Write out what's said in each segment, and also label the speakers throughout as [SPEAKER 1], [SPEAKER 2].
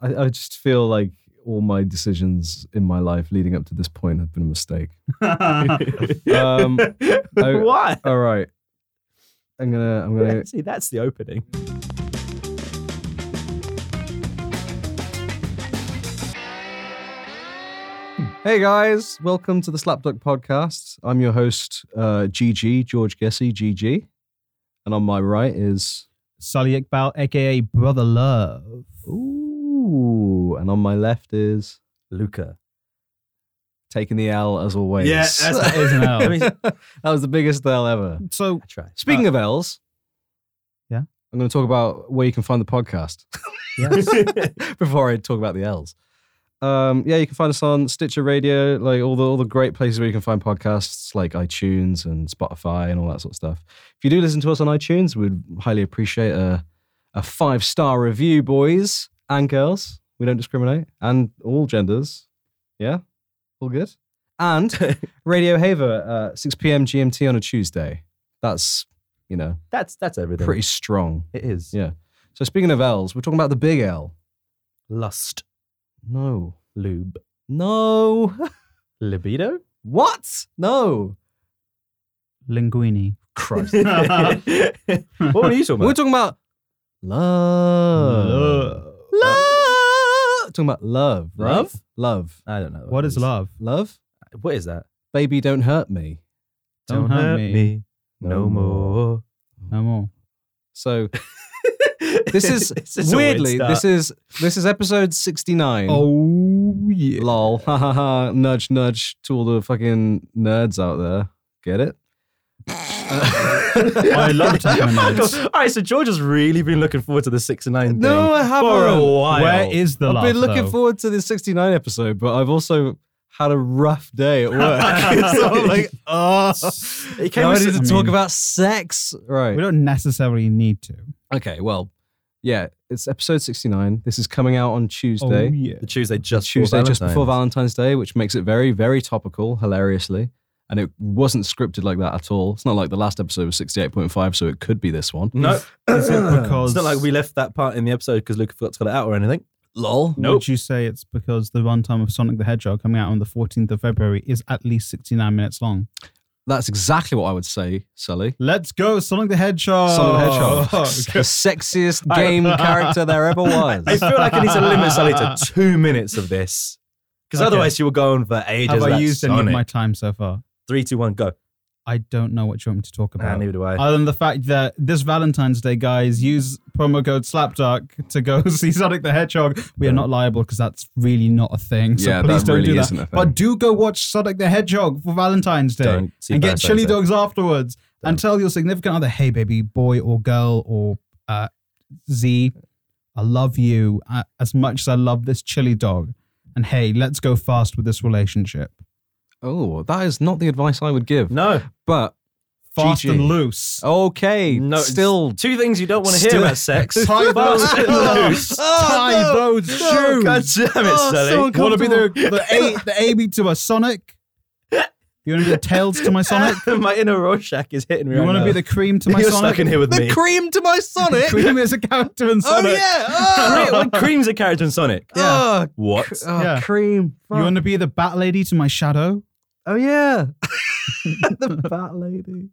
[SPEAKER 1] I, I just feel like all my decisions in my life leading up to this point have been a mistake. Um, I-
[SPEAKER 2] Why?
[SPEAKER 1] All right. I'm gonna. I'm gonna.
[SPEAKER 2] See, that's the opening.
[SPEAKER 1] Hey guys, welcome to the Slapduck Podcast. I'm your host, uh, GG George Gessie, GG, and on my right is
[SPEAKER 2] Sully Iqbal, aka Brother Love.
[SPEAKER 1] ooh, and on my left is
[SPEAKER 2] Luca.
[SPEAKER 1] taking the L as always.
[SPEAKER 3] Yeah, that's-
[SPEAKER 2] that is an L. I mean-
[SPEAKER 1] that was the biggest L ever.
[SPEAKER 2] So,
[SPEAKER 3] I try. Uh,
[SPEAKER 1] Speaking of L's,
[SPEAKER 2] Yeah?
[SPEAKER 1] I'm going to talk about where you can find the podcast
[SPEAKER 2] yes.
[SPEAKER 1] before I talk about the L's. Um, yeah, you can find us on Stitcher Radio, like all the all the great places where you can find podcasts, like iTunes and Spotify and all that sort of stuff. If you do listen to us on iTunes, we'd highly appreciate a a five star review, boys and girls. We don't discriminate, and all genders. Yeah, all good. And Radio Haver, uh, six p.m. GMT on a Tuesday. That's you know
[SPEAKER 3] that's that's everything.
[SPEAKER 1] pretty strong.
[SPEAKER 3] It is
[SPEAKER 1] Yeah. So speaking of L's, we're talking about the big L.
[SPEAKER 3] lust,
[SPEAKER 1] No.
[SPEAKER 3] lube,
[SPEAKER 1] No.
[SPEAKER 3] libido.
[SPEAKER 1] What? No.
[SPEAKER 2] Linguini.
[SPEAKER 1] Christ.
[SPEAKER 3] what were you talking
[SPEAKER 1] We're
[SPEAKER 3] about?
[SPEAKER 1] talking about love. Love. Talking about love. right?
[SPEAKER 3] Love?
[SPEAKER 1] Love.
[SPEAKER 3] I don't know.
[SPEAKER 2] What is love?
[SPEAKER 1] Love.
[SPEAKER 3] What is that?
[SPEAKER 1] Baby, don't hurt me.
[SPEAKER 2] Don't hurt me.
[SPEAKER 3] no more.
[SPEAKER 2] No more.
[SPEAKER 1] So this is weirdly this is this is episode sixty nine.
[SPEAKER 2] Oh, yeah.
[SPEAKER 1] lol. Ha ha ha. Nudge nudge to all the fucking nerds out there. Get it?
[SPEAKER 2] I love taking notes.
[SPEAKER 3] All right, so George has really been looking forward to the six and nine.
[SPEAKER 1] No, I
[SPEAKER 3] thing for a
[SPEAKER 1] haven't.
[SPEAKER 3] while.
[SPEAKER 2] Where is the
[SPEAKER 1] I've
[SPEAKER 2] love?
[SPEAKER 1] been looking
[SPEAKER 2] though?
[SPEAKER 1] forward to this 69 episode, but I've also had a rough day at work. so I'm like, oh,
[SPEAKER 3] It came
[SPEAKER 1] now I
[SPEAKER 3] with
[SPEAKER 1] need to
[SPEAKER 2] I
[SPEAKER 1] talk
[SPEAKER 2] mean-
[SPEAKER 1] about sex.
[SPEAKER 2] We
[SPEAKER 1] Right.
[SPEAKER 2] don't necessarily need to.
[SPEAKER 1] Okay. Well, yeah, it's episode 69. This is coming out on Tuesday.
[SPEAKER 2] Oh, yeah.
[SPEAKER 3] the Tuesday just
[SPEAKER 1] Tuesday,
[SPEAKER 3] before
[SPEAKER 1] just before Valentine's
[SPEAKER 3] Valentine's.
[SPEAKER 1] Day, which makes it very, very topical, hilariously. And it wasn't scripted like that at all. It's not like the last episode was 68.5, so it could be this one.
[SPEAKER 3] No,
[SPEAKER 2] Is it because-
[SPEAKER 3] it's not like we left that part in the episode because Luca forgot to cut it out or anything.
[SPEAKER 1] Lol.
[SPEAKER 2] Would you say it's because the runtime of Sonic the Hedgehog coming out on the 14th of February is at least 69 minutes long?
[SPEAKER 1] That's exactly what I would say, Sully.
[SPEAKER 2] Let's go, Sonic the Hedgehog.
[SPEAKER 1] Sonic the Hedgehog. the
[SPEAKER 2] Oh, Okay.
[SPEAKER 1] sexiest game character there ever was.
[SPEAKER 3] I feel like I need to limit Sally to two minutes of this. Because
[SPEAKER 2] Okay.
[SPEAKER 3] otherwise, you will go on for ages.
[SPEAKER 2] Have I
[SPEAKER 3] about
[SPEAKER 2] used any
[SPEAKER 3] Sonic.
[SPEAKER 2] of my time so far?
[SPEAKER 3] Three, two, one, go.
[SPEAKER 2] I don't know what you want me to talk
[SPEAKER 3] Nah,
[SPEAKER 2] about.
[SPEAKER 3] neither do I.
[SPEAKER 2] Other than the fact that this Valentine's Day, guys, use promo code SLAPDUCK to go see Sonic the Hedgehog. We are not liable because that's really not a thing. So
[SPEAKER 1] Yeah,
[SPEAKER 2] please
[SPEAKER 1] that
[SPEAKER 2] don't
[SPEAKER 1] really
[SPEAKER 2] do that.
[SPEAKER 1] isn't a thing.
[SPEAKER 2] But do go watch Sonic the Hedgehog for Valentine's Day
[SPEAKER 3] Don't see
[SPEAKER 2] and get
[SPEAKER 3] Valentine's
[SPEAKER 2] chili
[SPEAKER 3] Day.
[SPEAKER 2] dogs afterwards.
[SPEAKER 3] Don't.
[SPEAKER 2] And tell your significant other, hey, baby, boy or girl or uh, Z, I love you uh, as much as I love this chili dog. And hey, let's go fast with this relationship.
[SPEAKER 1] Oh, that is not the advice I would give.
[SPEAKER 3] No,
[SPEAKER 1] But
[SPEAKER 2] Fast
[SPEAKER 1] GG.
[SPEAKER 2] and loose.
[SPEAKER 3] Oh,
[SPEAKER 1] okay,
[SPEAKER 3] no. it's
[SPEAKER 1] still
[SPEAKER 3] two things you don't want to
[SPEAKER 1] Still-
[SPEAKER 3] hear about sex.
[SPEAKER 2] Tie bows
[SPEAKER 3] Fast and
[SPEAKER 2] Oh,
[SPEAKER 3] loose.
[SPEAKER 2] Tie
[SPEAKER 1] no.
[SPEAKER 2] bows shoes.
[SPEAKER 3] Oh, God damn it,
[SPEAKER 1] Oh,
[SPEAKER 3] Sally.
[SPEAKER 1] so uncomfortable.
[SPEAKER 2] Wanna be the the A the A B to my Sonic? You wanna be the tails to my Sonic?
[SPEAKER 3] my inner Rorschach is hitting me
[SPEAKER 2] You
[SPEAKER 3] right
[SPEAKER 2] wanna
[SPEAKER 3] now.
[SPEAKER 2] be the cream to my
[SPEAKER 3] You're
[SPEAKER 2] Sonic?
[SPEAKER 3] stuck in here with me.
[SPEAKER 1] the cream to my Sonic.
[SPEAKER 2] cream is a character in
[SPEAKER 1] oh
[SPEAKER 2] Sonic.
[SPEAKER 1] yeah,
[SPEAKER 3] Cre-
[SPEAKER 1] oh,
[SPEAKER 3] well, Cream's a character in Sonic.
[SPEAKER 1] Oh,
[SPEAKER 3] What?
[SPEAKER 1] cr- oh,
[SPEAKER 2] Yeah.
[SPEAKER 1] cream.
[SPEAKER 2] You
[SPEAKER 1] Fuck.
[SPEAKER 2] wanna be the bat lady to my shadow?
[SPEAKER 1] oh yeah, the fat lady.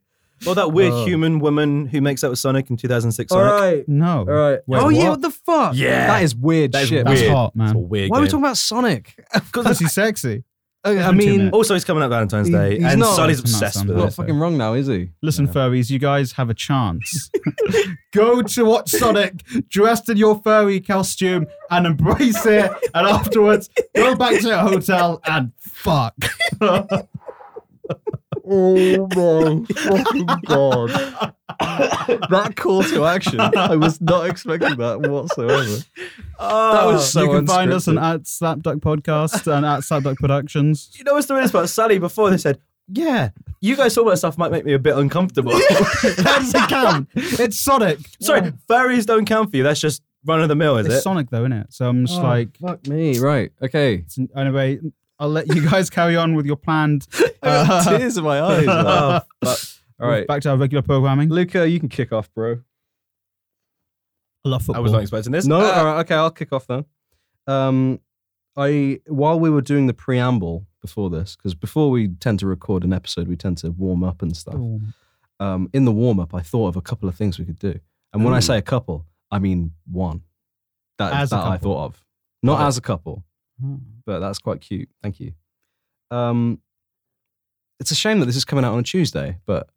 [SPEAKER 3] Well, that weird
[SPEAKER 1] Oh.
[SPEAKER 3] human woman who makes out with Sonic in 2006
[SPEAKER 1] All
[SPEAKER 3] Sonic.
[SPEAKER 1] right,
[SPEAKER 2] No.
[SPEAKER 1] all right.
[SPEAKER 2] Wait,
[SPEAKER 1] oh yeah,
[SPEAKER 2] what?
[SPEAKER 1] what the fuck?
[SPEAKER 3] Yeah.
[SPEAKER 1] that is weird
[SPEAKER 3] That is
[SPEAKER 1] shit.
[SPEAKER 2] That's
[SPEAKER 3] weird.
[SPEAKER 2] hot,
[SPEAKER 3] It's a
[SPEAKER 2] man.
[SPEAKER 3] weird
[SPEAKER 1] Why are we
[SPEAKER 3] game.
[SPEAKER 1] talking about Sonic?
[SPEAKER 2] Because he's sexy.
[SPEAKER 1] I, I
[SPEAKER 2] Listen to
[SPEAKER 1] mean, oh.
[SPEAKER 2] me.
[SPEAKER 3] Also, he's coming up Valentine's
[SPEAKER 1] He-
[SPEAKER 3] Day,
[SPEAKER 1] he's
[SPEAKER 3] and
[SPEAKER 1] not-
[SPEAKER 3] Sully's
[SPEAKER 2] I'm not
[SPEAKER 3] obsessed
[SPEAKER 2] somebody.
[SPEAKER 3] with
[SPEAKER 1] he's not
[SPEAKER 3] it.
[SPEAKER 1] fucking wrong now, is he?
[SPEAKER 2] Listen, furries, you guys have a chance. Go to watch Sonic dressed in your furry costume and embrace it. And afterwards, go back to your hotel and fuck.
[SPEAKER 1] Oh my fucking god. that call to action. I was not expecting that whatsoever.
[SPEAKER 3] Oh,
[SPEAKER 1] was so
[SPEAKER 2] you can find us on
[SPEAKER 1] unscripted.
[SPEAKER 2] at Slapduck Podcast and at Slapduck Productions.
[SPEAKER 3] you know what's the weirdest part? Sally before they said, "Yeah, you guys talking about stuff might make me a bit uncomfortable."
[SPEAKER 2] That's it count. It's Sonic.
[SPEAKER 3] Sorry, furries don't count for you. That's just run of the mill, is
[SPEAKER 2] It's
[SPEAKER 3] it?
[SPEAKER 2] Sonic though, isn't it? So I'm just
[SPEAKER 1] Oh.
[SPEAKER 2] like,
[SPEAKER 1] Fuck me. Right. Okay.
[SPEAKER 2] it's- anyway, I'll let you guys carry on with your planned. uh,
[SPEAKER 1] tears in my eyes. man.
[SPEAKER 3] Oh, fuck.
[SPEAKER 1] All right.
[SPEAKER 2] Back to our regular programming.
[SPEAKER 1] Luca, you can kick off, bro.
[SPEAKER 2] I love
[SPEAKER 3] I
[SPEAKER 2] football.
[SPEAKER 3] was not expecting this.
[SPEAKER 1] No,
[SPEAKER 3] Uh,
[SPEAKER 1] all right, okay, I'll kick off then. Um, I while we were doing the preamble before this, because before we tend to record an episode, we tend to warm up and stuff. Um, in the warm up, I thought of a couple of things we could do, and when I
[SPEAKER 3] Ooh.
[SPEAKER 1] say a couple, I mean one. That
[SPEAKER 2] As a
[SPEAKER 1] that I
[SPEAKER 2] couple.
[SPEAKER 1] thought of, not
[SPEAKER 3] Love it.
[SPEAKER 1] as a couple,
[SPEAKER 2] Oh,
[SPEAKER 1] but that's quite cute. Thank you. Um, it's a shame that this is coming out on a Tuesday, but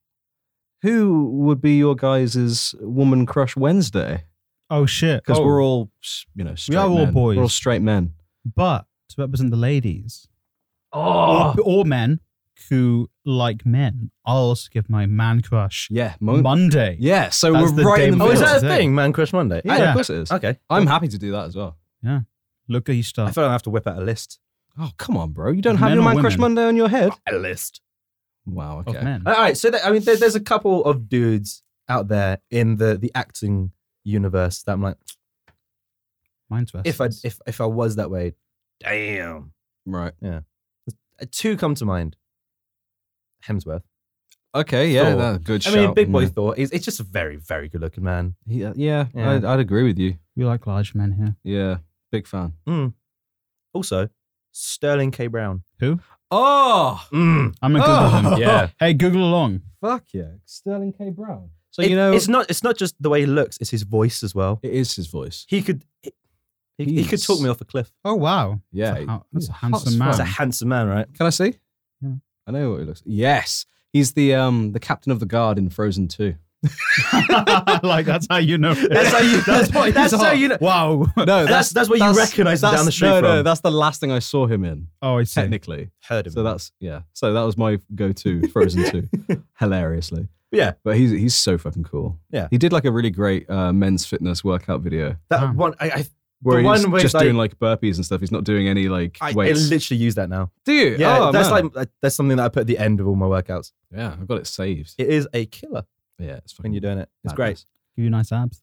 [SPEAKER 1] who would be your guys' woman crush Wednesday?
[SPEAKER 2] Oh shit!
[SPEAKER 1] Because
[SPEAKER 2] Oh.
[SPEAKER 1] we're all, s- you know, straight
[SPEAKER 2] are all
[SPEAKER 1] men.
[SPEAKER 2] boys.
[SPEAKER 1] We're all straight men.
[SPEAKER 2] but to represent the ladies
[SPEAKER 3] Ah.
[SPEAKER 1] Oh,
[SPEAKER 2] or, or men who like men, I'll also give my man crush
[SPEAKER 1] yeah, mo-
[SPEAKER 2] Monday.
[SPEAKER 1] yeah. So
[SPEAKER 2] That's
[SPEAKER 1] we're
[SPEAKER 2] the
[SPEAKER 1] right
[SPEAKER 2] day
[SPEAKER 1] in the
[SPEAKER 2] of
[SPEAKER 3] Oh, is
[SPEAKER 1] middle.
[SPEAKER 3] that a
[SPEAKER 2] Yeah.
[SPEAKER 3] thing, Man Crush Monday? Oh,
[SPEAKER 1] yeah,
[SPEAKER 2] Yeah.
[SPEAKER 1] of course it is.
[SPEAKER 3] Okay.
[SPEAKER 1] I'm happy to do that as well.
[SPEAKER 2] Look at you
[SPEAKER 3] I
[SPEAKER 2] stuff.
[SPEAKER 3] feel like I have to whip out a list.
[SPEAKER 1] Oh, come on, bro! You don't have
[SPEAKER 2] Men
[SPEAKER 1] your
[SPEAKER 2] or
[SPEAKER 1] man crush
[SPEAKER 2] women?
[SPEAKER 1] Monday on your head.
[SPEAKER 3] A list.
[SPEAKER 1] Wow.
[SPEAKER 2] Of
[SPEAKER 1] Okay.
[SPEAKER 2] men.
[SPEAKER 3] All right. So, that, I mean, there, there's a couple of dudes out there in the, the acting universe that I'm like,
[SPEAKER 2] Mine's best.
[SPEAKER 3] if I if if I was that way, damn.
[SPEAKER 1] Right.
[SPEAKER 3] Uh, Two come to mind. Hemsworth.
[SPEAKER 1] Okay. Yeah.
[SPEAKER 3] Thor.
[SPEAKER 1] That's a good.
[SPEAKER 3] I mean,
[SPEAKER 1] shout.
[SPEAKER 3] Big Boy
[SPEAKER 1] Yeah.
[SPEAKER 3] Thor. He's, it's just a very very good looking man.
[SPEAKER 1] He- uh, yeah.
[SPEAKER 3] Yeah.
[SPEAKER 1] I'd, I'd agree with you.
[SPEAKER 2] we like large men here.
[SPEAKER 1] Yeah. Big fan.
[SPEAKER 3] Also, Sterling K. Brown.
[SPEAKER 1] Oh,
[SPEAKER 3] Mm.
[SPEAKER 2] I'm gonna Google
[SPEAKER 1] Oh.
[SPEAKER 2] him.
[SPEAKER 3] Yeah.
[SPEAKER 2] Hey, Google along.
[SPEAKER 1] fuck yeah, Sterling K. Brown. So
[SPEAKER 3] It-
[SPEAKER 1] you know,
[SPEAKER 3] it's not it's not just the way he looks; it's his voice as well.
[SPEAKER 1] it is his voice.
[SPEAKER 3] He could he, he, he could
[SPEAKER 1] He's-
[SPEAKER 3] talk me off a cliff.
[SPEAKER 2] Oh wow.
[SPEAKER 1] Yeah.
[SPEAKER 2] That's a, ho- that's
[SPEAKER 1] he's hot as
[SPEAKER 2] a handsome
[SPEAKER 1] fuck.
[SPEAKER 2] man.
[SPEAKER 3] That's a handsome man, right?
[SPEAKER 1] Can I see?
[SPEAKER 2] Yeah.
[SPEAKER 1] I know what he looks. Yes, he's the um the captain of the guard in Frozen Two.
[SPEAKER 2] like that's how you know.
[SPEAKER 3] That's how you-
[SPEAKER 2] That's what.
[SPEAKER 3] that's
[SPEAKER 2] he's
[SPEAKER 3] how
[SPEAKER 2] hot.
[SPEAKER 3] you know-
[SPEAKER 2] Wow.
[SPEAKER 1] No,
[SPEAKER 3] that's that's where you recognise him
[SPEAKER 1] that's-
[SPEAKER 3] down the street
[SPEAKER 1] No,
[SPEAKER 3] from.
[SPEAKER 1] no, that's the last thing I saw him in.
[SPEAKER 2] Oh, I see.
[SPEAKER 1] Technically,
[SPEAKER 3] Heard him.
[SPEAKER 1] so that's yeah. So that was my go-to Frozen Two, hilariously.
[SPEAKER 3] Yeah.
[SPEAKER 1] but he's he's so fucking cool.
[SPEAKER 3] Yeah.
[SPEAKER 1] he did like a really great uh, men's fitness workout video
[SPEAKER 3] that
[SPEAKER 2] Wow.
[SPEAKER 3] one. I, I,
[SPEAKER 1] where
[SPEAKER 3] The
[SPEAKER 1] he's
[SPEAKER 3] one where
[SPEAKER 1] just
[SPEAKER 3] it's
[SPEAKER 1] doing like burpees and stuff. He's not doing any like
[SPEAKER 3] I, I
[SPEAKER 1] weights.
[SPEAKER 3] literally use that now.
[SPEAKER 1] Do you?
[SPEAKER 3] Yeah,
[SPEAKER 1] Oh,
[SPEAKER 3] that's
[SPEAKER 1] man.
[SPEAKER 3] like that's something that I put at the end of all my workouts.
[SPEAKER 1] yeah. I've got it saved.
[SPEAKER 3] It is a killer
[SPEAKER 1] yeah, it's fucking
[SPEAKER 3] when you're doing it. It's great.
[SPEAKER 2] Give you nice abs.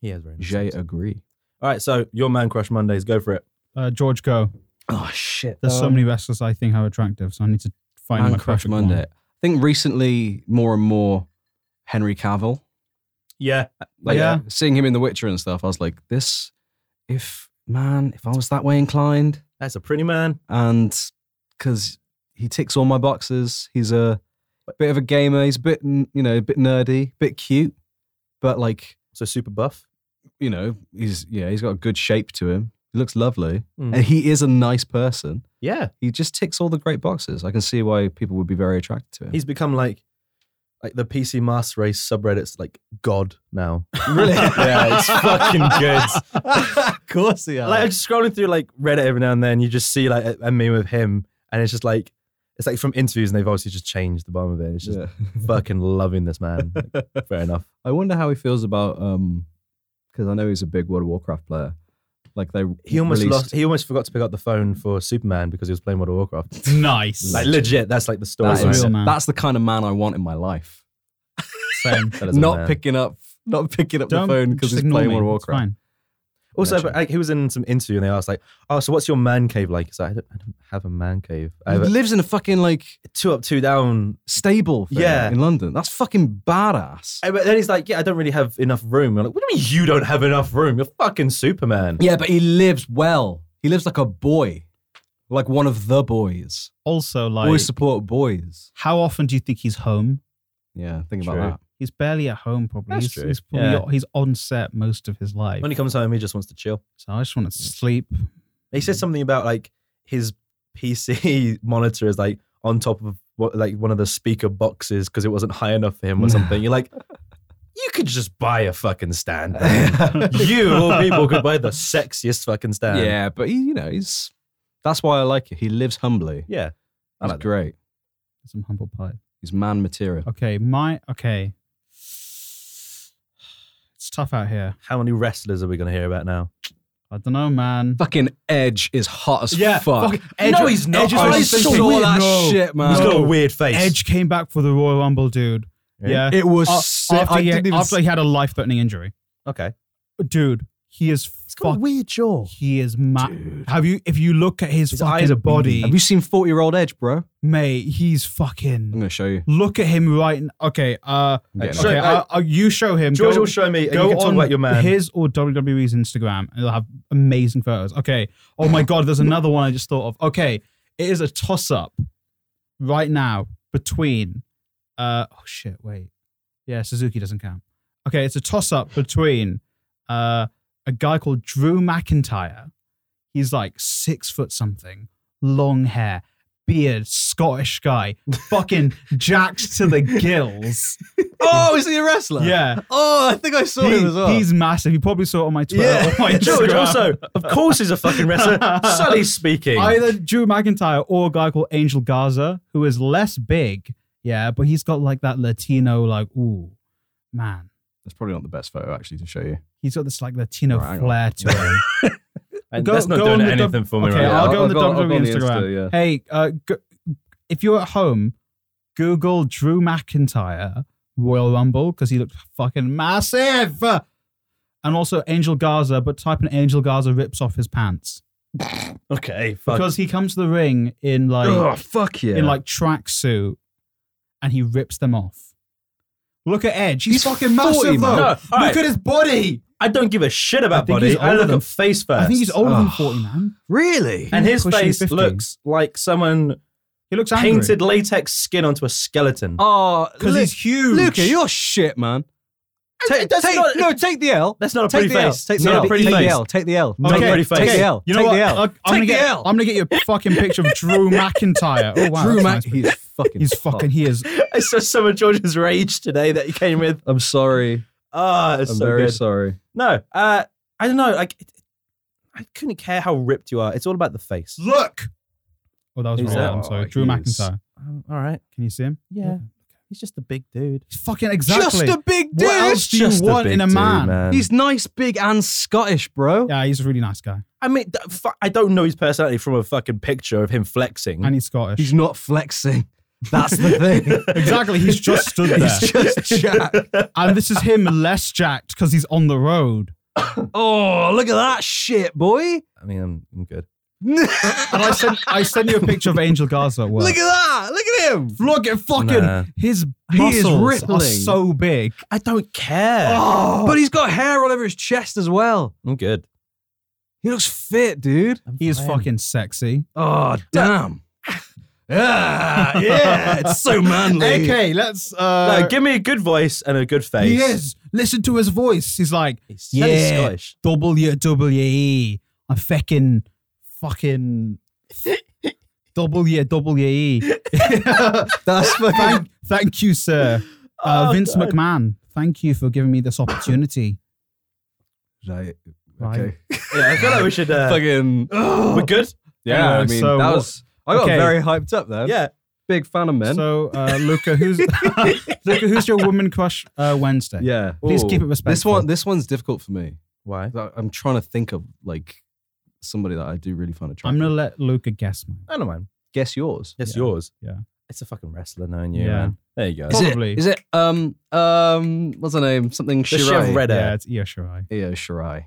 [SPEAKER 3] He has very nice
[SPEAKER 1] Jay
[SPEAKER 3] abs.
[SPEAKER 1] agree.
[SPEAKER 3] All right, so your man crush Mondays, go for it.
[SPEAKER 2] Uh, George, go.
[SPEAKER 1] Oh shit!
[SPEAKER 2] There's so many wrestlers I think are attractive, so I need to find
[SPEAKER 1] Man
[SPEAKER 2] my
[SPEAKER 1] Crush
[SPEAKER 2] perfect
[SPEAKER 1] Monday.
[SPEAKER 2] one.
[SPEAKER 1] I think recently more and more Henry Cavill.
[SPEAKER 3] Yeah,
[SPEAKER 1] Like uh,
[SPEAKER 2] Yeah.
[SPEAKER 1] seeing him in The Witcher and stuff, I was like, this if man, if I was that way inclined
[SPEAKER 3] that's a pretty man.
[SPEAKER 1] and cause he ticks all my boxes. He's a bit of a gamer, he's a bit n- you know, a bit nerdy, bit cute, but like,
[SPEAKER 3] So super buff.
[SPEAKER 1] you know, he's yeah, he's got a good shape to him. He looks lovely.
[SPEAKER 3] Mm.
[SPEAKER 1] And he is a nice person.
[SPEAKER 3] Yeah,
[SPEAKER 1] He just ticks all the great boxes. I can see why people would be very attracted to him.
[SPEAKER 3] he's become like like the PC Master Race subreddit's like god now.
[SPEAKER 1] really
[SPEAKER 3] yeah, it's fucking good.
[SPEAKER 1] of course he
[SPEAKER 3] Like I'm just scrolling through like Reddit every now and then, you just see like a, a meme of him, and it's just like it's like from interviews, and they've obviously just changed the bottom of it. It's just fucking loving this man. Like, fair enough.
[SPEAKER 1] I wonder how he feels about um because I know he's a big World of Warcraft player. Like they
[SPEAKER 3] He almost
[SPEAKER 1] released,
[SPEAKER 3] lost. He almost forgot to pick up the phone for Superman because he was playing World of Warcraft.
[SPEAKER 2] Nice.
[SPEAKER 3] like legit, that's like the story.
[SPEAKER 1] That
[SPEAKER 2] That's
[SPEAKER 1] is,
[SPEAKER 2] real, man.
[SPEAKER 1] that's the kind of man I want in my life.
[SPEAKER 2] Same.
[SPEAKER 3] That is a
[SPEAKER 1] Not
[SPEAKER 3] man.
[SPEAKER 1] picking up, not picking up
[SPEAKER 2] Don't
[SPEAKER 1] the phone because
[SPEAKER 2] just
[SPEAKER 1] he's
[SPEAKER 2] ignore
[SPEAKER 1] playing
[SPEAKER 2] me.
[SPEAKER 1] World of
[SPEAKER 2] It's
[SPEAKER 1] Warcraft.
[SPEAKER 2] fine.
[SPEAKER 3] Also,
[SPEAKER 1] Legend.
[SPEAKER 3] like, he was in some interview and they asked like, "Oh, so what's your man cave like?" He's like, "I don't, I don't have a man cave. I
[SPEAKER 1] He
[SPEAKER 3] have a
[SPEAKER 1] lives in a fucking like
[SPEAKER 3] two up, two down."
[SPEAKER 1] stable thing
[SPEAKER 3] Yeah.
[SPEAKER 1] in London. That's fucking badass.
[SPEAKER 3] And Eh, but then he's like, "Yeah, I don't really have enough room." I'm like, "What do you mean you don't have enough room? You're fucking Superman."
[SPEAKER 1] Yeah, but he lives well. He lives like a boy, like one of the boys.
[SPEAKER 2] Also, like,
[SPEAKER 1] Boys support boys.
[SPEAKER 2] how often do you think he's home?
[SPEAKER 1] Yeah, think about
[SPEAKER 3] True.
[SPEAKER 1] that.
[SPEAKER 2] He's barely at home, probably.
[SPEAKER 3] That's
[SPEAKER 2] he's,
[SPEAKER 3] true.
[SPEAKER 2] He's, probably,
[SPEAKER 3] Yeah.
[SPEAKER 2] he's on set most of his life.
[SPEAKER 3] When he comes home, he just wants to chill.
[SPEAKER 2] so I just want to sleep.
[SPEAKER 3] He said something about like his PC monitor is like on top of what, like one of the speaker boxes because it wasn't high enough for him or something. You're like, you could just buy a fucking stand. man. you of all people could buy the sexiest fucking stand.
[SPEAKER 1] yeah, but he, you know, he's that's why I like it. He lives humbly.
[SPEAKER 3] yeah. I
[SPEAKER 1] He's
[SPEAKER 3] like that.
[SPEAKER 1] great.
[SPEAKER 2] Some humble pie.
[SPEAKER 1] He's man material.
[SPEAKER 2] Okay, my okay. It's tough out here.
[SPEAKER 3] How many wrestlers are we going to hear about now?
[SPEAKER 2] I don't know, man.
[SPEAKER 1] Fucking Edge is hot as fuck. Oh,
[SPEAKER 3] Edge- No, he's not. Edge is
[SPEAKER 1] I
[SPEAKER 3] what I
[SPEAKER 1] saw
[SPEAKER 3] saw
[SPEAKER 1] that
[SPEAKER 2] No.
[SPEAKER 1] shit, man.
[SPEAKER 3] He's got a
[SPEAKER 2] No.
[SPEAKER 3] weird face.
[SPEAKER 2] Edge came back for the Royal Rumble, dude.
[SPEAKER 3] Yeah.
[SPEAKER 2] Yeah.
[SPEAKER 1] It was
[SPEAKER 2] A-
[SPEAKER 1] sick.
[SPEAKER 2] after,
[SPEAKER 1] I
[SPEAKER 2] he,
[SPEAKER 1] didn't even
[SPEAKER 2] after he had a life-threatening injury,
[SPEAKER 3] Okay.
[SPEAKER 2] dude. He is
[SPEAKER 3] got a
[SPEAKER 2] fuck.
[SPEAKER 3] weird jaw.
[SPEAKER 2] He is mad.
[SPEAKER 1] Dude.
[SPEAKER 2] Have you? If you look at his,
[SPEAKER 3] His
[SPEAKER 2] fucking
[SPEAKER 3] eyes are
[SPEAKER 2] body,
[SPEAKER 1] Have you seen 40 year old Edge, bro? I'm
[SPEAKER 2] mate, he's fucking.
[SPEAKER 1] going to show you.
[SPEAKER 2] Look at him right. In, okay, uh,
[SPEAKER 1] I'm
[SPEAKER 3] Hey,
[SPEAKER 1] getting
[SPEAKER 3] show-
[SPEAKER 1] it.
[SPEAKER 2] okay. I, I, you show him.
[SPEAKER 3] George
[SPEAKER 2] Go-
[SPEAKER 3] will show me, and
[SPEAKER 2] Go
[SPEAKER 3] you can talk
[SPEAKER 2] on
[SPEAKER 3] about your man.
[SPEAKER 2] his or WWE's Instagram, and they'll have amazing photos. Okay. Oh my God, there's another one I just thought of. Okay, it is a toss up right now between. Uh, oh shit! Wait, yeah, Suzuki doesn't count. Okay, it's a toss up between uh, a guy called Drew McIntyre. He's like six foot something, long hair, beard, Scottish guy, fucking jacked to the gills.
[SPEAKER 1] Oh, is he a wrestler?
[SPEAKER 2] Yeah,
[SPEAKER 1] Oh, I think I saw
[SPEAKER 2] he-
[SPEAKER 1] him as well.
[SPEAKER 2] He's massive. You probably saw it on my Twitter.
[SPEAKER 1] Yeah.
[SPEAKER 2] or my
[SPEAKER 3] George
[SPEAKER 2] Instagram.
[SPEAKER 3] also, of course, he's a fucking wrestler. Sully speaking.
[SPEAKER 2] Either Drew McIntyre or a guy called Angel Garza, who is less big, yeah, but he's got like that Latino, like, ooh, man.
[SPEAKER 1] That's probably not the best photo, actually, to show you.
[SPEAKER 2] He's got this like Latino
[SPEAKER 1] Right, hang on.
[SPEAKER 2] flair to him.
[SPEAKER 3] and
[SPEAKER 2] go-
[SPEAKER 3] that's not
[SPEAKER 2] go
[SPEAKER 3] doing
[SPEAKER 2] on the
[SPEAKER 3] anything for me
[SPEAKER 2] okay,
[SPEAKER 3] right
[SPEAKER 2] I'll
[SPEAKER 3] now.
[SPEAKER 2] go on the
[SPEAKER 1] I'll I'll
[SPEAKER 2] WWE
[SPEAKER 1] on
[SPEAKER 2] Instagram.
[SPEAKER 1] Insta, yeah.
[SPEAKER 2] hey, uh, go, if you're at home, Google Drew McIntyre Royal Rumble because he looked fucking massive. And also Angel Garza, but type in Angel Garza rips off his pants.
[SPEAKER 3] Okay, fuck.
[SPEAKER 2] because he comes to the ring in like
[SPEAKER 1] oh, fuck yeah.
[SPEAKER 2] in like tracksuit and he rips them off. Look at Edge. He's,
[SPEAKER 1] He's 40,
[SPEAKER 2] fucking
[SPEAKER 1] man.
[SPEAKER 2] massive though.
[SPEAKER 3] no, all right.
[SPEAKER 2] oh, Look at his body.
[SPEAKER 3] I don't give a shit about
[SPEAKER 2] I think he's
[SPEAKER 3] body. I
[SPEAKER 2] older
[SPEAKER 3] look
[SPEAKER 2] than-
[SPEAKER 3] at face first.
[SPEAKER 2] I think he's older than
[SPEAKER 1] Ugh.
[SPEAKER 2] 40, man.
[SPEAKER 1] really?
[SPEAKER 3] and his
[SPEAKER 2] pushing
[SPEAKER 3] face
[SPEAKER 2] 50.
[SPEAKER 3] looks like someone
[SPEAKER 2] He looks angry.
[SPEAKER 3] painted latex skin onto a skeleton.
[SPEAKER 1] Oh,
[SPEAKER 2] because
[SPEAKER 1] Luke-
[SPEAKER 2] he's huge.
[SPEAKER 1] Luca, you're shit, man. Take,
[SPEAKER 3] that's
[SPEAKER 1] take,
[SPEAKER 3] not-
[SPEAKER 1] no, take the L.
[SPEAKER 3] That's not a
[SPEAKER 1] Take
[SPEAKER 3] pretty
[SPEAKER 1] the L.
[SPEAKER 3] face.
[SPEAKER 1] Take
[SPEAKER 3] It's
[SPEAKER 1] the
[SPEAKER 3] not
[SPEAKER 1] L.
[SPEAKER 3] a pretty
[SPEAKER 1] Take the
[SPEAKER 3] face.
[SPEAKER 1] L. Take the L.
[SPEAKER 2] Not a
[SPEAKER 1] Take
[SPEAKER 2] pretty
[SPEAKER 1] Take
[SPEAKER 3] face.
[SPEAKER 1] the L.
[SPEAKER 2] You know
[SPEAKER 1] Take
[SPEAKER 2] what?
[SPEAKER 1] the L.
[SPEAKER 2] I- I'm gonna
[SPEAKER 1] Take
[SPEAKER 2] get,
[SPEAKER 1] the L.
[SPEAKER 2] I'm gonna get you a fucking picture of Drew McIntyre. Oh wow,
[SPEAKER 1] Drew
[SPEAKER 2] that's
[SPEAKER 1] Mac,
[SPEAKER 2] nice.
[SPEAKER 1] he's fucking.
[SPEAKER 2] He's fucking. He is.
[SPEAKER 3] I saw some of George's rage today that he came with.
[SPEAKER 1] I'm sorry.
[SPEAKER 3] Ah, it's
[SPEAKER 1] I'm
[SPEAKER 3] so
[SPEAKER 1] very
[SPEAKER 3] good.
[SPEAKER 1] sorry.
[SPEAKER 3] No, uh, I don't know. Like, it- I couldn't care how ripped you are. It's all about the face.
[SPEAKER 2] Look. Oh, that was
[SPEAKER 3] Who's
[SPEAKER 2] wrong.
[SPEAKER 3] that?
[SPEAKER 2] I'm sorry.
[SPEAKER 1] Oh,
[SPEAKER 2] Drew
[SPEAKER 1] he is-
[SPEAKER 2] McIntyre.
[SPEAKER 3] Um, all right.
[SPEAKER 2] Can you see him?
[SPEAKER 3] Yeah. He's just a big dude.
[SPEAKER 2] He's fucking exactly.
[SPEAKER 1] Just a big dude.
[SPEAKER 2] what else do
[SPEAKER 3] Just
[SPEAKER 2] you want
[SPEAKER 3] big
[SPEAKER 2] in a
[SPEAKER 3] dude,
[SPEAKER 2] man?
[SPEAKER 1] He's nice, big, and Scottish, bro.
[SPEAKER 2] Yeah, he's a really nice guy,
[SPEAKER 3] I mean, th- fu- I don't know his personality from a fucking picture of him
[SPEAKER 1] Mm.
[SPEAKER 3] flexing.
[SPEAKER 2] and he's Scottish.
[SPEAKER 1] He's not flexing. That's the thing.
[SPEAKER 2] Exactly, he's just stood there.
[SPEAKER 1] he's just jack.
[SPEAKER 2] And this is him less jacked because he's on the road.
[SPEAKER 1] Oh, look at that shit, boy.
[SPEAKER 3] I mean, I'm, I'm good.
[SPEAKER 1] look at
[SPEAKER 2] And I sent I sent you a picture of Angel Garza. At work.
[SPEAKER 1] that. Look at him.
[SPEAKER 2] Look at fucking
[SPEAKER 3] Nah.
[SPEAKER 2] his
[SPEAKER 1] He
[SPEAKER 2] muscles
[SPEAKER 1] is
[SPEAKER 2] are
[SPEAKER 1] rippling.
[SPEAKER 2] so big.
[SPEAKER 3] I don't care.
[SPEAKER 2] Oh,
[SPEAKER 1] But he's got hair all over his chest as well.
[SPEAKER 3] I'm good.
[SPEAKER 1] He looks fit, dude.
[SPEAKER 3] I'm
[SPEAKER 2] he is
[SPEAKER 3] fine.
[SPEAKER 2] fucking sexy.
[SPEAKER 1] Oh, damn. yeah, yeah, it's so manly.
[SPEAKER 2] let's. uh,
[SPEAKER 1] Uh,
[SPEAKER 3] No, give me a good voice and a good face.
[SPEAKER 2] he is. Listen to his voice. He's like
[SPEAKER 3] He's
[SPEAKER 2] Yeah.
[SPEAKER 3] he's Scottish.
[SPEAKER 2] WWE. I'm fucking fucking. WWE.
[SPEAKER 1] That's fucking.
[SPEAKER 2] thank, thank you, sir. Uh,
[SPEAKER 3] Oh,
[SPEAKER 2] Vince
[SPEAKER 3] God.
[SPEAKER 2] McMahon, thank you for giving me this opportunity.
[SPEAKER 1] Right.
[SPEAKER 2] Right.
[SPEAKER 1] Okay.
[SPEAKER 3] Yeah, I feel like we should. Uh,
[SPEAKER 1] Fucking.
[SPEAKER 3] we're good.
[SPEAKER 1] Yeah, I
[SPEAKER 2] Anyway,
[SPEAKER 1] mean,
[SPEAKER 2] so
[SPEAKER 1] that
[SPEAKER 2] what-
[SPEAKER 1] was. I got
[SPEAKER 2] okay.
[SPEAKER 1] very hyped up then.
[SPEAKER 3] Yeah.
[SPEAKER 1] Big fan of men.
[SPEAKER 2] So, uh, Luca, who's Luca, who's your woman crush uh, Wednesday?
[SPEAKER 1] yeah.
[SPEAKER 2] Please
[SPEAKER 1] Ooh.
[SPEAKER 2] keep it
[SPEAKER 1] This
[SPEAKER 2] respectful.
[SPEAKER 1] one, this one's difficult for me.
[SPEAKER 3] Why?
[SPEAKER 1] I- I'm trying to think of like somebody that I do really find attractive.
[SPEAKER 2] I'm gonna let Luca guess mine.
[SPEAKER 3] I don't mind.
[SPEAKER 1] guess yours.
[SPEAKER 3] It's
[SPEAKER 2] Yeah.
[SPEAKER 3] yours.
[SPEAKER 2] Yeah.
[SPEAKER 3] It's a fucking wrestler knowing you,
[SPEAKER 2] Yeah.
[SPEAKER 3] man. There you go.
[SPEAKER 2] Is it- Probably.
[SPEAKER 1] Is it? Is it um um what's her name? Something
[SPEAKER 3] Does she have
[SPEAKER 1] Shirai.
[SPEAKER 3] red
[SPEAKER 2] Yeah,
[SPEAKER 3] hair?
[SPEAKER 2] it's Io Shirai.
[SPEAKER 1] yeah, Shirai.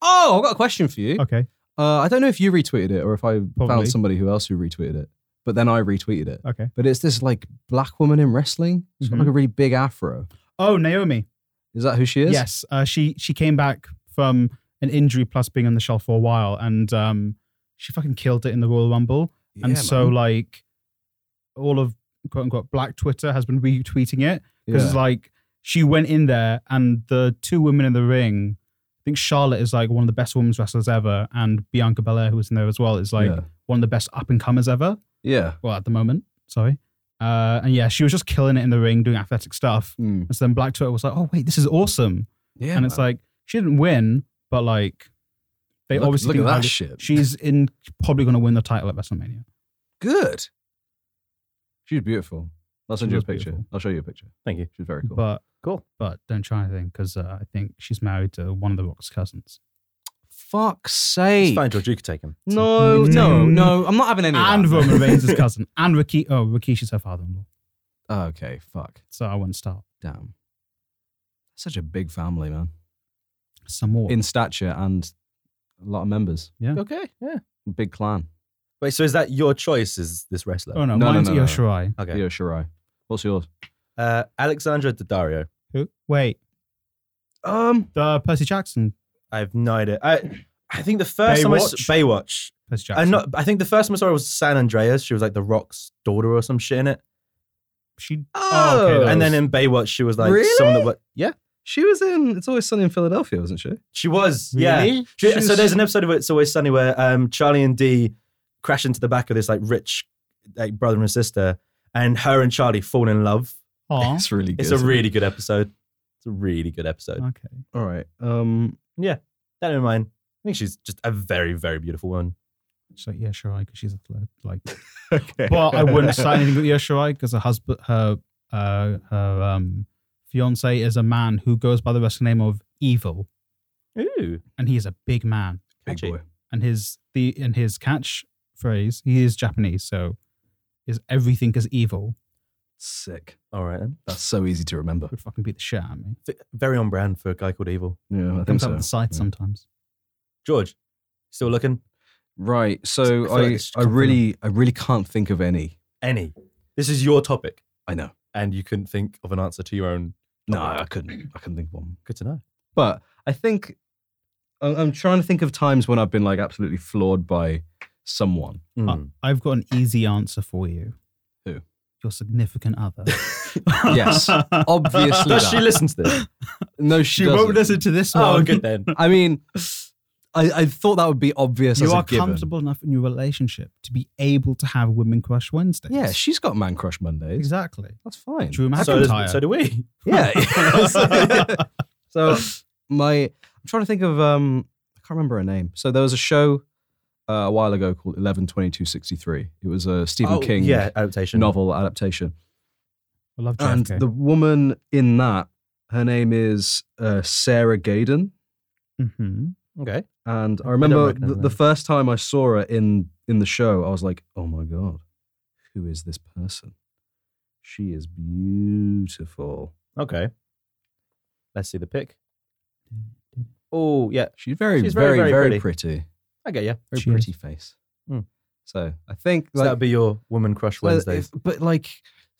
[SPEAKER 1] Oh, I've got a question for you.
[SPEAKER 2] Okay,
[SPEAKER 1] Uh, I don't know if you retweeted it or if I
[SPEAKER 2] Probably.
[SPEAKER 1] found somebody who else who retweeted it, but then I retweeted it.
[SPEAKER 2] okay.
[SPEAKER 1] But it's this like black woman in wrestling. She's got
[SPEAKER 2] Mhm.
[SPEAKER 1] like a really big afro.
[SPEAKER 2] Oh, Naomi.
[SPEAKER 1] Is that who she is?
[SPEAKER 2] Yes, uh, she she came back from an injury plus being on the shelf for a while, and um, she fucking killed it in the Royal Rumble. and
[SPEAKER 1] Yeah,
[SPEAKER 2] so,
[SPEAKER 1] man.
[SPEAKER 2] like, all of quote unquote black Twitter has been retweeting it. because
[SPEAKER 1] Yeah.
[SPEAKER 2] it's like she went in there and the two women in the ring i think charlotte is like one of the best women's wrestlers ever and bianca belair who was in there as well is like
[SPEAKER 1] yeah.
[SPEAKER 2] one of the best up and comers ever
[SPEAKER 1] Yeah.
[SPEAKER 2] well at the moment sorry uh, and yeah she was just killing it in the ring doing athletic stuff
[SPEAKER 1] Mm.
[SPEAKER 2] and so then black twitter was like oh wait this is awesome
[SPEAKER 1] Yeah.
[SPEAKER 2] and it's like she didn't win but like they
[SPEAKER 1] Look-
[SPEAKER 2] obviously
[SPEAKER 1] look
[SPEAKER 2] think
[SPEAKER 1] at that
[SPEAKER 2] highly-
[SPEAKER 1] shit.
[SPEAKER 2] she's in probably going to win the title at wrestlemania
[SPEAKER 1] good. She's beautiful. I'll send
[SPEAKER 2] She
[SPEAKER 1] you a
[SPEAKER 2] was
[SPEAKER 1] picture.
[SPEAKER 2] beautiful.
[SPEAKER 1] I'll show you a picture.
[SPEAKER 3] Thank you.
[SPEAKER 1] She's very cool.
[SPEAKER 2] but
[SPEAKER 3] Cool.
[SPEAKER 2] but don't try anything because uh, i think she's married to one of the rock's cousins
[SPEAKER 1] Fuck's sake.
[SPEAKER 3] It's fine, George. You can take him.
[SPEAKER 1] No,
[SPEAKER 2] Mm.
[SPEAKER 1] no, no. I'm not having any. of
[SPEAKER 2] and
[SPEAKER 1] that.
[SPEAKER 2] Roman Reigns' his cousin, and Rikishi. Oh, Rikishi's her father-in-law.
[SPEAKER 1] Okay, fuck.
[SPEAKER 2] So I wouldn't start.
[SPEAKER 1] Damn. Such a big family, man.
[SPEAKER 2] Samoa.
[SPEAKER 1] in stature and a lot of members.
[SPEAKER 3] Okay, yeah.
[SPEAKER 1] Big clan.
[SPEAKER 3] Wait, so is that your choice? Is this wrestler?
[SPEAKER 2] oh no,
[SPEAKER 1] No, no,
[SPEAKER 2] mine's
[SPEAKER 1] no, no, no.
[SPEAKER 2] Io Shirai.
[SPEAKER 3] Okay.
[SPEAKER 1] Io Shirai. What's yours?
[SPEAKER 3] Uh, Alexandra Daddario.
[SPEAKER 2] Who? Wait,
[SPEAKER 1] Um,
[SPEAKER 2] the Percy Jackson.
[SPEAKER 3] I have no idea. I I think the first time I s- Baywatch.
[SPEAKER 2] Percy Jackson.
[SPEAKER 3] I not. I think the first time I saw her was San Andreas. She was like the Rock's daughter or some shit in it.
[SPEAKER 2] She.
[SPEAKER 1] Oh,
[SPEAKER 2] okay, that
[SPEAKER 3] and
[SPEAKER 2] was-
[SPEAKER 3] then in Baywatch, she was like
[SPEAKER 1] Really?
[SPEAKER 3] someone that. What? Yeah,
[SPEAKER 1] she was in It's Always Sunny in Philadelphia, wasn't she?
[SPEAKER 3] she was. Yeah.
[SPEAKER 2] Really?
[SPEAKER 3] She-
[SPEAKER 1] She's-
[SPEAKER 3] so there's an episode of It's Always Sunny where um, Charlie and Dee crash into the back of this like rich like brother and sister, and her and Charlie fall in love.
[SPEAKER 2] Aw.
[SPEAKER 1] It's really good.
[SPEAKER 3] It's a really good episode. It's a really good episode.
[SPEAKER 2] Okay.
[SPEAKER 1] All right. Um,
[SPEAKER 3] That in mind, I think she's just a very very beautiful one.
[SPEAKER 2] So yeah, Shirai, because she's a third. Like,
[SPEAKER 1] okay.
[SPEAKER 2] but I wouldn't start anything with Io Shirai because her husband, her, uh, her um, fiance is a man who goes by the wrestling name of Evil,
[SPEAKER 3] Ooh,
[SPEAKER 2] and he is a big man.
[SPEAKER 1] Big
[SPEAKER 3] catchy.
[SPEAKER 1] boy.
[SPEAKER 2] And his the and his catch phrase, he is Japanese, so is everything is evil.
[SPEAKER 1] Sick.
[SPEAKER 3] All right, then.
[SPEAKER 1] That's so easy to remember.
[SPEAKER 2] Would fucking beat the shit out of me.
[SPEAKER 3] Th- very on brand for a guy called Evil.
[SPEAKER 1] Yeah, I think
[SPEAKER 2] Comes out
[SPEAKER 1] so.
[SPEAKER 2] of the side
[SPEAKER 1] Yeah.
[SPEAKER 2] sometimes.
[SPEAKER 3] George, still looking?
[SPEAKER 1] Right.
[SPEAKER 3] feel
[SPEAKER 1] So
[SPEAKER 3] like
[SPEAKER 1] I,
[SPEAKER 3] it's
[SPEAKER 1] I really, I really can't think of any.
[SPEAKER 3] Any. This is your topic,
[SPEAKER 1] I know.
[SPEAKER 3] and you couldn't think of an answer to your own.
[SPEAKER 1] No,
[SPEAKER 3] topic.
[SPEAKER 1] I couldn't. I couldn't think of one.
[SPEAKER 3] Good to know.
[SPEAKER 1] But I think I- I'm trying to think of times when I've been like absolutely floored by someone.
[SPEAKER 3] Mm.
[SPEAKER 2] I've got an easy answer for you.
[SPEAKER 1] Who?
[SPEAKER 2] Your significant other.
[SPEAKER 1] Yes. Obviously,
[SPEAKER 3] Does she
[SPEAKER 1] that.
[SPEAKER 3] listen to this?
[SPEAKER 1] no, she,
[SPEAKER 2] She won't
[SPEAKER 1] doesn't.
[SPEAKER 2] listen to this one.
[SPEAKER 3] oh, good then.
[SPEAKER 1] I mean, I, I thought that would be obvious.
[SPEAKER 2] You
[SPEAKER 1] as
[SPEAKER 2] are
[SPEAKER 1] a given.
[SPEAKER 2] comfortable enough in your relationship to be able to have women crush Wednesdays.
[SPEAKER 1] Yeah, she's got man crush Mondays.
[SPEAKER 2] exactly.
[SPEAKER 1] That's fine.
[SPEAKER 2] Drew
[SPEAKER 3] So,
[SPEAKER 2] McIntyre.
[SPEAKER 3] does, so do we.
[SPEAKER 1] Yeah. so my, I'm trying to think of. Um, I can't remember her name. So there was a show uh, a while ago called Eleven Twenty Two Sixty Three. It was a Stephen
[SPEAKER 3] Oh,
[SPEAKER 1] King
[SPEAKER 3] Yeah, adaptation.
[SPEAKER 1] novel adaptation.
[SPEAKER 2] I love
[SPEAKER 1] And
[SPEAKER 2] JFK.
[SPEAKER 1] the woman in that, her name is uh, Sarah Gaydon.
[SPEAKER 2] Mhm.
[SPEAKER 3] Okay.
[SPEAKER 1] And I
[SPEAKER 3] I
[SPEAKER 1] remember
[SPEAKER 3] don't
[SPEAKER 1] the,
[SPEAKER 3] recognise
[SPEAKER 1] the
[SPEAKER 3] that.
[SPEAKER 1] first time I saw her in in the show, I was like, "Oh my god, who is this person? She is beautiful.
[SPEAKER 3] Okay. Let's see the pic. Oh, yeah.
[SPEAKER 1] She's very,
[SPEAKER 3] She's
[SPEAKER 1] very,
[SPEAKER 3] very,
[SPEAKER 1] very,
[SPEAKER 3] very
[SPEAKER 1] pretty.
[SPEAKER 3] I get you.
[SPEAKER 1] Very
[SPEAKER 2] She
[SPEAKER 1] pretty face."
[SPEAKER 3] Mm.
[SPEAKER 1] So I think
[SPEAKER 3] So
[SPEAKER 1] like,
[SPEAKER 3] that would be your Woman Crush
[SPEAKER 1] well,
[SPEAKER 3] Wednesdays.
[SPEAKER 1] if- but like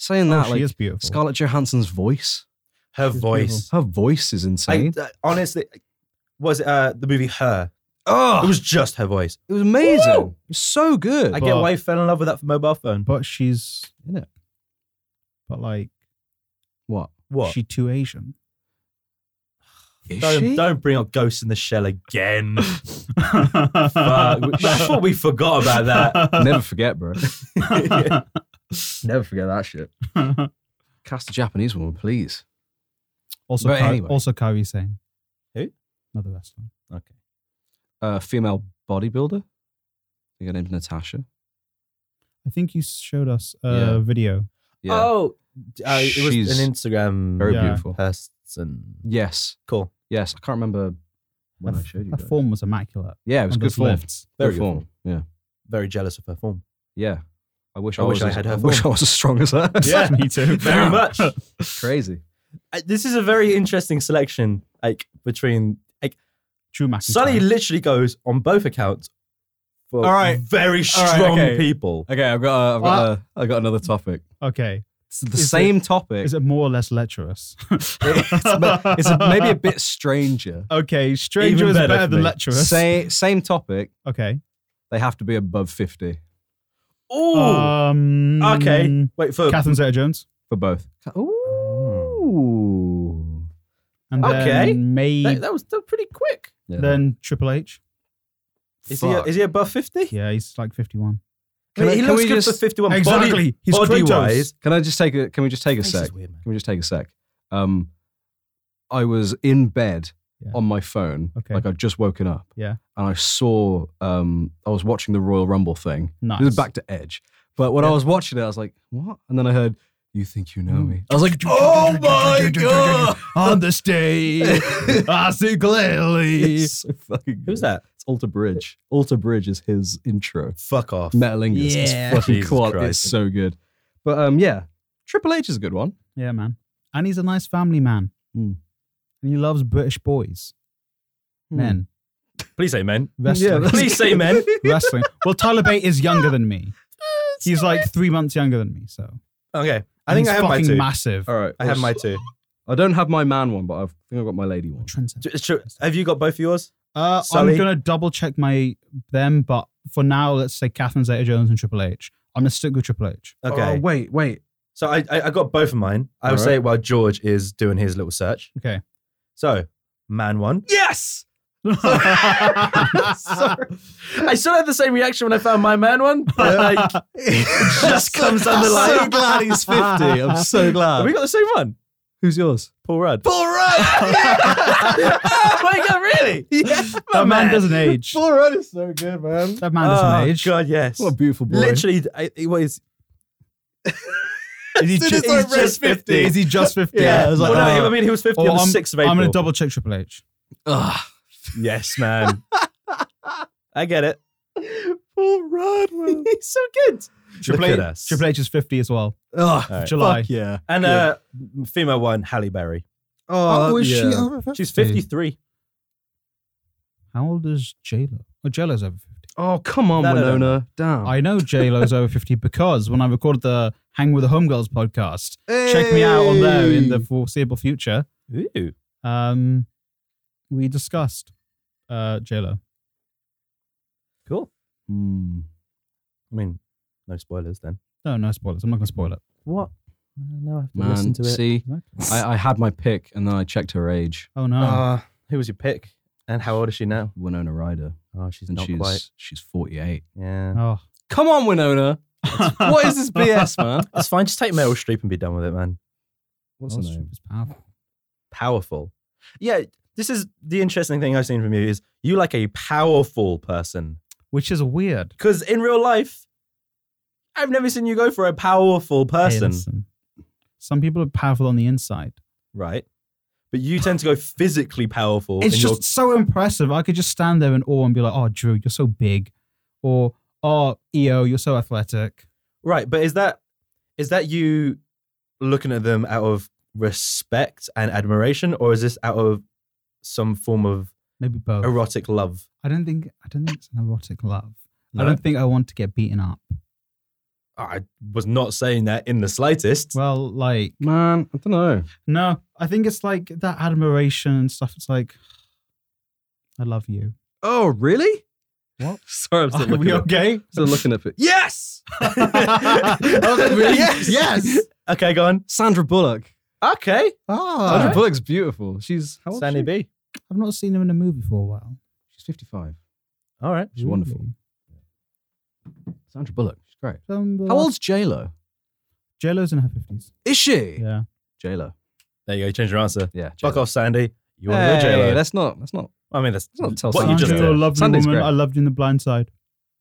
[SPEAKER 1] saying
[SPEAKER 2] Oh,
[SPEAKER 1] that,
[SPEAKER 2] she
[SPEAKER 1] like
[SPEAKER 2] is beautiful.
[SPEAKER 1] Scarlett Johansson's voice,
[SPEAKER 3] Her
[SPEAKER 2] she's
[SPEAKER 3] voice.
[SPEAKER 2] beautiful.
[SPEAKER 1] her voice is
[SPEAKER 3] I,
[SPEAKER 1] insane.
[SPEAKER 3] uh, honestly, was it uh, the movie Her?
[SPEAKER 1] oh,
[SPEAKER 3] It was just her voice.
[SPEAKER 1] it was amazing.
[SPEAKER 3] Woo!
[SPEAKER 1] It was so good.
[SPEAKER 3] I get
[SPEAKER 2] But-
[SPEAKER 3] why you fell in love with that mobile phone.
[SPEAKER 2] but she's
[SPEAKER 1] In it.
[SPEAKER 2] But like,
[SPEAKER 1] what
[SPEAKER 3] What?
[SPEAKER 2] she too Asian.
[SPEAKER 1] is
[SPEAKER 3] don't,
[SPEAKER 1] she?
[SPEAKER 3] don't bring up Ghost in the Shell again. Fuck, we- I
[SPEAKER 2] Fuck.
[SPEAKER 3] thought we forgot about that.
[SPEAKER 1] Never forget, bro. Never forget that shit. Cast a Japanese woman, please.
[SPEAKER 2] also,
[SPEAKER 1] But
[SPEAKER 2] Kai,
[SPEAKER 1] anyway.
[SPEAKER 2] also Kairi Sane.
[SPEAKER 3] Who?
[SPEAKER 2] Another wrestler.
[SPEAKER 3] Okay.
[SPEAKER 1] uh, female bodybuilder. I think her name's Natasha.
[SPEAKER 2] I think you showed us a
[SPEAKER 1] Yeah.
[SPEAKER 2] video.
[SPEAKER 1] Yeah,
[SPEAKER 3] Oh, uh, it was
[SPEAKER 1] She's
[SPEAKER 3] an Instagram
[SPEAKER 1] very
[SPEAKER 2] yeah.
[SPEAKER 1] beautiful.
[SPEAKER 3] person.
[SPEAKER 1] Yes,
[SPEAKER 3] Cool.
[SPEAKER 1] yes. I can't remember when
[SPEAKER 2] her,
[SPEAKER 1] I showed you.
[SPEAKER 2] her
[SPEAKER 1] guys.
[SPEAKER 2] form was immaculate.
[SPEAKER 1] yeah, it was
[SPEAKER 2] on
[SPEAKER 1] good
[SPEAKER 2] those
[SPEAKER 1] form.
[SPEAKER 2] lifts.
[SPEAKER 1] Good
[SPEAKER 3] Very good.
[SPEAKER 1] form. Yeah,
[SPEAKER 3] Very jealous of her form.
[SPEAKER 1] yeah. I wish I,
[SPEAKER 3] I
[SPEAKER 1] was
[SPEAKER 3] wish I
[SPEAKER 1] as-
[SPEAKER 3] had her
[SPEAKER 1] wish I
[SPEAKER 3] form.
[SPEAKER 1] was as strong as her.
[SPEAKER 3] Yeah.
[SPEAKER 2] me too.
[SPEAKER 3] Very much. Uh,
[SPEAKER 1] crazy.
[SPEAKER 3] this is a very interesting selection. Like between like
[SPEAKER 2] Drew McIntyre.
[SPEAKER 3] Sully literally goes on both accounts for
[SPEAKER 1] All right.
[SPEAKER 3] very
[SPEAKER 1] All right,
[SPEAKER 3] strong
[SPEAKER 1] okay.
[SPEAKER 3] people.
[SPEAKER 1] Okay, I've got, a, I've
[SPEAKER 3] Uh,
[SPEAKER 1] got, a, I've got another topic.
[SPEAKER 2] Okay.
[SPEAKER 1] It's the
[SPEAKER 2] Is it-
[SPEAKER 1] same topic.
[SPEAKER 2] Is it more or less lecherous?
[SPEAKER 1] it's ma- it's a- maybe a bit stranger.
[SPEAKER 2] Okay, stranger
[SPEAKER 3] Even
[SPEAKER 2] is
[SPEAKER 3] better
[SPEAKER 2] better,
[SPEAKER 3] for
[SPEAKER 2] than
[SPEAKER 3] me.
[SPEAKER 2] lecherous.
[SPEAKER 1] Same, same topic.
[SPEAKER 2] Okay.
[SPEAKER 1] They have to be above fifty
[SPEAKER 3] Oh,
[SPEAKER 2] Um,
[SPEAKER 3] okay. Wait for
[SPEAKER 2] Catherine Zeta-Jones.
[SPEAKER 1] for both. Ooh.
[SPEAKER 2] And
[SPEAKER 3] Okay.
[SPEAKER 2] then May,
[SPEAKER 3] that, that was that was pretty quick.
[SPEAKER 1] Yeah.
[SPEAKER 2] then Triple H.
[SPEAKER 3] Is
[SPEAKER 1] Fuck.
[SPEAKER 3] he is he above fifty?
[SPEAKER 2] Yeah, he's like 51.
[SPEAKER 3] I mean,
[SPEAKER 1] Can I-
[SPEAKER 3] he
[SPEAKER 1] can
[SPEAKER 3] looks
[SPEAKER 1] we
[SPEAKER 3] good for
[SPEAKER 1] just-
[SPEAKER 3] fifty-one. Body,
[SPEAKER 2] exactly. He's
[SPEAKER 3] body
[SPEAKER 2] Kratos.
[SPEAKER 3] wise,
[SPEAKER 1] Can I just take a? Can we just take a sec?
[SPEAKER 3] Weird, man.
[SPEAKER 1] Can we just take a sec? Um, I was in bed
[SPEAKER 2] Yeah.
[SPEAKER 1] on my phone,
[SPEAKER 2] Okay.
[SPEAKER 1] like I'd just woken up.
[SPEAKER 2] Yeah.
[SPEAKER 1] And I saw, um, I was watching the Royal Rumble thing.
[SPEAKER 2] Nice.
[SPEAKER 1] This is back to Edge. But when I was watching it, I was like, what? And then I heard, you think you know
[SPEAKER 2] Hmm.
[SPEAKER 1] me. I was like, oh my God.
[SPEAKER 2] On the stage, I see clearly.
[SPEAKER 1] It's so fucking
[SPEAKER 3] Who's
[SPEAKER 1] good.
[SPEAKER 3] that?
[SPEAKER 1] It's Alter Bridge. Alter Bridge is his intro.
[SPEAKER 3] Fuck off.
[SPEAKER 1] Metal Ingus
[SPEAKER 2] Yeah.
[SPEAKER 1] is fucking
[SPEAKER 3] Jesus
[SPEAKER 1] quality. It's
[SPEAKER 3] Christ.
[SPEAKER 1] so good. But um, yeah, Triple H is a good one.
[SPEAKER 3] Hmm.
[SPEAKER 2] Yeah, man. And he's a nice family man.
[SPEAKER 1] Mm.
[SPEAKER 2] And he loves British boys.
[SPEAKER 3] Hmm.
[SPEAKER 2] men.
[SPEAKER 3] Please say men.
[SPEAKER 2] Wrestling.
[SPEAKER 1] Hmm. Yeah, that's-
[SPEAKER 3] Please say men.
[SPEAKER 2] wrestling. Well, Tyler Bate is younger than me. He's like three months younger than me. So
[SPEAKER 3] Okay. I think
[SPEAKER 2] he's
[SPEAKER 3] I have my
[SPEAKER 2] fucking
[SPEAKER 3] two.
[SPEAKER 2] massive.
[SPEAKER 1] All right.
[SPEAKER 3] I have my two.
[SPEAKER 1] I don't have my man one, but I've- I think I've got my lady one.
[SPEAKER 2] Trendsetter.
[SPEAKER 3] It's true. Have you got both of yours?
[SPEAKER 2] Uh, I'm
[SPEAKER 3] Sully.
[SPEAKER 2] gonna double check my them, but for now, let's say Catherine Zeta-Jones and Triple H. I'm gonna stick with Triple H.
[SPEAKER 1] Oh,
[SPEAKER 3] Okay.
[SPEAKER 1] wait, wait.
[SPEAKER 3] so I, I I got both of mine. I would
[SPEAKER 1] All
[SPEAKER 3] say while George is doing his little search.
[SPEAKER 2] Okay.
[SPEAKER 3] So man one.
[SPEAKER 1] Yes.
[SPEAKER 3] Sorry. I still had the same reaction when I found my man one, but like it just comes under
[SPEAKER 1] I'm so
[SPEAKER 3] like.
[SPEAKER 1] glad he's 50. I'm so
[SPEAKER 3] Have we
[SPEAKER 1] glad.
[SPEAKER 3] got the same one?
[SPEAKER 1] Who's yours?
[SPEAKER 3] Paul Rudd.
[SPEAKER 1] Paul Rudd.
[SPEAKER 3] oh my god, really?
[SPEAKER 2] that man, doesn't age.
[SPEAKER 1] Paul Rudd is so good, man.
[SPEAKER 2] That man doesn't age.
[SPEAKER 3] Oh, God, yes.
[SPEAKER 1] What a beautiful boy.
[SPEAKER 3] Literally, I, it was.
[SPEAKER 2] Is he,
[SPEAKER 1] soon
[SPEAKER 2] ju-
[SPEAKER 1] as I
[SPEAKER 2] is
[SPEAKER 1] read
[SPEAKER 2] just
[SPEAKER 1] 50.
[SPEAKER 2] Is he just 50?
[SPEAKER 1] Yeah, I was like,
[SPEAKER 3] well, no,
[SPEAKER 1] uh,
[SPEAKER 3] I mean, he was 50
[SPEAKER 2] Oh,
[SPEAKER 3] on the
[SPEAKER 2] I'm,
[SPEAKER 3] 6th of April.
[SPEAKER 2] I'm gonna double check Triple H.
[SPEAKER 1] Ugh.
[SPEAKER 3] Yes, man. I get it.
[SPEAKER 1] Paul Rudd. man.
[SPEAKER 3] He's so good.
[SPEAKER 2] Triple
[SPEAKER 3] Look
[SPEAKER 2] H,
[SPEAKER 3] at us.
[SPEAKER 2] Triple H is 50 as well.
[SPEAKER 1] Ugh.
[SPEAKER 3] All right.
[SPEAKER 2] July.
[SPEAKER 1] Fuck yeah.
[SPEAKER 3] And uh, female one, Halle Berry.
[SPEAKER 1] Oh, yeah.
[SPEAKER 3] She's 53.
[SPEAKER 2] How old is J Lo? Oh, J Lo's over 50.
[SPEAKER 1] Oh, come on,
[SPEAKER 3] No, no, no.
[SPEAKER 1] Winona. Damn.
[SPEAKER 3] Oh.
[SPEAKER 2] I know J Lo's over 50 because when I recorded the Hang with the Homegirls podcast, check me out on there in the foreseeable future.
[SPEAKER 3] Ooh.
[SPEAKER 2] Um, we discussed uh J Lo.
[SPEAKER 3] Cool.
[SPEAKER 1] Hmm.
[SPEAKER 3] I mean, no spoilers then.
[SPEAKER 2] No, no spoilers. I'm not gonna spoil it.
[SPEAKER 3] What? No, I have to listen
[SPEAKER 1] Man,
[SPEAKER 3] to it.
[SPEAKER 1] see, I, I had my pick and then I checked her age.
[SPEAKER 2] Oh no.
[SPEAKER 3] Uh, who was your pick? And how old is she now?
[SPEAKER 1] Winona Ryder,
[SPEAKER 3] Oh, she's
[SPEAKER 1] and
[SPEAKER 3] not
[SPEAKER 1] she's
[SPEAKER 3] quite.
[SPEAKER 1] she's 48.
[SPEAKER 3] Yeah.
[SPEAKER 2] oh.
[SPEAKER 1] Come on, Winona. What is this BS, man?
[SPEAKER 3] That's fine. Just take Meryl Streep and be done with it, man.
[SPEAKER 1] What's her name?
[SPEAKER 2] It's powerful.
[SPEAKER 3] Powerful. Yeah. This is the interesting thing I've seen from you is you like a powerful person.
[SPEAKER 2] Which is weird.
[SPEAKER 3] Because in real life, I've never seen you go for a powerful
[SPEAKER 2] Hey,
[SPEAKER 3] person.
[SPEAKER 2] listen. Some people are powerful on the inside.
[SPEAKER 3] right? But you tend to go physically powerful.
[SPEAKER 2] It's
[SPEAKER 3] in
[SPEAKER 2] just so impressive. I could just stand there in awe and be like, "Oh, Drew, you're so big," or "Oh, EO, you're so athletic."
[SPEAKER 3] your, right. But is that is that you looking at them out of respect and admiration, or is this out of some form of
[SPEAKER 2] Maybe both.
[SPEAKER 3] erotic love?
[SPEAKER 2] I don't think. I don't think it's an erotic love.
[SPEAKER 3] No,
[SPEAKER 2] I don't think I want to get beaten up.
[SPEAKER 3] I was not saying that in the slightest.
[SPEAKER 2] Well, like
[SPEAKER 1] Man, I don't know.
[SPEAKER 2] no, I think it's like that admiration and stuff. It's like, I love you.
[SPEAKER 1] Oh, really?
[SPEAKER 2] What?
[SPEAKER 1] Sorry, I'm still
[SPEAKER 2] Are
[SPEAKER 1] looking,
[SPEAKER 2] we
[SPEAKER 1] at,
[SPEAKER 2] okay?
[SPEAKER 1] still looking at it. Yes!
[SPEAKER 3] Yes. Okay, go on.
[SPEAKER 1] Sandra Bullock.
[SPEAKER 3] Okay,
[SPEAKER 1] Sandra
[SPEAKER 2] Ah,
[SPEAKER 1] Bullock's beautiful. She's how old?
[SPEAKER 3] Sandy
[SPEAKER 1] is she?
[SPEAKER 3] B.
[SPEAKER 2] I've not seen him in a movie for a while.
[SPEAKER 1] She's 55.
[SPEAKER 3] All right.
[SPEAKER 1] She's wonderful. Sandra Bullock. She's great.
[SPEAKER 2] How
[SPEAKER 1] How old's J Lo?
[SPEAKER 2] Jello's in her fifties.
[SPEAKER 1] Is she?
[SPEAKER 2] Yeah.
[SPEAKER 1] J Lo.
[SPEAKER 3] There you go. You changed your answer.
[SPEAKER 1] Yeah.
[SPEAKER 3] Fuck off, Sandy. You want to
[SPEAKER 1] Hey,
[SPEAKER 3] go J-Lo.
[SPEAKER 1] That's not. That's not.
[SPEAKER 3] I mean, that's
[SPEAKER 1] Don't tell
[SPEAKER 3] what you just
[SPEAKER 2] Sandra,
[SPEAKER 1] Sandy.
[SPEAKER 2] you're a
[SPEAKER 3] did.
[SPEAKER 2] lovely
[SPEAKER 1] Sunday's
[SPEAKER 2] woman.
[SPEAKER 1] great.
[SPEAKER 2] I loved you in The Blind Side.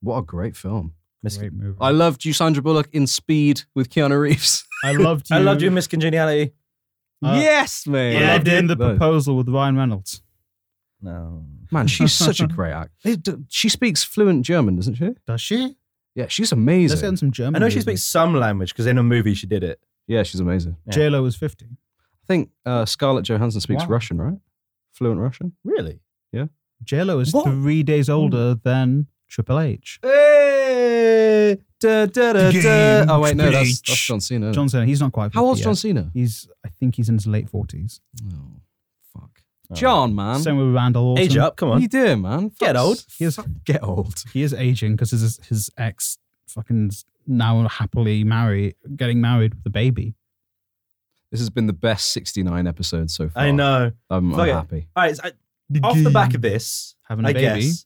[SPEAKER 1] What a great film.
[SPEAKER 3] Miss-
[SPEAKER 2] Great movie.
[SPEAKER 1] I loved you, Sandra Bullock, in Speed with Keanu Reeves.
[SPEAKER 2] I loved you.
[SPEAKER 3] I loved you, Miss Congeniality.
[SPEAKER 2] Uh,
[SPEAKER 1] yes, man.
[SPEAKER 2] I loved you in the
[SPEAKER 1] No.
[SPEAKER 2] proposal with Ryan Reynolds.
[SPEAKER 3] No.
[SPEAKER 1] Man, she's such a great actor. She speaks fluent German, doesn't she?
[SPEAKER 2] Does she?
[SPEAKER 1] Yeah, she's
[SPEAKER 2] Let's get in
[SPEAKER 1] amazing.
[SPEAKER 2] some German.
[SPEAKER 3] I know she
[SPEAKER 2] movies.
[SPEAKER 3] speaks some language because in a movie she did it.
[SPEAKER 1] Yeah, she's amazing.
[SPEAKER 3] yeah.
[SPEAKER 2] J Lo was fifty.
[SPEAKER 1] I think uh, Scarlett Johansson speaks
[SPEAKER 2] Wow.
[SPEAKER 1] Russian, right? Fluent Russian.
[SPEAKER 3] Really?
[SPEAKER 2] J Lo is
[SPEAKER 3] What?
[SPEAKER 2] three days older than Triple H.
[SPEAKER 1] Hey! Da, da, da, da.
[SPEAKER 2] Game
[SPEAKER 1] Oh wait, no, that's,
[SPEAKER 2] speech.
[SPEAKER 1] that's John Cena. isn't it?
[SPEAKER 2] John Cena. He's not quite. 50
[SPEAKER 1] Oh. How old's
[SPEAKER 2] yet.
[SPEAKER 1] John Cena?
[SPEAKER 2] He's. I think he's in his late forties.
[SPEAKER 1] Oh, fuck.
[SPEAKER 3] Oh.
[SPEAKER 1] John, man,
[SPEAKER 2] Same with Randall. Orton.
[SPEAKER 3] Age up, come
[SPEAKER 1] what are you
[SPEAKER 3] on.
[SPEAKER 1] doing, man?
[SPEAKER 3] Get
[SPEAKER 1] Fuck's-
[SPEAKER 3] old.
[SPEAKER 2] He is.
[SPEAKER 1] Get old.
[SPEAKER 2] He is aging because his his ex fucking is now happily married, getting married with a baby.
[SPEAKER 1] This has been the best 69 episodes so far.
[SPEAKER 3] I know.
[SPEAKER 1] I'm, I'm
[SPEAKER 3] Fuck it.
[SPEAKER 1] happy.
[SPEAKER 3] All right, so I- off the back of this,
[SPEAKER 2] having a
[SPEAKER 3] I
[SPEAKER 2] baby.
[SPEAKER 3] guess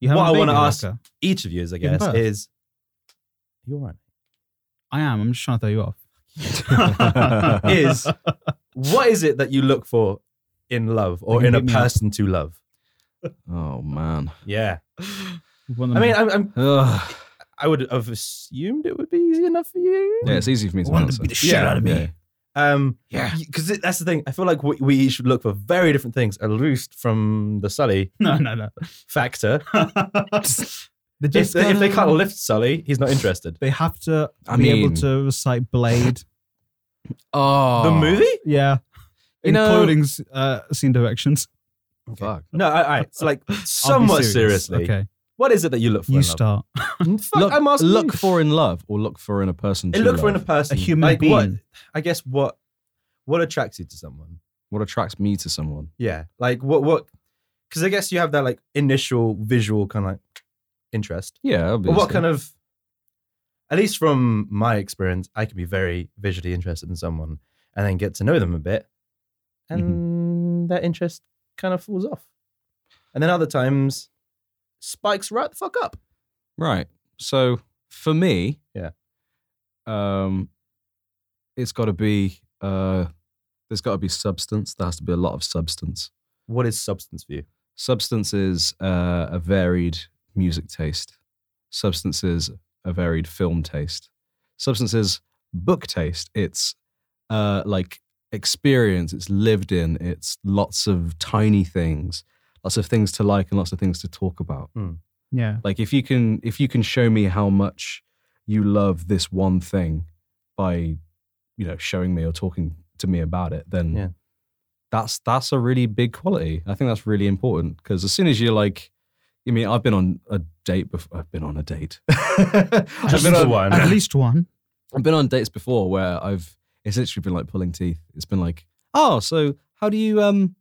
[SPEAKER 2] You having
[SPEAKER 3] What
[SPEAKER 2] a
[SPEAKER 3] I wanna
[SPEAKER 2] baby,
[SPEAKER 3] ask-
[SPEAKER 2] Walker?
[SPEAKER 3] each of you, I
[SPEAKER 2] Giving
[SPEAKER 3] guess,
[SPEAKER 2] birth.
[SPEAKER 3] is you're right.
[SPEAKER 2] I am. I'm just trying to throw you off.
[SPEAKER 3] Is what is it that you look for in love or
[SPEAKER 2] They
[SPEAKER 3] in
[SPEAKER 2] can
[SPEAKER 3] a
[SPEAKER 2] beat me up.
[SPEAKER 3] person to love?
[SPEAKER 1] Oh man.
[SPEAKER 3] Yeah,
[SPEAKER 2] One of
[SPEAKER 3] I
[SPEAKER 2] them-
[SPEAKER 3] mean, I'm, I'm,
[SPEAKER 1] Ugh.
[SPEAKER 3] I would have assumed it would be easy enough for you.
[SPEAKER 1] Yeah, it's easy for me to
[SPEAKER 2] Wanted to
[SPEAKER 1] answer.
[SPEAKER 2] beat the shit
[SPEAKER 1] yeah,
[SPEAKER 2] out of me.
[SPEAKER 1] yeah.
[SPEAKER 3] Um,
[SPEAKER 2] yeah.
[SPEAKER 3] because that's the thing. I feel like we, we each look for very different things. At least from the Sully
[SPEAKER 2] No, no, no.
[SPEAKER 3] factor,
[SPEAKER 2] they
[SPEAKER 3] if,
[SPEAKER 2] just
[SPEAKER 3] they- if they
[SPEAKER 2] gotta-
[SPEAKER 3] can't lift Sully, he's not interested.
[SPEAKER 2] they have to
[SPEAKER 1] I
[SPEAKER 2] be
[SPEAKER 1] mean-
[SPEAKER 2] able to recite Blade.
[SPEAKER 1] Oh,
[SPEAKER 3] The movie?
[SPEAKER 2] yeah.
[SPEAKER 1] You know-
[SPEAKER 2] Including s- uh, scene directions.
[SPEAKER 1] Fuck.
[SPEAKER 3] No, all right. So like somewhat seriously,
[SPEAKER 2] Okay.
[SPEAKER 3] what is it that you look for?
[SPEAKER 2] You
[SPEAKER 3] in love?
[SPEAKER 2] start.
[SPEAKER 3] Fuck,
[SPEAKER 1] look,
[SPEAKER 3] I'm asking
[SPEAKER 1] look
[SPEAKER 3] you.
[SPEAKER 1] for in love or look for in a person.
[SPEAKER 3] Hey,
[SPEAKER 1] to
[SPEAKER 3] look for in a
[SPEAKER 1] love?
[SPEAKER 3] person,
[SPEAKER 2] A human
[SPEAKER 3] like What,
[SPEAKER 2] being.
[SPEAKER 3] I guess what what attracts you to someone.
[SPEAKER 1] What attracts me to someone?
[SPEAKER 3] Yeah, like what what? Because I guess you have that like initial visual kind of like interest.
[SPEAKER 1] Yeah.
[SPEAKER 3] But what kind of? At least from my experience, I can be very visually interested in someone and then get to know them a bit, and that interest kind of falls off. And then other times, spikes right the fuck up.
[SPEAKER 1] Right. So for me,
[SPEAKER 3] Yeah.
[SPEAKER 1] Um, it's got to be uh, there's got to be substance. There has to be a lot of substance.
[SPEAKER 3] What is substance for you?
[SPEAKER 1] Substance is uh, a varied music taste. Substance is a varied film taste. Substance is book taste. It's uh, like experience. It's lived in. It's lots of tiny things, lots of things to like, and lots of things to talk about
[SPEAKER 2] Yeah.
[SPEAKER 1] like if you can if you can show me how much you love this one thing by you know showing me or talking to me about it then
[SPEAKER 3] Yeah.
[SPEAKER 1] that's that's a really big quality i think that's really important because as soon as you're like i mean i've been on a date before i've been on a date I've,
[SPEAKER 3] Just
[SPEAKER 1] been
[SPEAKER 3] the
[SPEAKER 1] on,
[SPEAKER 3] one.
[SPEAKER 2] At least one.
[SPEAKER 1] I've been on dates before where i've it's literally been like pulling teeth it's been like oh so how do you um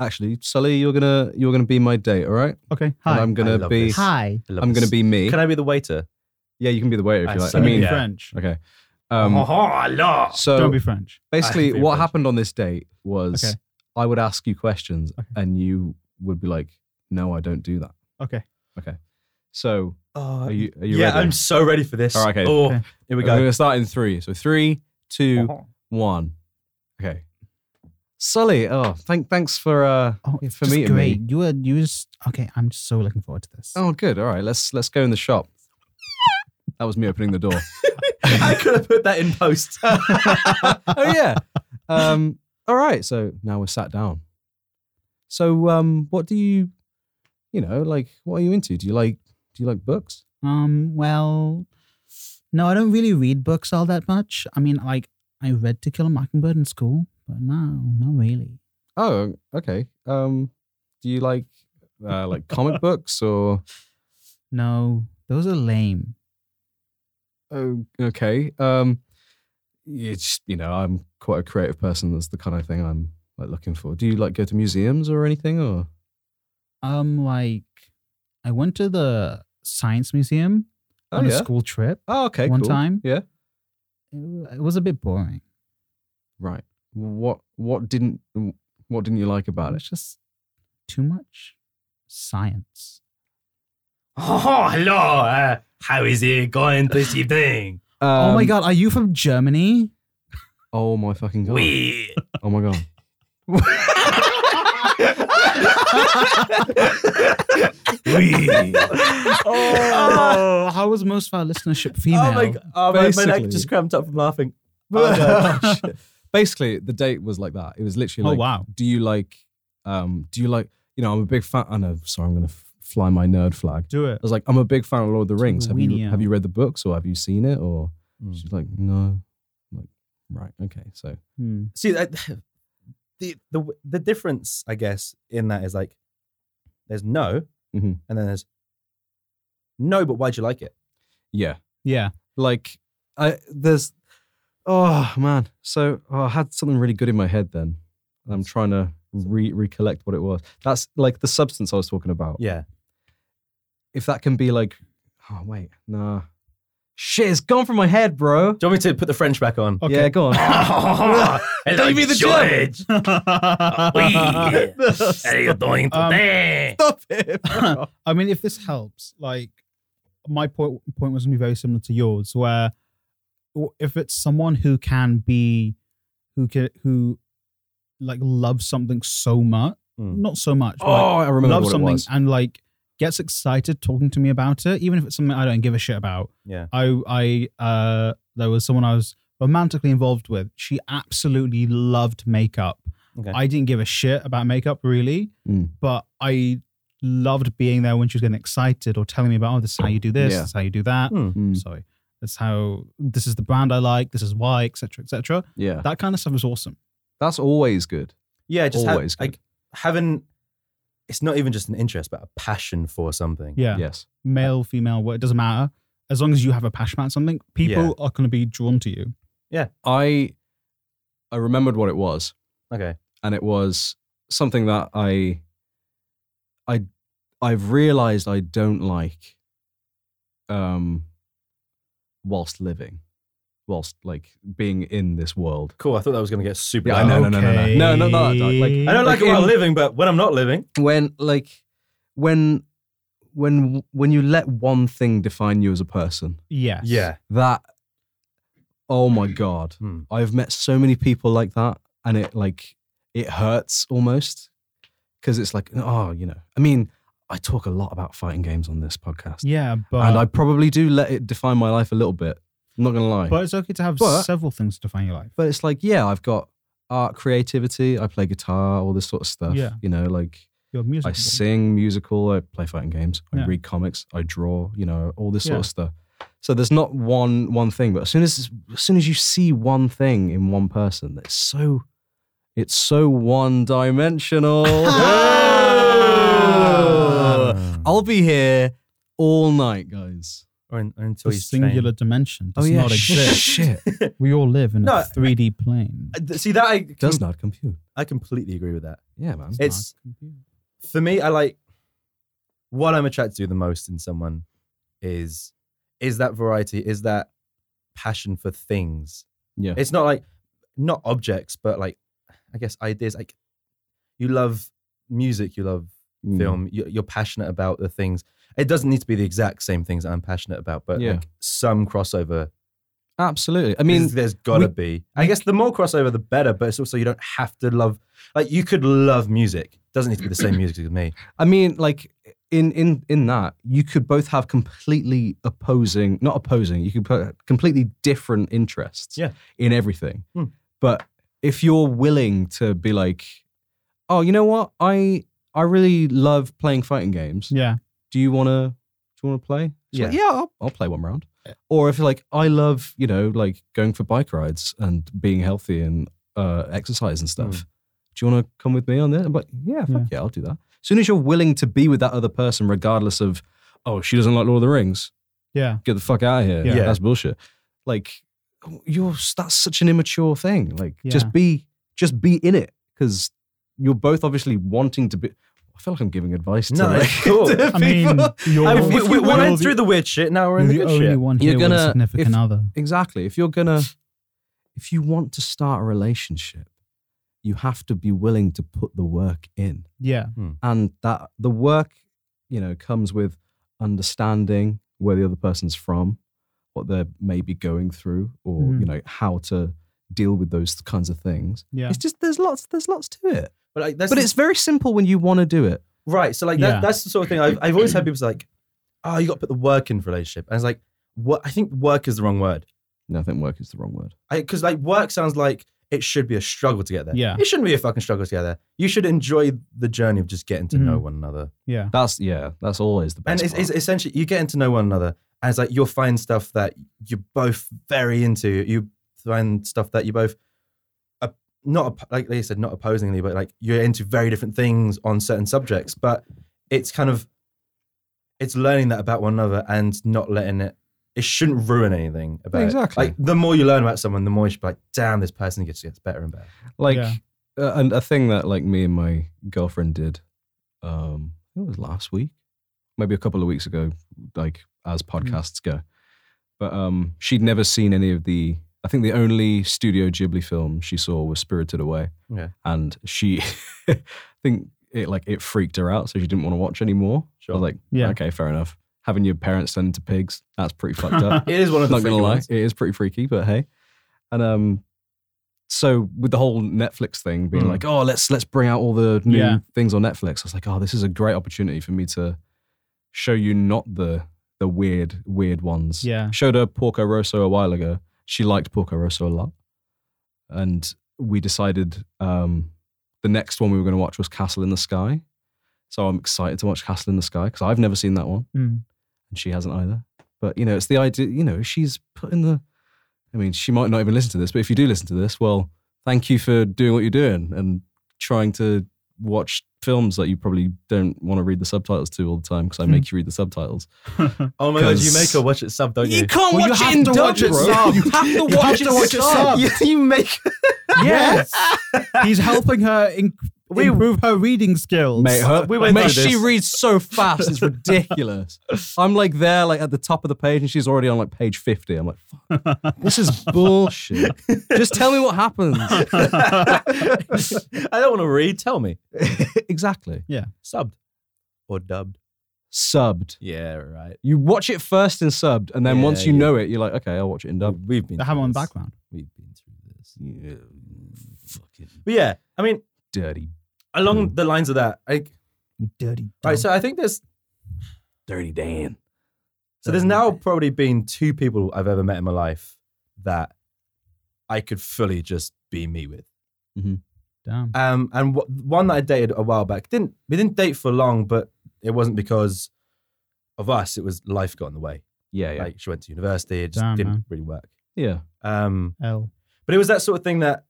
[SPEAKER 1] actually sully you're gonna you're gonna be my date all right
[SPEAKER 2] Okay.
[SPEAKER 1] and
[SPEAKER 2] Hi.
[SPEAKER 1] i'm gonna
[SPEAKER 3] love
[SPEAKER 1] be
[SPEAKER 3] this.
[SPEAKER 2] Hi.
[SPEAKER 3] I love
[SPEAKER 1] i'm gonna
[SPEAKER 3] this.
[SPEAKER 1] be me
[SPEAKER 3] Can I be the waiter?
[SPEAKER 1] yeah, you can be the waiter if
[SPEAKER 3] I
[SPEAKER 1] you like.
[SPEAKER 3] see.
[SPEAKER 1] I mean,
[SPEAKER 2] Don't be
[SPEAKER 3] yeah.
[SPEAKER 2] French.
[SPEAKER 1] okay. Um,
[SPEAKER 3] Oh, love.
[SPEAKER 1] so
[SPEAKER 2] Don't be French.
[SPEAKER 1] basically,
[SPEAKER 3] I feel
[SPEAKER 1] what
[SPEAKER 3] bad.
[SPEAKER 1] happened on this date was
[SPEAKER 2] Okay.
[SPEAKER 1] I would ask you questions,
[SPEAKER 2] Okay.
[SPEAKER 1] and you would be like, "No, I don't do that."
[SPEAKER 2] Okay.
[SPEAKER 1] So
[SPEAKER 3] Oh,
[SPEAKER 1] are you are you
[SPEAKER 3] yeah,
[SPEAKER 1] ready?
[SPEAKER 3] I'm so ready for this.
[SPEAKER 1] All right, okay.
[SPEAKER 3] Oh,
[SPEAKER 2] Okay.
[SPEAKER 3] here we
[SPEAKER 1] We're going
[SPEAKER 3] go. Uh-huh.
[SPEAKER 1] to start in three. So three, two, one. Okay. Sully, oh, thank, thanks for uh,
[SPEAKER 2] Oh,
[SPEAKER 1] Yeah,
[SPEAKER 2] it's
[SPEAKER 1] for
[SPEAKER 2] just
[SPEAKER 1] me, it
[SPEAKER 2] great. You are you just okay. I'm so looking forward to this.
[SPEAKER 1] oh, good. All right, let's let's go in the shop. That was me opening the door.
[SPEAKER 3] I could have put that in post.
[SPEAKER 1] oh yeah. Um, all right. So now we're sat down. So um, what do you, you know, like what are you into? Do you like do you like books?
[SPEAKER 2] Um. Well, no, I don't really read books all that much. I mean, like I read To Kill a Mockingbird in school, but no, not really.
[SPEAKER 1] Oh, okay. Um, do you like uh, like comic books or?
[SPEAKER 2] No, those are lame.
[SPEAKER 1] Oh, okay. Um, it's you know I'm quite a creative person. That's the kind of thing I'm like looking for. Do you like go to museums or anything or?
[SPEAKER 2] Um, like I went to the science museum
[SPEAKER 1] Oh
[SPEAKER 2] on
[SPEAKER 1] yeah.
[SPEAKER 2] a school trip.
[SPEAKER 1] Oh okay.
[SPEAKER 2] one
[SPEAKER 1] cool.
[SPEAKER 2] time.
[SPEAKER 1] Yeah.
[SPEAKER 2] It wa- it was a bit boring.
[SPEAKER 1] Right. What what didn't what didn't you like about
[SPEAKER 2] But
[SPEAKER 1] it?
[SPEAKER 2] it's just too much science.
[SPEAKER 3] oh, hello. uh, how is it going this evening?
[SPEAKER 2] oh my
[SPEAKER 1] Um,
[SPEAKER 2] god, are you from Germany?
[SPEAKER 1] Oh my fucking god.
[SPEAKER 3] We.
[SPEAKER 1] Oh my god.
[SPEAKER 3] we.
[SPEAKER 2] Oh, how was most of our listenership female?
[SPEAKER 3] Oh my, g- oh, my, my
[SPEAKER 1] Basically. Oh,
[SPEAKER 3] neck just cramped up from laughing. Oh,
[SPEAKER 1] Basically, the date was like that. It was literally
[SPEAKER 2] Oh,
[SPEAKER 1] like,
[SPEAKER 2] wow.
[SPEAKER 1] do you like, um, do you like, you know, I'm a big fan. I know. Sorry, I'm gonna f- fly my nerd flag. I
[SPEAKER 2] Do it.
[SPEAKER 1] was like, I'm a big fan of Lord of the Rings. Have you
[SPEAKER 2] Weenie
[SPEAKER 1] have
[SPEAKER 2] out.
[SPEAKER 1] you read the books or have you seen it? Or
[SPEAKER 3] Mm.
[SPEAKER 1] she's like, no. I'm like, right, okay. So
[SPEAKER 2] Hmm.
[SPEAKER 3] See, I, the the the difference, I guess, in that is like, there's no,
[SPEAKER 1] Mhm.
[SPEAKER 3] and then there's no. But why'd you like it?
[SPEAKER 1] yeah,
[SPEAKER 2] Yeah.
[SPEAKER 1] like I there's, oh man. So oh, I had something really good in my head then. And I'm trying to re- recollect what it was. That's like the substance I was talking about.
[SPEAKER 3] Yeah.
[SPEAKER 1] if that can be like, oh wait, nah, shit, it's gone from my head, bro.
[SPEAKER 3] Do you want me to put the French back on?
[SPEAKER 2] Okay.
[SPEAKER 1] Yeah, go on. Oh,
[SPEAKER 3] Hello,
[SPEAKER 1] be the
[SPEAKER 3] George.
[SPEAKER 2] I
[SPEAKER 3] doing
[SPEAKER 2] Um,
[SPEAKER 3] today?
[SPEAKER 1] Stop it.
[SPEAKER 2] mean, if this helps, like my point point was gonna be very similar to yours, where w- if it's someone who can be, who can who, like loves something so much,
[SPEAKER 3] Mm.
[SPEAKER 2] not so much, but like,
[SPEAKER 1] Oh, I remember
[SPEAKER 2] loves
[SPEAKER 1] what
[SPEAKER 2] something
[SPEAKER 1] it was.
[SPEAKER 2] and like gets excited talking to me about it, even if it's something I don't give a shit about.
[SPEAKER 3] Yeah.
[SPEAKER 2] I I uh there was someone I was romantically involved with. She absolutely loved makeup.
[SPEAKER 3] Okay.
[SPEAKER 2] I didn't give a shit about makeup really,
[SPEAKER 1] Mm.
[SPEAKER 2] but I loved being there when she was getting excited or telling me about oh this is how you do this,
[SPEAKER 1] Yeah.
[SPEAKER 2] this is how you do that.
[SPEAKER 3] Hmm.
[SPEAKER 1] Mm,
[SPEAKER 2] Sorry. That's how this is the brand I like, this is why, etc. etc.
[SPEAKER 1] yeah,
[SPEAKER 2] That kind of stuff is awesome.
[SPEAKER 1] that's always good.
[SPEAKER 3] Yeah, just have,
[SPEAKER 1] Always good.
[SPEAKER 3] like having it's not even just an interest, but a passion for something.
[SPEAKER 2] Yeah.
[SPEAKER 1] Yes.
[SPEAKER 2] Male, female, what it doesn't matter. As long as you have a passion about something, people
[SPEAKER 3] Yeah.
[SPEAKER 2] are going to be drawn to you.
[SPEAKER 1] I I remembered what it was,
[SPEAKER 3] Okay.
[SPEAKER 1] and it was something that I I I've realized I don't like um whilst living. Whilst like being in this world.
[SPEAKER 3] Cool. I thought that was going to get super.
[SPEAKER 1] Yeah,
[SPEAKER 3] I,
[SPEAKER 1] I know, no, no, no, no. No, no, no, no, like,
[SPEAKER 3] I don't like,
[SPEAKER 1] Like
[SPEAKER 3] it while
[SPEAKER 1] in-
[SPEAKER 3] living, but when I'm not living,
[SPEAKER 1] When like when when when you let one thing define you as a person,
[SPEAKER 2] Yes.
[SPEAKER 1] that oh my god
[SPEAKER 3] Hmm.
[SPEAKER 1] i've met so many people like that and it like it hurts almost because it's like oh you know i mean i talk a lot about fighting games on this podcast
[SPEAKER 2] Yeah, but
[SPEAKER 1] and i probably do let it define my life a little bit i'm not gonna lie
[SPEAKER 2] but it's okay to have
[SPEAKER 1] But-
[SPEAKER 2] several things to define your life.
[SPEAKER 1] but it's like yeah i've got art creativity i play guitar all this sort of stuff
[SPEAKER 2] Yeah.
[SPEAKER 1] you know like
[SPEAKER 2] Your music.
[SPEAKER 1] I sing musical, I play fighting games, I
[SPEAKER 2] Yeah.
[SPEAKER 1] read comics, I draw, you know, all this
[SPEAKER 2] Yeah.
[SPEAKER 1] sort of stuff. So there's not one one thing, but as soon as as soon as you see one thing in one person, that's so it's so one dimensional.
[SPEAKER 3] Ah!
[SPEAKER 1] Oh! I'll be here all night, guys.
[SPEAKER 3] Or, in, or
[SPEAKER 2] The
[SPEAKER 3] until you
[SPEAKER 2] singular dimension does
[SPEAKER 1] oh yeah,
[SPEAKER 2] not exist.
[SPEAKER 1] shit
[SPEAKER 2] We all live in
[SPEAKER 3] No,
[SPEAKER 2] a 3D plane.
[SPEAKER 3] Uh, See that I
[SPEAKER 1] does not compute.
[SPEAKER 3] I completely agree with that.
[SPEAKER 1] Yeah, man.
[SPEAKER 2] not
[SPEAKER 3] It's
[SPEAKER 2] computer.
[SPEAKER 3] for me. I like what I'm attracted to the most in someone is is that variety, is that passion for things.
[SPEAKER 1] Yeah.
[SPEAKER 3] It's not like not objects, but like I guess ideas. Like you love music, you love
[SPEAKER 1] Mm.
[SPEAKER 3] film. You, you're passionate about the things. It doesn't need to be the exact same things that I'm passionate about, but
[SPEAKER 1] Yeah.
[SPEAKER 3] like some crossover.
[SPEAKER 1] Absolutely. I
[SPEAKER 3] I mean,
[SPEAKER 1] mean,
[SPEAKER 3] there's, there's gotta be. I guess the more crossover, the better. But it's also you don't have to love. Like you could love music. Doesn't need to be the same music as me.
[SPEAKER 1] I mean, like in in in that you could both have completely opposing, not opposing. You could put completely different interests
[SPEAKER 3] Yeah.
[SPEAKER 1] in everything.
[SPEAKER 3] Hmm.
[SPEAKER 1] But if you're willing to be like, oh, you know what, I I really love playing fighting games.
[SPEAKER 2] Yeah.
[SPEAKER 1] Do you wanna do you wanna play? It's like, yeah, I'll, I'll play one round. Or if you're like, I love you know like going for bike rides and being healthy and uh, exercise and stuff. Do you want to come with me on this? I'm like, yeah, fuck yeah.
[SPEAKER 2] Yeah.
[SPEAKER 1] I'll do that. As soon as you're willing to be with that other person, regardless of, oh, she doesn't like Lord of the Rings,
[SPEAKER 2] Yeah.
[SPEAKER 1] get the fuck out of here.
[SPEAKER 2] Yeah.
[SPEAKER 1] Yeah. That's bullshit. Like, you're that's such an immature thing. Like,
[SPEAKER 2] Yeah.
[SPEAKER 1] just be, just be in it because you're both obviously wanting to be. I feel like I'm giving advice to
[SPEAKER 3] No,
[SPEAKER 1] like,
[SPEAKER 3] it's cool.
[SPEAKER 1] to
[SPEAKER 2] I mean,
[SPEAKER 1] people.
[SPEAKER 2] you're,
[SPEAKER 3] I,
[SPEAKER 1] If- if
[SPEAKER 3] we, we
[SPEAKER 1] you
[SPEAKER 3] we
[SPEAKER 1] will
[SPEAKER 3] went
[SPEAKER 1] the-
[SPEAKER 3] through the weird shit. Now we're in the
[SPEAKER 2] you're the
[SPEAKER 3] good
[SPEAKER 2] only
[SPEAKER 3] shit.
[SPEAKER 2] one
[SPEAKER 1] You're
[SPEAKER 2] here with a
[SPEAKER 1] gonna-
[SPEAKER 2] significant
[SPEAKER 1] if-
[SPEAKER 2] other.
[SPEAKER 1] Exactly. If you're gonna, if you want to start a relationship, you have to be willing to put the work in.
[SPEAKER 2] Yeah.
[SPEAKER 1] and that the work you know comes with understanding where the other person's from what they're maybe going through or
[SPEAKER 2] Mhm.
[SPEAKER 1] you know how to deal with those kinds of things
[SPEAKER 2] Yeah.
[SPEAKER 1] it's just there's lots there's lots to it
[SPEAKER 3] But like that's
[SPEAKER 1] but
[SPEAKER 3] the-
[SPEAKER 1] it's very simple when you want to do it
[SPEAKER 3] right. So like that,
[SPEAKER 2] Yeah.
[SPEAKER 3] that's the sort of thing I've, I've always had people say like, oh, you got to put the work in for a relationship. And it's like, what? I think work is the wrong word.
[SPEAKER 1] no i think work is the wrong word
[SPEAKER 3] because like work sounds like it should be a struggle to get there.
[SPEAKER 2] Yeah.
[SPEAKER 3] it shouldn't be a fucking struggle to get there. You should enjoy the journey of just getting to
[SPEAKER 2] Mm-hmm.
[SPEAKER 3] know one another.
[SPEAKER 2] Yeah.
[SPEAKER 1] that's yeah that's always the
[SPEAKER 3] And
[SPEAKER 1] best
[SPEAKER 3] it's,
[SPEAKER 1] part.
[SPEAKER 3] it's essentially you getting to know one another, and it's like you'll find stuff that you're both very into. You find stuff that you both, are not op- like they said, not opposingly, but like you're into very different things on certain subjects. But it's kind of, it's learning that about one another and not letting it. It shouldn't ruin anything about it.
[SPEAKER 1] Exactly.
[SPEAKER 3] Like the more you learn about someone, the more you should be like, damn, this person gets gets better and better.
[SPEAKER 1] like
[SPEAKER 2] Yeah.
[SPEAKER 1] uh, and a thing that like me and my girlfriend did um I think it was last week maybe a couple of weeks ago like as podcasts go but um she'd never seen any of the i think the only studio ghibli film she saw was spirited away
[SPEAKER 3] Yeah.
[SPEAKER 1] and she i think it like it freaked her out so she didn't want to watch anymore
[SPEAKER 3] Sure.
[SPEAKER 1] i was like
[SPEAKER 2] Yeah.
[SPEAKER 1] okay fair enough having your parents turn into pigs that's pretty fucked up
[SPEAKER 3] It is one of the
[SPEAKER 1] not gonna
[SPEAKER 3] freaky
[SPEAKER 1] lie,
[SPEAKER 3] ones.
[SPEAKER 1] it is pretty freaky, but hey. And um, so with the whole Netflix thing being
[SPEAKER 3] Mm.
[SPEAKER 1] like, oh, let's let's bring out all the new
[SPEAKER 2] Yeah.
[SPEAKER 1] things on Netflix. I was like, oh, this is a great opportunity for me to show you not the the weird weird ones.
[SPEAKER 2] Yeah.
[SPEAKER 1] Showed her Porco Rosso a while ago. She liked Porco Rosso a lot, and we decided um, the next one we were going to watch was Castle in the Sky. So I'm excited to watch Castle in the Sky because I've never seen that one
[SPEAKER 2] Mm.
[SPEAKER 1] and she hasn't either. But you know, it's the idea. You know, she's putting the. I mean, she might not even listen to this, but if you do listen to this, well, thank you for doing what you're doing and trying to watch films that you probably don't want to read the subtitles to all the time because I make you read the subtitles.
[SPEAKER 3] Oh my god, you
[SPEAKER 1] 'Cause-
[SPEAKER 3] make her watch it sub, don't you?
[SPEAKER 4] You can't
[SPEAKER 2] Well, you
[SPEAKER 4] watch
[SPEAKER 2] have
[SPEAKER 4] it in
[SPEAKER 2] to
[SPEAKER 4] dub,
[SPEAKER 2] watch it
[SPEAKER 4] bro.
[SPEAKER 2] sub.
[SPEAKER 4] You have to
[SPEAKER 2] You
[SPEAKER 4] watch
[SPEAKER 2] have
[SPEAKER 4] it
[SPEAKER 2] to watch it
[SPEAKER 4] sub.
[SPEAKER 2] sub.
[SPEAKER 3] You, you make.
[SPEAKER 2] Yes. He's helping her in-
[SPEAKER 3] We-
[SPEAKER 2] improve her reading skills.
[SPEAKER 3] We went
[SPEAKER 1] Mate,
[SPEAKER 3] through
[SPEAKER 1] she
[SPEAKER 3] this.
[SPEAKER 1] reads so fast, it's ridiculous. I'm like there, like at the top of the page, and she's already on like page 50. I'm like, fuck, this is bullshit. Just tell me what happens.
[SPEAKER 3] I don't want to read. Tell me.
[SPEAKER 1] exactly.
[SPEAKER 3] Subbed or dubbed?
[SPEAKER 1] Subbed.
[SPEAKER 3] Yeah, right.
[SPEAKER 1] You watch it first in subbed, and then
[SPEAKER 3] Yeah,
[SPEAKER 1] once you
[SPEAKER 3] yeah.
[SPEAKER 1] know it, you're like, okay, I'll watch it in dub.
[SPEAKER 3] We've been.
[SPEAKER 2] They have
[SPEAKER 3] through
[SPEAKER 2] on
[SPEAKER 3] this.
[SPEAKER 2] background.
[SPEAKER 3] We've been through this.
[SPEAKER 1] You fucking
[SPEAKER 3] But yeah, I mean,
[SPEAKER 1] dirty,
[SPEAKER 3] along the lines of that, I,
[SPEAKER 2] Dirty.
[SPEAKER 3] right? So I think there's
[SPEAKER 1] dirty Dan.
[SPEAKER 3] So there's now probably been two people I've ever met in my life that I could fully just be me with.
[SPEAKER 2] Damn.
[SPEAKER 3] Um, and w- one that I dated a while back didn't we didn't date for long, but it wasn't because of us. It was life got in the way.
[SPEAKER 1] Yeah, yeah.
[SPEAKER 3] Like she went to university, it just
[SPEAKER 2] Damn,
[SPEAKER 3] didn't
[SPEAKER 2] man.
[SPEAKER 3] really work.
[SPEAKER 1] yeah.
[SPEAKER 3] Um,
[SPEAKER 2] L.
[SPEAKER 3] but it was that sort of thing that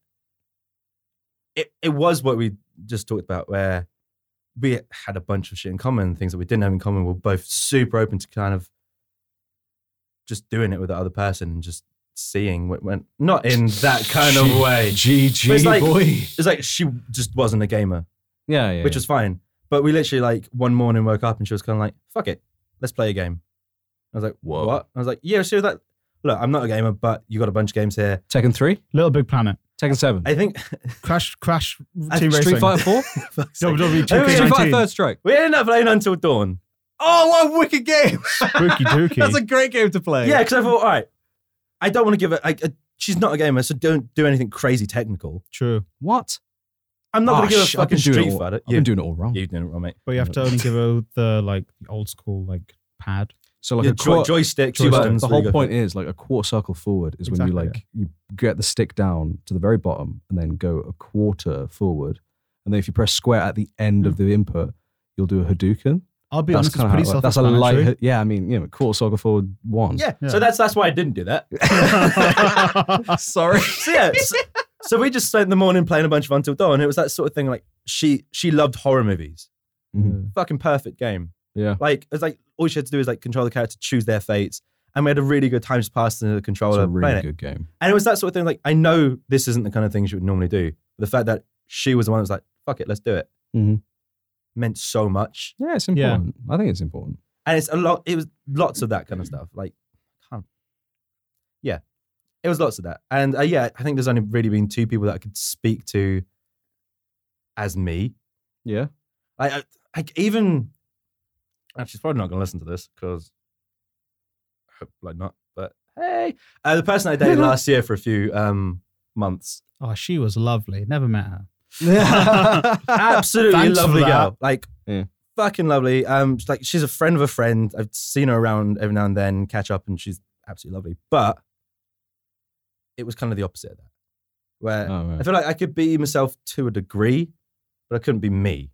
[SPEAKER 3] it it was what we just talked about, where we had a bunch of shit in common, things that we didn't have in common. We are both super open to kind of just doing it with the other person and just seeing what went. Not in that kind of way. But
[SPEAKER 1] GG,
[SPEAKER 3] it's like-
[SPEAKER 1] boy.
[SPEAKER 3] It's like she just wasn't a gamer,
[SPEAKER 1] Yeah, yeah.
[SPEAKER 3] which
[SPEAKER 1] yeah.
[SPEAKER 3] was fine. But we literally like one morning woke up and she was kind of like, "Fuck it, let's play a game." I was like,
[SPEAKER 1] Whoa.
[SPEAKER 3] "What?" I was like, "Yeah, sure." That look, I'm not a gamer, but you got a bunch of games here.
[SPEAKER 1] Tekken 3,
[SPEAKER 2] Little Big Planet.
[SPEAKER 1] Tekken 7,
[SPEAKER 3] I think
[SPEAKER 2] Crash, Crash,
[SPEAKER 3] I-
[SPEAKER 2] Team Racing. E
[SPEAKER 1] Street Fighter 4,
[SPEAKER 2] WWE
[SPEAKER 3] Wait, wait,
[SPEAKER 1] Street Fighter
[SPEAKER 2] 2K19.
[SPEAKER 1] Third Strike.
[SPEAKER 3] we ended up playing until dawn.
[SPEAKER 1] Oh, what a wicked game!
[SPEAKER 2] Spooky dookie.
[SPEAKER 1] That's a great game to play.
[SPEAKER 3] Yeah, because I thought, all right, I don't want to give it. I, I, she's not a gamer, so don't do anything crazy technical.
[SPEAKER 2] True.
[SPEAKER 1] What?
[SPEAKER 3] I'm not
[SPEAKER 1] Oh,
[SPEAKER 3] going to give
[SPEAKER 1] sh-
[SPEAKER 3] a
[SPEAKER 1] I've been
[SPEAKER 3] fucking
[SPEAKER 1] doing it
[SPEAKER 3] Street
[SPEAKER 1] all-
[SPEAKER 3] Fighter.
[SPEAKER 1] I've
[SPEAKER 3] You,
[SPEAKER 1] been doing it all wrong.
[SPEAKER 3] you doing it wrong, mate.
[SPEAKER 2] But you have to only give out the like old school like pad.
[SPEAKER 1] So like
[SPEAKER 3] Yeah,
[SPEAKER 1] a
[SPEAKER 3] joy-
[SPEAKER 1] quarter,
[SPEAKER 3] joystick, two
[SPEAKER 1] joystick.
[SPEAKER 3] buttons.
[SPEAKER 1] the
[SPEAKER 3] there you
[SPEAKER 1] whole
[SPEAKER 3] go.
[SPEAKER 1] point is like a quarter circle forward is when you
[SPEAKER 2] Exactly,
[SPEAKER 1] like you get the stick down to the very bottom and then go a quarter forward, and then if you press square at the end
[SPEAKER 3] Hmm.
[SPEAKER 1] of the input, you'll do a Hadouken.
[SPEAKER 2] I'll be honest, it's
[SPEAKER 1] kinda
[SPEAKER 2] pretty
[SPEAKER 1] how it works. that's
[SPEAKER 2] self
[SPEAKER 1] a light. Yeah, I mean, you know, quarter circle forward one.
[SPEAKER 3] Yeah,
[SPEAKER 2] Yeah.
[SPEAKER 3] so that's that's why I didn't do that.
[SPEAKER 1] sorry.
[SPEAKER 3] So yeah, so, so we just spent the morning playing a bunch of Until Dawn. It was that sort of thing. Like she she loved horror movies.
[SPEAKER 1] Mhm.
[SPEAKER 3] Fucking perfect game.
[SPEAKER 1] Yeah.
[SPEAKER 3] Like it's like all she had to do is like control the character, choose their fates, and we had a really good time just passing the
[SPEAKER 1] It's
[SPEAKER 3] controller,
[SPEAKER 1] a
[SPEAKER 3] playing
[SPEAKER 1] really
[SPEAKER 3] it.
[SPEAKER 1] good game.
[SPEAKER 3] And it was that sort of thing. Like, I know this isn't the kind of thing she would normally do. But the fact that she was the one that was like, fuck it, let's do it,
[SPEAKER 1] Mhm.
[SPEAKER 3] meant so much.
[SPEAKER 1] Yeah, it's
[SPEAKER 2] Yeah.
[SPEAKER 1] important. I think it's important.
[SPEAKER 3] And it's a lot, it was lots of that kind of stuff. Like, can't. Yeah. It was lots of that. And uh, yeah, I think there's only really been two people that I could speak to as me.
[SPEAKER 1] Yeah.
[SPEAKER 3] Like, I, I even. And she's probably not going to listen to this because I hope like not. But hey, uh, the person I dated last year for a few um, months,
[SPEAKER 2] Oh, she was lovely. Never met her.
[SPEAKER 3] absolutely
[SPEAKER 2] Thanks for
[SPEAKER 3] lovely
[SPEAKER 2] that.
[SPEAKER 3] girl. Like
[SPEAKER 1] Yeah.
[SPEAKER 3] fucking lovely. Um, she's like she's a friend of a friend. I've seen her around every now and then, catch up, and she's absolutely lovely. But it was kind of the opposite of that, where
[SPEAKER 1] Oh,
[SPEAKER 3] I
[SPEAKER 1] right.
[SPEAKER 3] feel like I could be myself to a degree, but I couldn't be me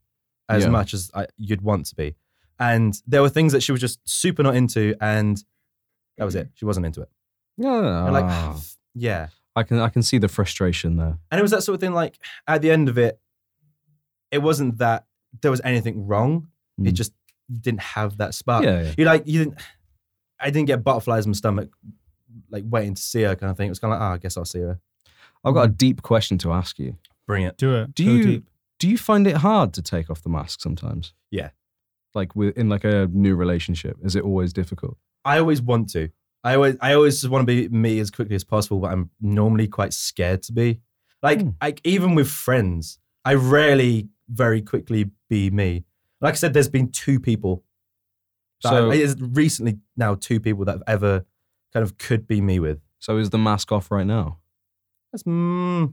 [SPEAKER 3] as
[SPEAKER 1] Yeah.
[SPEAKER 3] much as I, you'd want to be. And there were things that she was just super not into, and that was it. She wasn't into it.
[SPEAKER 1] Yeah.
[SPEAKER 3] And
[SPEAKER 1] Ah.
[SPEAKER 3] like, yeah.
[SPEAKER 1] I can I can see the frustration there.
[SPEAKER 3] And it was that sort of thing. Like at the end of it, it wasn't that there was anything wrong. It
[SPEAKER 1] Mm.
[SPEAKER 3] just you didn't have that spark.
[SPEAKER 1] yeah, yeah.
[SPEAKER 3] You like you didn't. I didn't get butterflies in my stomach, like waiting to see her kind of thing. It was kind of like, oh, I guess I'll see her.
[SPEAKER 1] I've got a deep question to ask you.
[SPEAKER 3] Bring it.
[SPEAKER 2] Do it.
[SPEAKER 1] Do
[SPEAKER 2] Go
[SPEAKER 1] you
[SPEAKER 2] deep.
[SPEAKER 1] do you find it hard to take off the mask sometimes?
[SPEAKER 3] Yeah.
[SPEAKER 1] Like with, in like a new relationship, is it always difficult?
[SPEAKER 3] I always want to. I always, I always just want to be me as quickly as possible, but I'm normally quite scared to be. Like,
[SPEAKER 1] Hmm.
[SPEAKER 3] like even with friends, I rarely very quickly be me. Like I said, there's been two people that
[SPEAKER 1] So,
[SPEAKER 3] I, it's recently now two people that I've ever kind of could be me with.
[SPEAKER 1] so is the mask off right now?
[SPEAKER 3] That's mm,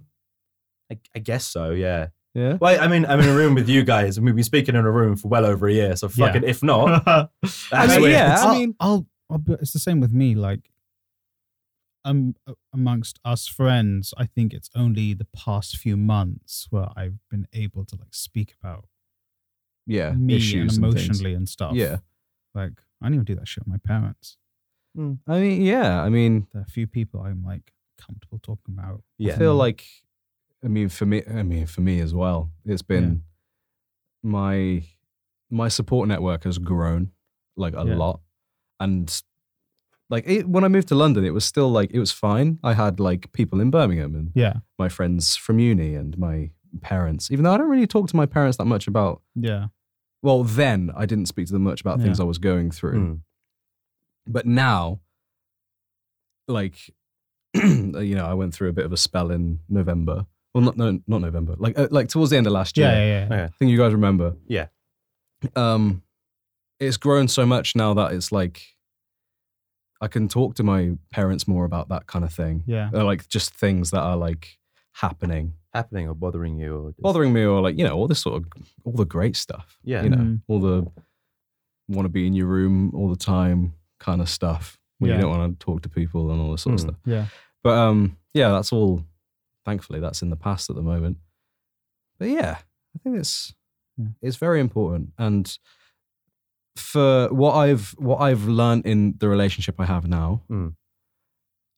[SPEAKER 3] I, I guess so. Yeah.
[SPEAKER 1] Yeah.
[SPEAKER 3] Well, I mean, I'm in a room with you guys, and we've been speaking in a room for well over a year. So
[SPEAKER 2] Yeah.
[SPEAKER 3] fucking if not, that's
[SPEAKER 1] mean,
[SPEAKER 3] weird.
[SPEAKER 1] yeah. I
[SPEAKER 2] I'll-
[SPEAKER 1] mean-
[SPEAKER 2] I'll, I'll be, it's the same with me. Like, um, amongst us friends, I think it's only the past few months where I've been able to like speak about
[SPEAKER 1] Yeah.
[SPEAKER 2] me and
[SPEAKER 1] issues and things.
[SPEAKER 2] emotionally and, stuff.
[SPEAKER 1] Yeah.
[SPEAKER 2] like I didn't even do that shit with my parents.
[SPEAKER 1] I mean, yeah. I mean,
[SPEAKER 2] There are few people I'm like comfortable talking about.
[SPEAKER 3] Yeah. mm,
[SPEAKER 1] I feel like, I mean, for me, I mean, for me as well, it's been my my support network has grown like a
[SPEAKER 2] Yeah.
[SPEAKER 1] lot, and like it, when I moved to London, it was still like it was fine. I had like people in Birmingham and
[SPEAKER 2] Yeah.
[SPEAKER 1] my friends from uni and my parents. Even though I don't really talk to my parents that much about
[SPEAKER 2] Yeah.
[SPEAKER 1] well, then I didn't speak to them much about things I was going through. But now, like, uh, you know, I went through a bit of a spell in November. Well, not no, not November. Like, uh, like towards the end of last year.
[SPEAKER 2] Yeah. Yeah. yeah.
[SPEAKER 3] Okay.
[SPEAKER 1] I think you guys remember.
[SPEAKER 3] Yeah.
[SPEAKER 1] Um, it's grown so much now that it's like I can talk to my parents more about that kind of thing.
[SPEAKER 2] Yeah.
[SPEAKER 1] Uh, Like just things that are like happening,
[SPEAKER 3] happening or bothering you or just,
[SPEAKER 1] bothering me, or like you know, all this sort of all the great stuff.
[SPEAKER 3] Yeah.
[SPEAKER 1] You know,
[SPEAKER 2] Mm.
[SPEAKER 1] all the want to be in your room all the time kind of stuff. When
[SPEAKER 2] Yeah.
[SPEAKER 1] you don't want to talk to people and all this sort of
[SPEAKER 3] Mm.
[SPEAKER 1] stuff.
[SPEAKER 2] Yeah.
[SPEAKER 1] But um, yeah, that's all. Thankfully, that's in the past at the moment. But yeah, I think it's
[SPEAKER 2] Yeah.
[SPEAKER 1] it's very important. And for what I've what I've learned in the relationship I have now
[SPEAKER 3] Mm.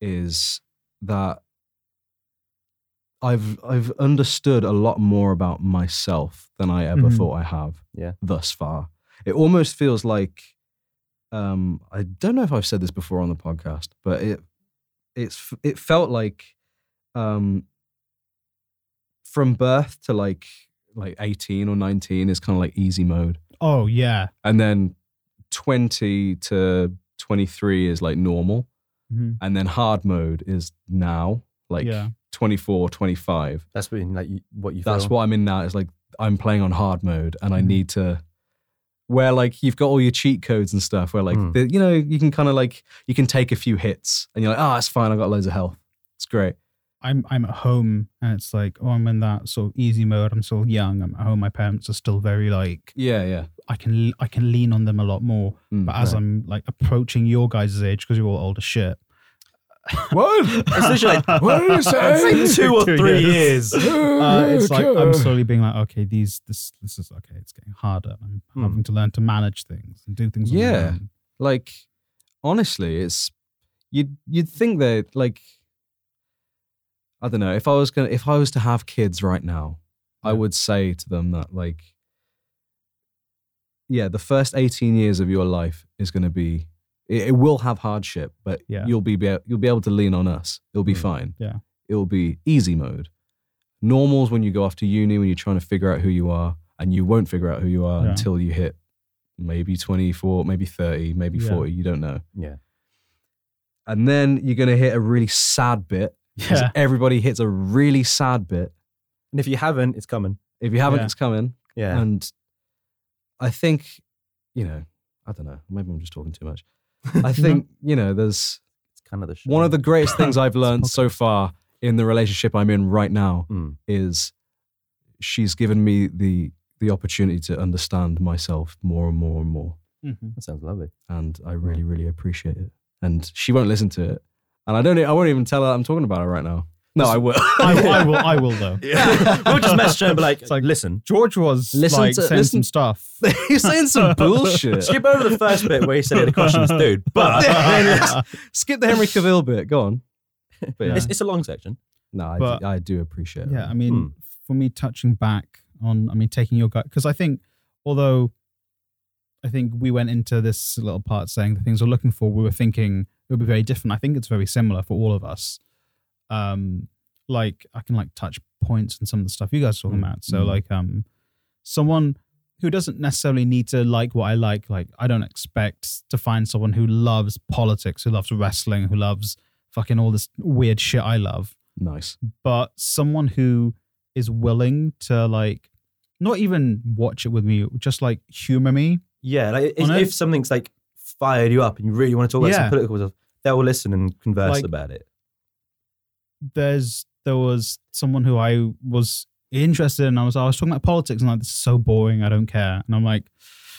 [SPEAKER 1] is that I've I've understood a lot more about myself than I ever
[SPEAKER 2] Mhm.
[SPEAKER 1] thought I have.
[SPEAKER 3] Yeah.
[SPEAKER 1] Thus far, it almost feels like um, I don't know if I've said this before on the podcast, but it it's it felt like um from birth to like like 18 or 19 is kind of like easy mode
[SPEAKER 2] Oh yeah.
[SPEAKER 1] and then 20 to 23 is like normal
[SPEAKER 2] Mhm.
[SPEAKER 1] and then hard mode is now like
[SPEAKER 2] yeah.
[SPEAKER 1] 24 25
[SPEAKER 3] that's been like you- what you
[SPEAKER 1] that's
[SPEAKER 3] feel. Mm-hmm.
[SPEAKER 1] what i'm in now is like i'm playing on hard mode and i
[SPEAKER 2] Mhm.
[SPEAKER 1] need to where like you've got all your cheat codes and stuff where like
[SPEAKER 3] Mm.
[SPEAKER 1] the, you know you can kind of like you can take a few hits and you're like oh it's fine i've got loads of health it's great
[SPEAKER 2] I'm I'm at home and it's like oh I'm in that sort of easy mode. I'm still young. I'm at home. My parents are still very like
[SPEAKER 1] Yeah, yeah.
[SPEAKER 2] I can I can lean on them a lot more.
[SPEAKER 1] Mm.
[SPEAKER 2] But as I'm like approaching your guys' age because you're all older shit.
[SPEAKER 1] What?
[SPEAKER 3] It's literally like,
[SPEAKER 1] What are you saying?
[SPEAKER 3] it's like two or
[SPEAKER 2] Two
[SPEAKER 3] three years.
[SPEAKER 2] years. Uh, it's like I'm slowly being like, okay, these this this is okay. It's getting harder. I'm
[SPEAKER 3] Hmm.
[SPEAKER 2] having to learn to manage things and do things. on my
[SPEAKER 1] Yeah.
[SPEAKER 2] own.
[SPEAKER 1] Like, honestly, it's you'd you'd think that like I don't know if I was gonna if I was to have kids right now, I
[SPEAKER 2] Yeah.
[SPEAKER 1] would say to them that like yeah, the first eighteen years of your life is gonna be it, it will have hardship, but
[SPEAKER 2] Yeah.
[SPEAKER 1] you'll be, be you'll be able to lean on us. It'll be
[SPEAKER 3] Mm.
[SPEAKER 1] fine.
[SPEAKER 2] Yeah.
[SPEAKER 1] it'll be easy mode. Normals when you go off to uni when you're trying to figure out who you are, and you won't figure out who you are
[SPEAKER 2] Yeah.
[SPEAKER 1] until you hit maybe 24, maybe 30, maybe
[SPEAKER 2] Yeah.
[SPEAKER 1] 40, you don't know.
[SPEAKER 3] Yeah.
[SPEAKER 1] And then you're going to hit a really sad bit. 'cause
[SPEAKER 2] Yeah.
[SPEAKER 1] Everybody hits a really sad bit.
[SPEAKER 3] And if you haven't, it's coming.
[SPEAKER 1] If you haven't,
[SPEAKER 2] Yeah.
[SPEAKER 1] it's coming.
[SPEAKER 3] Yeah.
[SPEAKER 1] And I think, you know, I don't know, maybe I'm just talking too much. I think, you know, there's
[SPEAKER 3] it's kind of the shit.
[SPEAKER 1] one of the greatest things I've learned
[SPEAKER 2] podcast.
[SPEAKER 1] so far in the relationship I'm in right now
[SPEAKER 3] Mm.
[SPEAKER 1] is she's given me the the opportunity to understand myself more and more and more
[SPEAKER 2] Mhm.
[SPEAKER 3] That sounds lovely.
[SPEAKER 1] and
[SPEAKER 2] Hmm.
[SPEAKER 1] I really really appreciate it and she won't listen to it and I don't e, I won't even tell her I'm talking about it right now no I will
[SPEAKER 2] I, will- I will. I will though.
[SPEAKER 3] Yeah. we'll just message her and be like,
[SPEAKER 2] It's like-
[SPEAKER 3] listen,
[SPEAKER 2] George was
[SPEAKER 1] Listen
[SPEAKER 2] like
[SPEAKER 1] to-
[SPEAKER 2] saying
[SPEAKER 1] listen-
[SPEAKER 2] some stuff.
[SPEAKER 1] You're saying some bullshit.
[SPEAKER 3] skip over the first bit where you said you had a crush on this dude, but
[SPEAKER 1] Skip the Henry Cavill bit. Go on. But yeah.
[SPEAKER 3] it's, it's a long section.
[SPEAKER 1] No, I,
[SPEAKER 2] But-
[SPEAKER 1] do, I do appreciate it.
[SPEAKER 2] Yeah, I mean,
[SPEAKER 3] Hmm.
[SPEAKER 2] for me, touching back on, I mean, taking your guy, because I think, although I think we went into this little part saying the things we're looking for, we were thinking it would be very different. I think it's very similar for all of us. Um, like I can like touch points and some of the stuff you guys are talking
[SPEAKER 3] Hmm.
[SPEAKER 2] about. So
[SPEAKER 1] Hmm.
[SPEAKER 2] like, um, someone who doesn't necessarily need to like what I like. Like I don't expect to find someone who loves politics, who loves wrestling, who loves fucking all this weird shit I love
[SPEAKER 1] Nice.
[SPEAKER 2] but someone who is willing to like not even watch it with me, just like humor me.
[SPEAKER 3] Yeah. Like if,
[SPEAKER 2] On it?
[SPEAKER 3] if something's like fired you up and you really want to talk about
[SPEAKER 2] Yeah.
[SPEAKER 3] some political stuff, they will listen and converse
[SPEAKER 2] Like-
[SPEAKER 3] about it.
[SPEAKER 2] There's there was someone who I was interested in. I was I was talking about politics and like this is so boring. I don't care. And I'm like,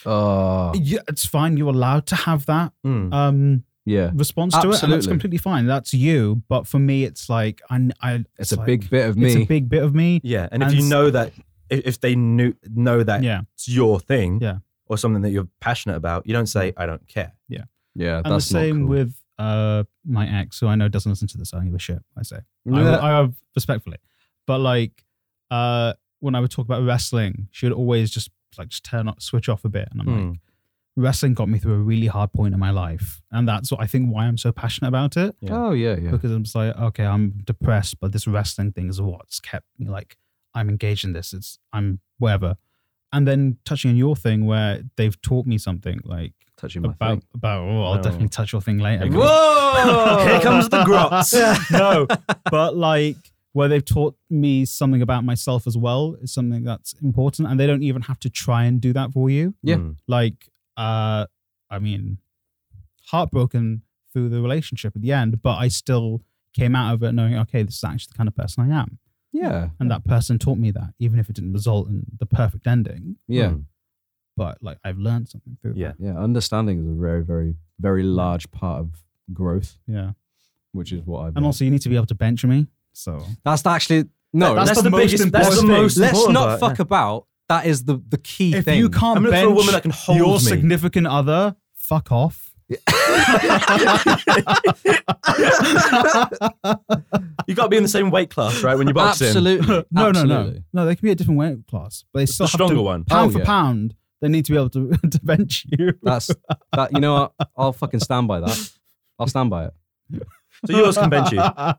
[SPEAKER 1] Oh,
[SPEAKER 2] yeah, it's fine. You're allowed to have that
[SPEAKER 3] Mm.
[SPEAKER 2] um
[SPEAKER 1] yeah.
[SPEAKER 2] response to it, and that's
[SPEAKER 1] Absolutely.
[SPEAKER 2] completely fine. That's you. But for me, it's like I, I
[SPEAKER 1] It's a
[SPEAKER 2] like-
[SPEAKER 1] big bit of me.
[SPEAKER 2] it's a big bit of me.
[SPEAKER 3] Yeah. And if
[SPEAKER 2] And
[SPEAKER 3] you
[SPEAKER 2] s-
[SPEAKER 3] know that, if, if they knew, know that
[SPEAKER 2] Yeah,
[SPEAKER 3] it's your thing
[SPEAKER 2] Yeah.
[SPEAKER 3] or something that you're passionate about, you don't say, I don't care.
[SPEAKER 1] yeah,
[SPEAKER 2] and the
[SPEAKER 1] that's not
[SPEAKER 2] same
[SPEAKER 1] cool.
[SPEAKER 2] with uh my ex, who I know doesn't listen to this. I don't give a shit. I say. I,
[SPEAKER 1] Yeah.
[SPEAKER 2] would- I have respectfully, but like uh, when I would talk about wrestling, she would always just like just turn up, switch off a bit. And I'm
[SPEAKER 3] Hmm.
[SPEAKER 2] like, wrestling got me through a really hard point in my life, and that's what I think why I'm so passionate about it
[SPEAKER 3] Yeah.
[SPEAKER 1] Oh yeah, yeah.
[SPEAKER 2] because I'm just like, okay, I'm depressed, but this wrestling thing is what's kept me like I'm engaged in this. It's I'm whatever. And then touching on your thing where they've taught me something like
[SPEAKER 1] Touching my
[SPEAKER 2] about
[SPEAKER 1] thing.
[SPEAKER 2] about oh, I'll
[SPEAKER 3] No.
[SPEAKER 2] definitely touch your thing later.
[SPEAKER 3] Here Whoa! Here comes the grots.
[SPEAKER 2] no, but like where they've taught me something about myself as well is something that's important, and they don't even have to try and do that for you.
[SPEAKER 1] Yeah.
[SPEAKER 3] Mm.
[SPEAKER 2] Like, uh, I mean, heartbroken through the relationship at the end, but I still came out of it knowing, okay, this is actually the kind of person I am,
[SPEAKER 1] Yeah,
[SPEAKER 2] and that person taught me that, even if it didn't result in the perfect ending.
[SPEAKER 1] yeah,
[SPEAKER 3] Mm.
[SPEAKER 2] But like, I've learned something through.
[SPEAKER 3] Yeah.
[SPEAKER 1] yeah. Understanding is a very, very, very large part of growth,
[SPEAKER 2] that. yeah.
[SPEAKER 1] which is what I've.
[SPEAKER 2] And also, you need to be able to bench me. So
[SPEAKER 1] that's actually no.
[SPEAKER 2] That's
[SPEAKER 1] let's
[SPEAKER 2] the biggest- that's
[SPEAKER 1] let's-
[SPEAKER 2] the
[SPEAKER 3] most
[SPEAKER 1] Let's
[SPEAKER 3] important
[SPEAKER 1] not
[SPEAKER 3] part, yeah.
[SPEAKER 1] fuck about. That is the the key
[SPEAKER 2] if
[SPEAKER 1] thing.
[SPEAKER 2] you can't
[SPEAKER 3] I'm looking
[SPEAKER 2] bench
[SPEAKER 3] for a woman that can hold
[SPEAKER 2] your
[SPEAKER 3] me.
[SPEAKER 2] significant other, fuck off.
[SPEAKER 3] you got to be in the same weight class, right? When you box in,
[SPEAKER 1] absolutely,
[SPEAKER 2] No, no, no,
[SPEAKER 1] absolutely.
[SPEAKER 2] no. They can be a different weight class, but they still
[SPEAKER 3] the
[SPEAKER 2] have to-
[SPEAKER 3] stronger one.
[SPEAKER 2] Pound
[SPEAKER 1] Oh,
[SPEAKER 2] for
[SPEAKER 1] yeah.
[SPEAKER 2] pound, they need to be able to, to bench you.
[SPEAKER 1] That's that. You know what? I'll fucking stand by that. I'll stand by it.
[SPEAKER 3] So yours can bench you.
[SPEAKER 1] I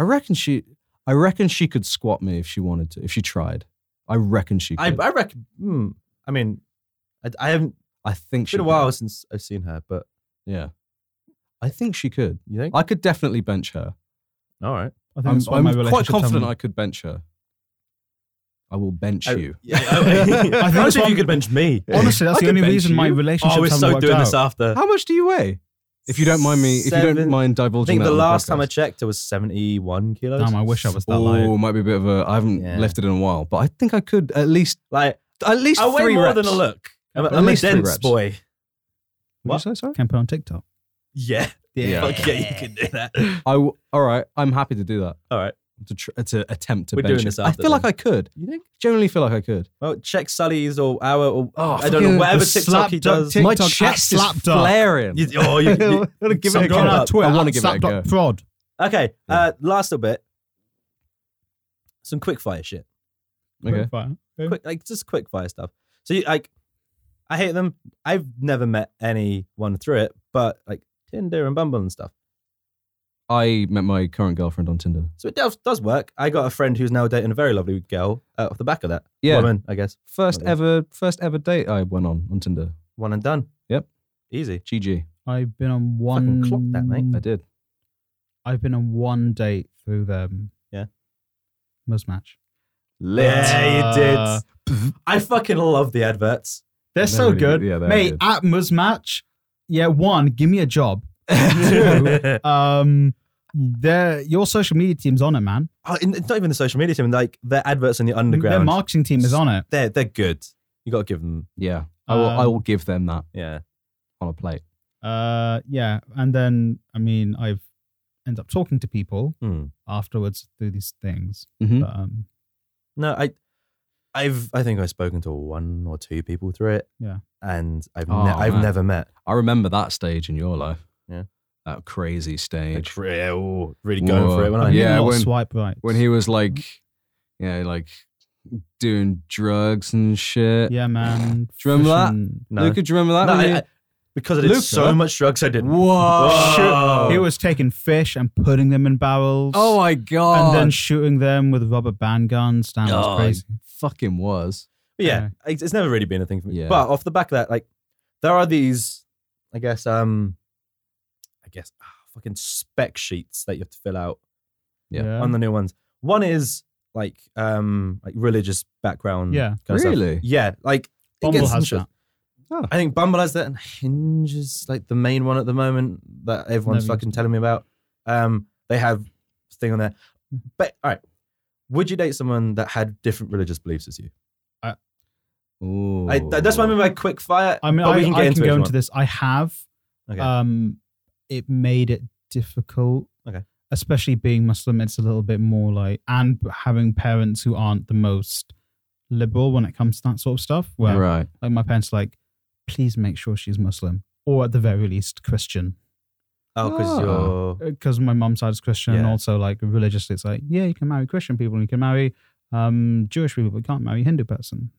[SPEAKER 1] reckon she. I reckon she could squat me if she wanted to. If she tried, I reckon she
[SPEAKER 3] I,
[SPEAKER 1] could.
[SPEAKER 3] I reckon. Hmm, I mean, I, I haven't.
[SPEAKER 1] I think
[SPEAKER 3] It's
[SPEAKER 1] she.
[SPEAKER 3] been
[SPEAKER 1] could.
[SPEAKER 3] a while since I've seen her, but
[SPEAKER 1] Yeah, I think she could.
[SPEAKER 3] you think?
[SPEAKER 1] I could definitely bench her.
[SPEAKER 3] All right.
[SPEAKER 2] I think
[SPEAKER 1] I'm,
[SPEAKER 2] that's why
[SPEAKER 1] I'm
[SPEAKER 2] my
[SPEAKER 1] quite
[SPEAKER 2] relationship
[SPEAKER 1] confident
[SPEAKER 2] terminated.
[SPEAKER 1] I could bench her. I will bench
[SPEAKER 3] I-
[SPEAKER 1] you.
[SPEAKER 3] Yeah, Oh, I, I
[SPEAKER 2] that's
[SPEAKER 3] think if
[SPEAKER 2] one-
[SPEAKER 3] you could bench me.
[SPEAKER 2] Honestly, that's
[SPEAKER 1] I
[SPEAKER 2] the
[SPEAKER 1] could
[SPEAKER 2] only
[SPEAKER 1] bench
[SPEAKER 2] reason my
[SPEAKER 1] you.
[SPEAKER 2] relationship
[SPEAKER 3] Oh, we're
[SPEAKER 2] haven't
[SPEAKER 3] so
[SPEAKER 2] worked
[SPEAKER 3] doing
[SPEAKER 2] out.
[SPEAKER 3] this after.
[SPEAKER 1] How much do you weigh? If you don't mind me, if you don't
[SPEAKER 3] Seven-
[SPEAKER 1] mind
[SPEAKER 3] I
[SPEAKER 1] divulging
[SPEAKER 3] think
[SPEAKER 1] that
[SPEAKER 3] the
[SPEAKER 1] on
[SPEAKER 3] last time I
[SPEAKER 1] podcast.
[SPEAKER 3] checked, it was 71 kilos.
[SPEAKER 2] Damn, I wish I was that
[SPEAKER 1] Oh,
[SPEAKER 2] light.
[SPEAKER 1] might be a bit of a. I haven't
[SPEAKER 3] Yeah.
[SPEAKER 1] lifted in a while, but I think I could at least
[SPEAKER 3] Like,
[SPEAKER 1] at least
[SPEAKER 3] I weigh
[SPEAKER 1] three
[SPEAKER 3] more
[SPEAKER 1] reps.
[SPEAKER 3] than a look. I'm,
[SPEAKER 1] At
[SPEAKER 3] I'm a
[SPEAKER 1] least three
[SPEAKER 3] dense
[SPEAKER 1] reps.
[SPEAKER 3] boy.
[SPEAKER 1] What? Did you say, sorry?
[SPEAKER 2] Can put on TikTok.
[SPEAKER 3] Yeah.
[SPEAKER 1] Yeah.
[SPEAKER 3] Fuck yeah, you can do that.
[SPEAKER 1] I w- all right. I'm happy to do that.
[SPEAKER 3] All right.
[SPEAKER 1] To, tr- to attempt to
[SPEAKER 3] We're
[SPEAKER 1] bench
[SPEAKER 3] doing
[SPEAKER 1] her.
[SPEAKER 3] this
[SPEAKER 1] I
[SPEAKER 3] after
[SPEAKER 1] feel like
[SPEAKER 3] then.
[SPEAKER 1] I could.
[SPEAKER 3] You think?
[SPEAKER 1] Generally, feel like I could.
[SPEAKER 3] Well, check Sully's or our or
[SPEAKER 1] Oh,
[SPEAKER 3] I don't know
[SPEAKER 1] fucking-
[SPEAKER 3] whatever
[SPEAKER 2] the
[SPEAKER 3] TikTok he
[SPEAKER 2] slap
[SPEAKER 3] does.
[SPEAKER 2] duck
[SPEAKER 1] My
[SPEAKER 2] TikTok
[SPEAKER 1] chest
[SPEAKER 2] at
[SPEAKER 1] is
[SPEAKER 2] Slapdog.
[SPEAKER 1] flaring.
[SPEAKER 3] You- oh, you, you,
[SPEAKER 1] Gotta give
[SPEAKER 3] some
[SPEAKER 1] it a
[SPEAKER 3] go
[SPEAKER 1] go.
[SPEAKER 3] on
[SPEAKER 2] our
[SPEAKER 3] up.
[SPEAKER 2] Twitter,
[SPEAKER 1] I want to
[SPEAKER 2] at
[SPEAKER 1] give it a go.
[SPEAKER 2] Slapdog Prod.
[SPEAKER 3] okay.
[SPEAKER 1] Yeah.
[SPEAKER 3] Uh, last little bit. Some quick fire shit.
[SPEAKER 1] Okay.
[SPEAKER 2] Fine.
[SPEAKER 1] Hmm?
[SPEAKER 3] quick like just quick fire stuff. So you like I hate them. I've never met anyone through it, but like Tinder and Bumble and stuff.
[SPEAKER 1] I met my current girlfriend on Tinder.
[SPEAKER 3] So it does, does work. I got a friend who's now dating a very lovely girl uh, off the back of that.
[SPEAKER 1] Yeah.
[SPEAKER 3] Woman, I guess.
[SPEAKER 1] First
[SPEAKER 3] Okay.
[SPEAKER 1] ever, first ever date I went on on Tinder.
[SPEAKER 3] One and done.
[SPEAKER 1] Yep.
[SPEAKER 3] Easy.
[SPEAKER 1] GG.
[SPEAKER 2] I've been on
[SPEAKER 3] Fucking
[SPEAKER 2] one.
[SPEAKER 3] clock that, mate.
[SPEAKER 1] I did.
[SPEAKER 2] I've been on one date through them.
[SPEAKER 3] Yeah.
[SPEAKER 2] Muzz match.
[SPEAKER 1] Lit.
[SPEAKER 3] Yeah, you
[SPEAKER 2] Uh,
[SPEAKER 3] did. I fucking love the adverts.
[SPEAKER 1] They're
[SPEAKER 2] They're so
[SPEAKER 1] really
[SPEAKER 2] good.
[SPEAKER 1] good. Yeah, they are
[SPEAKER 2] Mate,
[SPEAKER 1] good.
[SPEAKER 2] at Muzz match, yeah, one, give me a job.
[SPEAKER 3] oh,
[SPEAKER 2] Um, their your social media team's on it, man.
[SPEAKER 3] and it's not even the social media team. Like their adverts in the
[SPEAKER 2] Their
[SPEAKER 3] underground.
[SPEAKER 2] marketing team is on it.
[SPEAKER 3] they're they're good. You got to give them.
[SPEAKER 1] Yeah. I will. I
[SPEAKER 2] Um,
[SPEAKER 1] will give them that
[SPEAKER 3] Yeah.
[SPEAKER 1] on a plate.
[SPEAKER 2] Uh, yeah, and then I mean, I've end up talking to people
[SPEAKER 3] Hmm.
[SPEAKER 2] afterwards through these things.
[SPEAKER 1] Mhm.
[SPEAKER 2] But, um,
[SPEAKER 3] No, I, I've I think I've spoken to one or two people through it.
[SPEAKER 2] Yeah.
[SPEAKER 3] and I've
[SPEAKER 1] Oh,
[SPEAKER 3] ne- I've
[SPEAKER 1] man.
[SPEAKER 3] never met.
[SPEAKER 1] I remember that stage in your life.
[SPEAKER 3] Yeah.
[SPEAKER 1] That crazy
[SPEAKER 3] Like,
[SPEAKER 1] stage
[SPEAKER 3] re- oh, really going
[SPEAKER 1] Whoa.
[SPEAKER 3] for it when I
[SPEAKER 2] I did
[SPEAKER 1] Yeah,
[SPEAKER 2] a lot
[SPEAKER 1] when-
[SPEAKER 2] of swipe right
[SPEAKER 1] when he was like, yeah, like doing drugs and shit.
[SPEAKER 2] yeah, man.
[SPEAKER 1] Do you remember that?
[SPEAKER 2] Fishing.
[SPEAKER 3] no,
[SPEAKER 1] Luca, do you remember that?
[SPEAKER 3] No,
[SPEAKER 1] when
[SPEAKER 3] I-
[SPEAKER 1] you-
[SPEAKER 3] I- because I did
[SPEAKER 1] Luca?
[SPEAKER 3] so much drugs I didn't.
[SPEAKER 1] Whoa.
[SPEAKER 3] Whoa.
[SPEAKER 2] He was taking fish and putting them in barrels.
[SPEAKER 1] Oh my god.
[SPEAKER 2] and then shooting them with rubber band guns. Damn, that's
[SPEAKER 1] Oh,
[SPEAKER 2] crazy.
[SPEAKER 1] it fucking was.
[SPEAKER 3] But yeah,
[SPEAKER 2] Okay.
[SPEAKER 3] it's it's never really been a thing for me.
[SPEAKER 1] Yeah.
[SPEAKER 3] But off the back of that, like there are these, I guess, um, I guess ah, fucking spec sheets that you have to fill out
[SPEAKER 1] Yeah.
[SPEAKER 3] on the new ones. One is like um like religious background.
[SPEAKER 2] Yeah.
[SPEAKER 3] kind of stuff.
[SPEAKER 1] Really?
[SPEAKER 3] Yeah, like it
[SPEAKER 2] Bumble
[SPEAKER 3] gets
[SPEAKER 2] has
[SPEAKER 3] interesting.
[SPEAKER 2] that.
[SPEAKER 3] I think Bumble has that, and Hinge is like the main one at the moment that everyone's
[SPEAKER 2] Never used
[SPEAKER 3] fucking telling me about. Um, they have this thing on there. But all right, would you date someone that had different religious beliefs as you?
[SPEAKER 1] Ooh.
[SPEAKER 3] I, th- that's what I mean by quick fire.
[SPEAKER 2] I mean,
[SPEAKER 3] but
[SPEAKER 2] I,
[SPEAKER 3] we can get
[SPEAKER 2] I
[SPEAKER 3] into,
[SPEAKER 2] can
[SPEAKER 3] it
[SPEAKER 2] go
[SPEAKER 3] if you
[SPEAKER 2] into this. I have.
[SPEAKER 3] want. Okay.
[SPEAKER 2] Um, it made it difficult.
[SPEAKER 3] Okay.
[SPEAKER 2] Especially being Muslim, it's a little bit more like, and having parents who aren't the most liberal when it comes to that sort of stuff. Where
[SPEAKER 1] Right.
[SPEAKER 2] like my parents, are like, please make sure she's Muslim or at the very least Christian,
[SPEAKER 3] oh, because
[SPEAKER 1] ah.
[SPEAKER 3] you're
[SPEAKER 2] because uh, my mum's side is Christian, and
[SPEAKER 3] Yeah.
[SPEAKER 2] also like religiously, it's like, yeah, you can marry Christian people, and you can marry um, Jewish people but can't marry a Hindu person.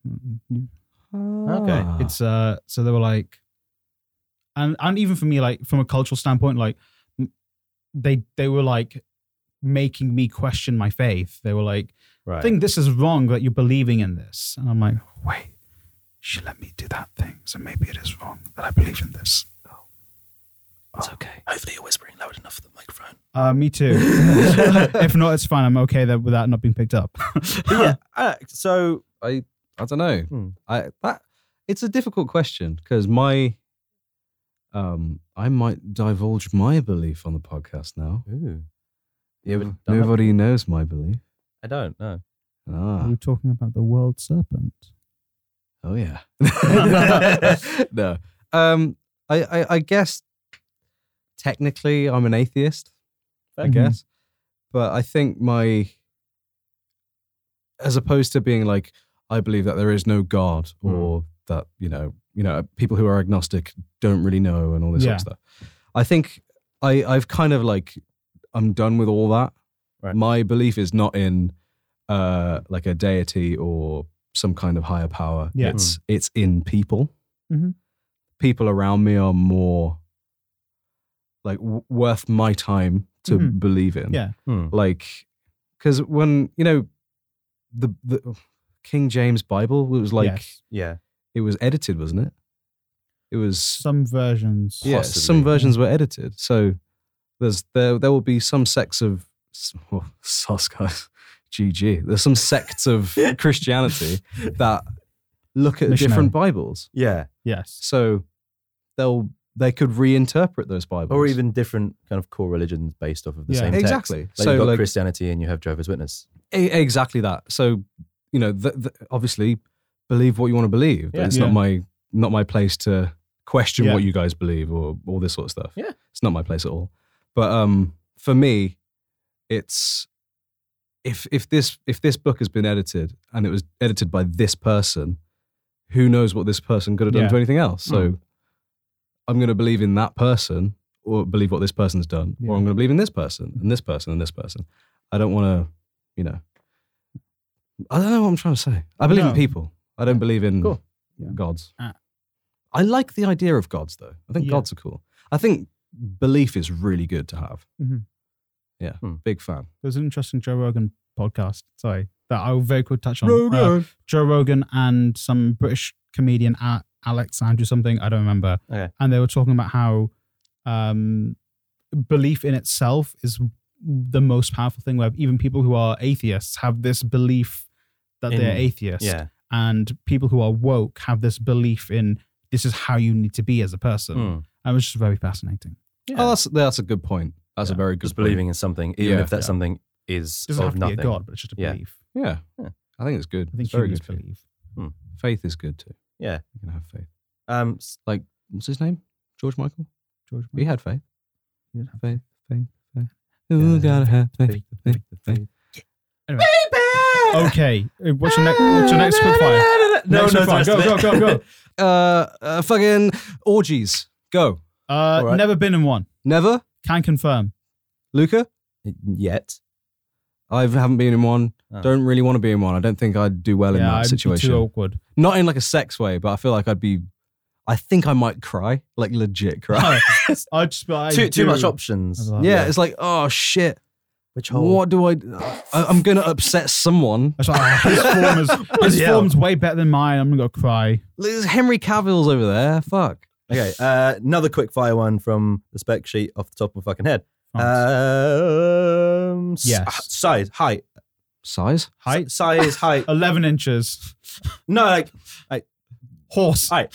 [SPEAKER 3] Okay.
[SPEAKER 1] Ah.
[SPEAKER 2] It's uh, so they were like, and and even for me, like from a cultural standpoint, like m- they they were like making me question my faith. They were like,
[SPEAKER 3] Right.
[SPEAKER 2] I think this is wrong that you're believing in this, and I'm like, wait, she let me do that thing, so maybe it is wrong that I believe in this.
[SPEAKER 4] It's okay. Hopefully, you're whispering loud enough for the microphone.
[SPEAKER 2] Uh, me too. if not, it's fine. I'm okay that without not being picked up.
[SPEAKER 3] yeah. uh, so
[SPEAKER 1] I I don't know.
[SPEAKER 3] Hmm.
[SPEAKER 1] I that it's a difficult question because my um I might divulge my belief on the podcast now.
[SPEAKER 3] You haven't done that?
[SPEAKER 1] Nobody knows my belief.
[SPEAKER 3] I don't know.
[SPEAKER 1] Ah,
[SPEAKER 2] We're talking about the world serpent.
[SPEAKER 1] oh yeah. no. Um I, I I guess technically I'm an atheist, I
[SPEAKER 3] Mm-hmm.
[SPEAKER 2] Mhm.
[SPEAKER 1] guess. But I think my as opposed to being like I believe that there is no God
[SPEAKER 3] Hmm.
[SPEAKER 1] or that, you know, you know, people who are agnostic don't really know and all this sort
[SPEAKER 2] Yeah.
[SPEAKER 1] of stuff. I think I, I've kind of like I'm done with all that.
[SPEAKER 3] Right.
[SPEAKER 1] My belief is not in uh like a deity or some kind of higher power.
[SPEAKER 2] Yeah.
[SPEAKER 1] It's it's in people.
[SPEAKER 2] Mhm.
[SPEAKER 1] People around me are more like w- worth my time to
[SPEAKER 2] Mhm.
[SPEAKER 1] believe in.
[SPEAKER 2] Yeah.
[SPEAKER 3] Hmm.
[SPEAKER 1] Like because when you know the the King James Bible was like
[SPEAKER 2] Yes.
[SPEAKER 3] Yeah.
[SPEAKER 1] it was edited, wasn't it? It was
[SPEAKER 2] some versions.
[SPEAKER 1] yeah,
[SPEAKER 3] Possibly.
[SPEAKER 1] some versions were edited. So there's there there will be some sects of oh, sus guys. GG. There's some sects of Christianity that look at
[SPEAKER 2] Missionary.
[SPEAKER 1] different Bibles.
[SPEAKER 3] Yeah.
[SPEAKER 2] Yes.
[SPEAKER 1] So they'll they could reinterpret those Bibles.
[SPEAKER 3] Or even different kind of core religions based off of the
[SPEAKER 2] Yeah.
[SPEAKER 3] same text.
[SPEAKER 1] exactly.
[SPEAKER 3] Like
[SPEAKER 1] so
[SPEAKER 3] you've got
[SPEAKER 1] like
[SPEAKER 3] Christianity and you have Jehovah's Witness.
[SPEAKER 1] e- exactly that. So you know, th th obviously believe what you want to believe, but
[SPEAKER 3] Yeah.
[SPEAKER 1] it's
[SPEAKER 2] Yeah.
[SPEAKER 1] not my not my place to question
[SPEAKER 2] Yeah.
[SPEAKER 1] what you guys believe or all this sort of stuff.
[SPEAKER 3] Yeah.
[SPEAKER 1] It's not my place at all. But um for me, it's if if this if this book has been edited and it was edited by this person, who knows what this person could have done
[SPEAKER 2] Yeah. Mm.
[SPEAKER 1] to anything else? So I'm going to believe in that person or believe what this person's done,
[SPEAKER 2] Yeah.
[SPEAKER 1] or I'm going to believe in this person and this person and this person. I don't want to, you know, I don't know what I'm trying to say. I believe
[SPEAKER 2] No.
[SPEAKER 1] in people. I don't believe in
[SPEAKER 3] Cool.
[SPEAKER 2] Yeah.
[SPEAKER 1] gods.
[SPEAKER 2] Ah.
[SPEAKER 1] I like the idea of gods though. I think
[SPEAKER 2] Yeah.
[SPEAKER 1] gods are cool. I think belief is really good to have.
[SPEAKER 2] Mhm.
[SPEAKER 1] Yeah,
[SPEAKER 3] Hmm.
[SPEAKER 1] big fan.
[SPEAKER 2] There's an interesting Joe Rogan podcast. Sorry, that I will very quick touch on. Uh, Joe Rogan and some British comedian A- Alex Andrew something I don't remember.
[SPEAKER 3] Okay.
[SPEAKER 2] And they were talking about how um, belief in itself is the most powerful thing. Where even people who are atheists have this belief that they're
[SPEAKER 3] In-
[SPEAKER 2] atheists.
[SPEAKER 3] Yeah.
[SPEAKER 2] and people who are woke have this belief in this is how you need to be as a person.
[SPEAKER 3] Hmm.
[SPEAKER 2] And it was just very fascinating.
[SPEAKER 1] Oh, that's that's a good point. That's a
[SPEAKER 3] Yeah.
[SPEAKER 1] very good
[SPEAKER 3] Just
[SPEAKER 1] point.
[SPEAKER 3] believing in something, even
[SPEAKER 1] Yeah.
[SPEAKER 3] if that something is
[SPEAKER 2] It doesn't
[SPEAKER 3] of
[SPEAKER 2] have to
[SPEAKER 3] nothing.
[SPEAKER 2] be a god, but it's just a
[SPEAKER 3] Yeah.
[SPEAKER 2] belief.
[SPEAKER 1] Yeah.
[SPEAKER 3] Yeah.
[SPEAKER 1] I think it's good.
[SPEAKER 2] I think
[SPEAKER 1] it's very
[SPEAKER 2] humans
[SPEAKER 1] good. for you.
[SPEAKER 2] believe.
[SPEAKER 1] Faith is good too.
[SPEAKER 3] Yeah.
[SPEAKER 1] You can have faith.
[SPEAKER 3] Um, s-
[SPEAKER 1] What's his name? George Michael?
[SPEAKER 2] George
[SPEAKER 1] He had faith.
[SPEAKER 2] He did have
[SPEAKER 1] faith, faith, faith. Ooh, gotta have faith, faith, faith. Oh,
[SPEAKER 2] Michael. Okay, uh, what's your next? What's your next quickfire?
[SPEAKER 3] No,
[SPEAKER 2] Next
[SPEAKER 3] no,
[SPEAKER 2] quickfire.
[SPEAKER 3] it's the
[SPEAKER 2] go,
[SPEAKER 3] rest
[SPEAKER 2] go,
[SPEAKER 3] of it.
[SPEAKER 2] go, go.
[SPEAKER 1] Uh, uh, fucking orgies. Go.
[SPEAKER 2] Uh,
[SPEAKER 3] All right.
[SPEAKER 2] Never been in one.
[SPEAKER 1] Never?
[SPEAKER 2] Can confirm.
[SPEAKER 1] Luca?
[SPEAKER 3] Yet.
[SPEAKER 1] I haven't been in one.
[SPEAKER 3] Ah.
[SPEAKER 1] Don't really want to be in one. I don't think Oh. I'd do well in that
[SPEAKER 2] I'd be
[SPEAKER 1] situation.
[SPEAKER 2] too awkward.
[SPEAKER 1] Not in like a sex way, but I feel like I'd be. I think I might cry, like legit cry.
[SPEAKER 2] I just but I
[SPEAKER 3] Too, too
[SPEAKER 2] do.
[SPEAKER 3] much options.
[SPEAKER 2] I
[SPEAKER 1] yeah,
[SPEAKER 2] love it.
[SPEAKER 1] it's like, oh shit,
[SPEAKER 3] Which
[SPEAKER 1] what do I? I I'm gonna upset someone.
[SPEAKER 2] It's like, oh, his form is his
[SPEAKER 3] hell?
[SPEAKER 2] form's way better than mine. I'm gonna cry.
[SPEAKER 1] There's Henry Cavill's over there. Fuck.
[SPEAKER 3] Okay, uh, another quick fire one from the spec sheet off the top of my fucking head. Um, s-
[SPEAKER 2] Yes.
[SPEAKER 3] h- size, height,
[SPEAKER 1] Size?
[SPEAKER 2] Height
[SPEAKER 3] S- size, height.
[SPEAKER 2] eleven inches.
[SPEAKER 3] no, like
[SPEAKER 2] Horse.
[SPEAKER 3] height.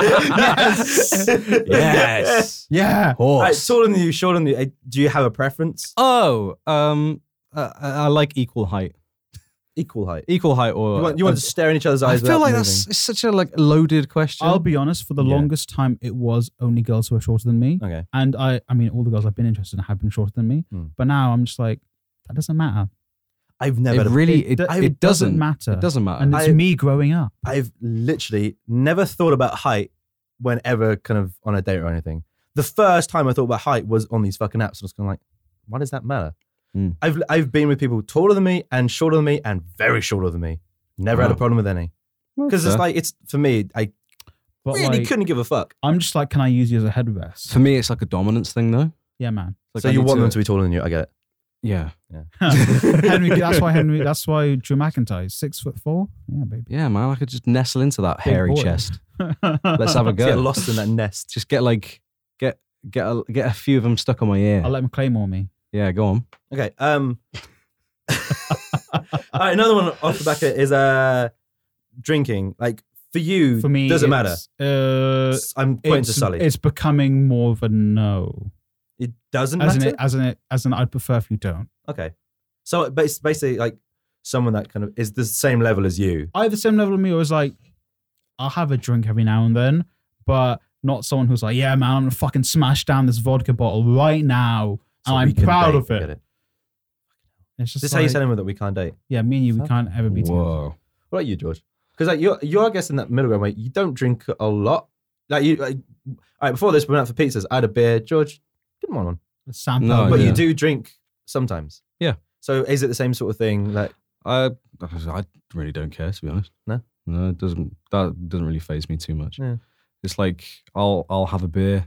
[SPEAKER 3] yes,
[SPEAKER 1] Yes.
[SPEAKER 2] Yeah.
[SPEAKER 3] Right,
[SPEAKER 1] Horse.
[SPEAKER 3] taller than you, shorter than you. Uh, Do you have a preference?
[SPEAKER 1] Oh, um, uh, I I like equal height.
[SPEAKER 3] Equal height.
[SPEAKER 1] Equal height or
[SPEAKER 3] You want, you want to stare in each other's
[SPEAKER 1] I
[SPEAKER 3] eyes.
[SPEAKER 1] feel
[SPEAKER 3] without
[SPEAKER 1] like
[SPEAKER 3] moving.
[SPEAKER 1] that's it's such a like loaded question.
[SPEAKER 2] I'll be honest. For the
[SPEAKER 3] Yeah.
[SPEAKER 2] longest time, it was only girls who were shorter than me,
[SPEAKER 3] okay.
[SPEAKER 2] and I, I mean, all the girls I've been interested in have been shorter than me.
[SPEAKER 3] Hmm.
[SPEAKER 2] But now I'm just like, that doesn't matter.
[SPEAKER 3] I've never.
[SPEAKER 1] it
[SPEAKER 3] had a-
[SPEAKER 1] really it,
[SPEAKER 2] do-
[SPEAKER 1] it, doesn't,
[SPEAKER 2] matter.
[SPEAKER 1] It doesn't matter.
[SPEAKER 2] and it's
[SPEAKER 3] I-
[SPEAKER 2] me growing up.
[SPEAKER 3] I've literally never thought about height whenever kind of on a date or anything. The first time I thought about height was on these fucking apps. I was kind of like, why does that matter?
[SPEAKER 1] Mm.
[SPEAKER 3] I've I've been with people taller than me and shorter than me and very shorter than me. Never had a
[SPEAKER 1] Wow.
[SPEAKER 3] problem with any because it's like it's for me. I
[SPEAKER 2] But
[SPEAKER 3] really
[SPEAKER 2] like,
[SPEAKER 3] couldn't give a fuck.
[SPEAKER 2] I'm just like, can I use you as a headrest?
[SPEAKER 1] for me, it's like a dominance thing, though.
[SPEAKER 2] Yeah, man.
[SPEAKER 1] Like,
[SPEAKER 3] so
[SPEAKER 1] I
[SPEAKER 3] you
[SPEAKER 1] need
[SPEAKER 3] want them to be taller than you? I get it.
[SPEAKER 1] Yeah,
[SPEAKER 2] Henry, that's why Henry. That's why Drew McIntyre is six foot four. Yeah, baby.
[SPEAKER 1] yeah, man. I could just nestle into that
[SPEAKER 2] Big
[SPEAKER 1] hairy
[SPEAKER 2] boy.
[SPEAKER 1] chest. Let's have a
[SPEAKER 3] Get
[SPEAKER 1] go.
[SPEAKER 3] lost in that nest.
[SPEAKER 1] Just get like get get a, get a few of them stuck on my ear.
[SPEAKER 2] I'll let him claymore me.
[SPEAKER 1] yeah, go on.
[SPEAKER 3] Okay. Um. all right. Another one off the back of it is uh drinking. Like for you,
[SPEAKER 2] For me,
[SPEAKER 3] doesn't matter.
[SPEAKER 2] it's, Uh,
[SPEAKER 3] S- I'm pointing to
[SPEAKER 2] it's-
[SPEAKER 3] Sully.
[SPEAKER 2] It's becoming more of a no.
[SPEAKER 3] It doesn't
[SPEAKER 2] As
[SPEAKER 3] matter.
[SPEAKER 2] in, as in, as in, I'd prefer if you don't.
[SPEAKER 3] Okay. So ba- it's basically like someone that kind of is the same level as you.
[SPEAKER 2] Either same level of me, or is like, I'll have a drink every now and then, but not someone who's like, yeah, man, I'm gonna fucking smash down this vodka bottle right now,
[SPEAKER 3] So
[SPEAKER 2] and
[SPEAKER 3] we
[SPEAKER 2] I'm
[SPEAKER 3] can
[SPEAKER 2] proud
[SPEAKER 3] date.
[SPEAKER 2] of
[SPEAKER 3] Get
[SPEAKER 2] it. It's just
[SPEAKER 3] This is
[SPEAKER 2] like,
[SPEAKER 3] how you tell him that we can't date.
[SPEAKER 2] yeah, me and you, we can't ever be together.
[SPEAKER 1] Whoa.
[SPEAKER 3] What about you, George? Because like you're you're I guess in that middle ground where you don't drink a lot. Like you, like, all right. Before this, we went out for pizzas. I had a beer. George didn't want one,
[SPEAKER 2] Sam
[SPEAKER 1] No, Oh,
[SPEAKER 3] but
[SPEAKER 2] Pell-
[SPEAKER 1] yeah.
[SPEAKER 3] you do drink sometimes.
[SPEAKER 1] Yeah.
[SPEAKER 3] So is it the same sort of thing? Like
[SPEAKER 1] I I really don't care to be honest.
[SPEAKER 3] No?
[SPEAKER 1] no, it doesn't that doesn't really phase me too much.
[SPEAKER 3] Yeah.
[SPEAKER 1] It's like I'll I'll have a beer.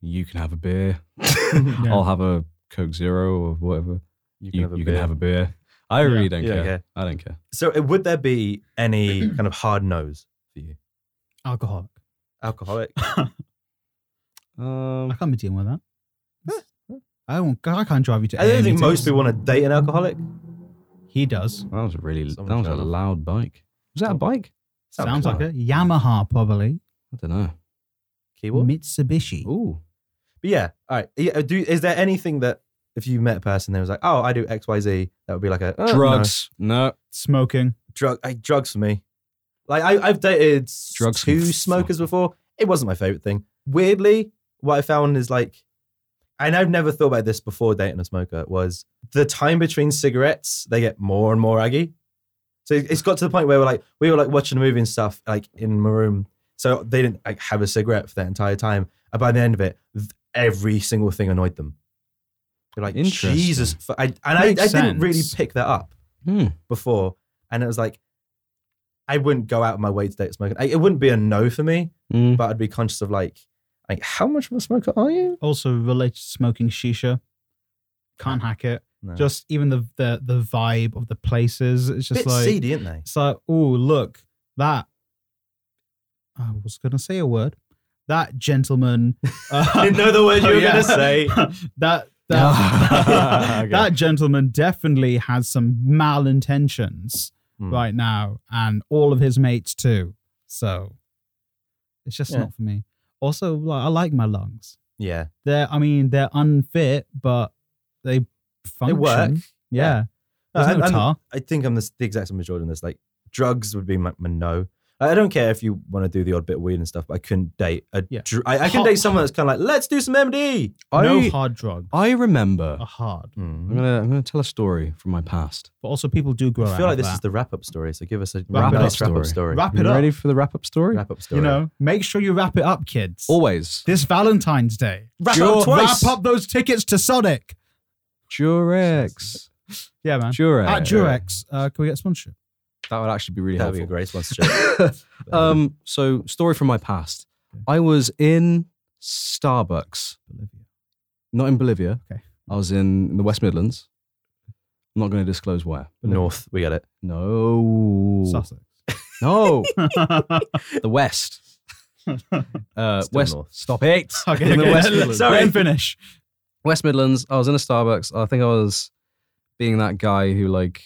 [SPEAKER 1] You can have a beer.
[SPEAKER 2] Yeah.
[SPEAKER 3] Oh.
[SPEAKER 1] I'll have a Coke Zero or whatever.
[SPEAKER 3] you
[SPEAKER 1] You, you can have a beer. I
[SPEAKER 2] Yeah.
[SPEAKER 1] really don't
[SPEAKER 3] You don't
[SPEAKER 1] care.
[SPEAKER 3] care.
[SPEAKER 1] I don't care.
[SPEAKER 3] So uh, would there be any kind of hard nose for you?
[SPEAKER 2] alcoholic.
[SPEAKER 3] Alcoholic.
[SPEAKER 1] Um,
[SPEAKER 2] I can't be dealing with that. I won't. I can't drive you to.
[SPEAKER 3] I don't
[SPEAKER 2] AA
[SPEAKER 3] think most
[SPEAKER 2] meetings.
[SPEAKER 3] people want to date an alcoholic.
[SPEAKER 2] He does.
[SPEAKER 1] that was a really
[SPEAKER 3] Someone
[SPEAKER 1] that was a
[SPEAKER 3] shut up.
[SPEAKER 1] loud bike. Was that a bike?
[SPEAKER 2] Sounds like it. Yamaha probably.
[SPEAKER 1] I don't know.
[SPEAKER 3] Keyboard.
[SPEAKER 2] Mitsubishi.
[SPEAKER 1] Ooh,
[SPEAKER 3] But yeah, all right. Yeah, do, is there anything that if you met a person that was like, oh, I do X, Y, Z, that would be like a oh,
[SPEAKER 1] drugs. No,
[SPEAKER 2] Smoking.
[SPEAKER 3] no, drug, I, drugs for me. Like I, I've dated
[SPEAKER 1] Drugs
[SPEAKER 3] two
[SPEAKER 1] and-
[SPEAKER 3] smokers before. It wasn't my favorite thing. Weirdly, what I found is like, and I've never thought about this before dating a smoker was the time between cigarettes. They get more and more aggy. So it's got to the point where we're like, we were like watching a movie and stuff, like in my room. So they didn't like have a cigarette for that entire time. And by the end of it, th- every single thing annoyed them. They're like,
[SPEAKER 1] Interesting.
[SPEAKER 3] Jesus. fu- I, and I, I
[SPEAKER 2] Makes
[SPEAKER 3] didn't really
[SPEAKER 2] sense.
[SPEAKER 3] pick that up
[SPEAKER 1] Hmm.
[SPEAKER 3] before. And it was like, I wouldn't go out of my way to date smoking. I, it wouldn't be a no for me,
[SPEAKER 1] Mm.
[SPEAKER 3] but I'd be conscious of like, like how much of a smoker are you?
[SPEAKER 2] Also related to smoking shisha. Can't hack it.
[SPEAKER 3] No.
[SPEAKER 2] Just even the the the vibe of the places. It's just
[SPEAKER 3] bit
[SPEAKER 2] like
[SPEAKER 3] seedy, aren't they?
[SPEAKER 2] it's like oh look that. I was gonna say a word. That gentleman. uh,
[SPEAKER 3] know the word
[SPEAKER 2] you were gonna say. that that,
[SPEAKER 1] Okay.
[SPEAKER 2] that gentleman definitely has some malintentions
[SPEAKER 3] Hmm.
[SPEAKER 2] right now, and all of his mates too. So it's just
[SPEAKER 3] Yeah.
[SPEAKER 2] not for me. Also, like, I like my lungs.
[SPEAKER 3] Yeah,
[SPEAKER 2] They're, I mean, they're unfit, but they function.
[SPEAKER 3] work.
[SPEAKER 2] Yeah.
[SPEAKER 3] No,
[SPEAKER 2] There's no
[SPEAKER 3] I'm- I'm-
[SPEAKER 2] tar.
[SPEAKER 3] I think I'm the, the exact same as Jordan. There's like drugs would be my, my no. I I don't care if you want to do the odd bit of weed and stuff, but I couldn't date a.
[SPEAKER 2] Yeah.
[SPEAKER 3] dr- I, I can
[SPEAKER 2] Hot-
[SPEAKER 3] date someone that's kind of like, let's do some E." MD.
[SPEAKER 1] I
[SPEAKER 2] no hard drug.
[SPEAKER 1] I remember.
[SPEAKER 2] A hard.
[SPEAKER 1] I'm gonna I'm gonna tell a story from my past.
[SPEAKER 2] But also, people do grow
[SPEAKER 3] Mm. I feel
[SPEAKER 2] out
[SPEAKER 3] like
[SPEAKER 2] of
[SPEAKER 3] this is
[SPEAKER 2] that.
[SPEAKER 3] the wrap up story. So give us a
[SPEAKER 2] Wrap it
[SPEAKER 3] nice
[SPEAKER 1] up
[SPEAKER 3] wrap up
[SPEAKER 1] story.
[SPEAKER 3] story.
[SPEAKER 2] Wrap it
[SPEAKER 1] You
[SPEAKER 2] up.
[SPEAKER 1] ready for the wrap up story?
[SPEAKER 3] Wrap up story.
[SPEAKER 2] You know, make sure you wrap it up, kids.
[SPEAKER 1] Always.
[SPEAKER 2] this Valentine's Day.
[SPEAKER 3] Wrap it up
[SPEAKER 2] Sure,
[SPEAKER 3] twice.
[SPEAKER 2] Wrap up those tickets to Sonic.
[SPEAKER 1] Durex.
[SPEAKER 2] Yeah, man.
[SPEAKER 1] Durex.
[SPEAKER 2] At Durex, uh, can we get sponsorship?
[SPEAKER 1] That would actually be really
[SPEAKER 3] That'd be a
[SPEAKER 1] helpful.
[SPEAKER 3] great sponsorship.
[SPEAKER 1] um, so story from my past. I was in Starbucks,
[SPEAKER 2] Bolivia.
[SPEAKER 1] not in Bolivia.
[SPEAKER 2] Okay.
[SPEAKER 1] I was in the West Midlands. I'm not going to disclose where.
[SPEAKER 3] North, we get it.
[SPEAKER 1] No.
[SPEAKER 2] Sussex.
[SPEAKER 1] No. the West. Uh,
[SPEAKER 3] Still
[SPEAKER 1] West.
[SPEAKER 3] north.
[SPEAKER 1] Stop it.
[SPEAKER 2] okay,
[SPEAKER 1] In the
[SPEAKER 2] okay.
[SPEAKER 1] West
[SPEAKER 2] Sorry.
[SPEAKER 1] Midlands.
[SPEAKER 2] Let him finish.
[SPEAKER 1] West Midlands. I was in a Starbucks. I think I was being that guy who like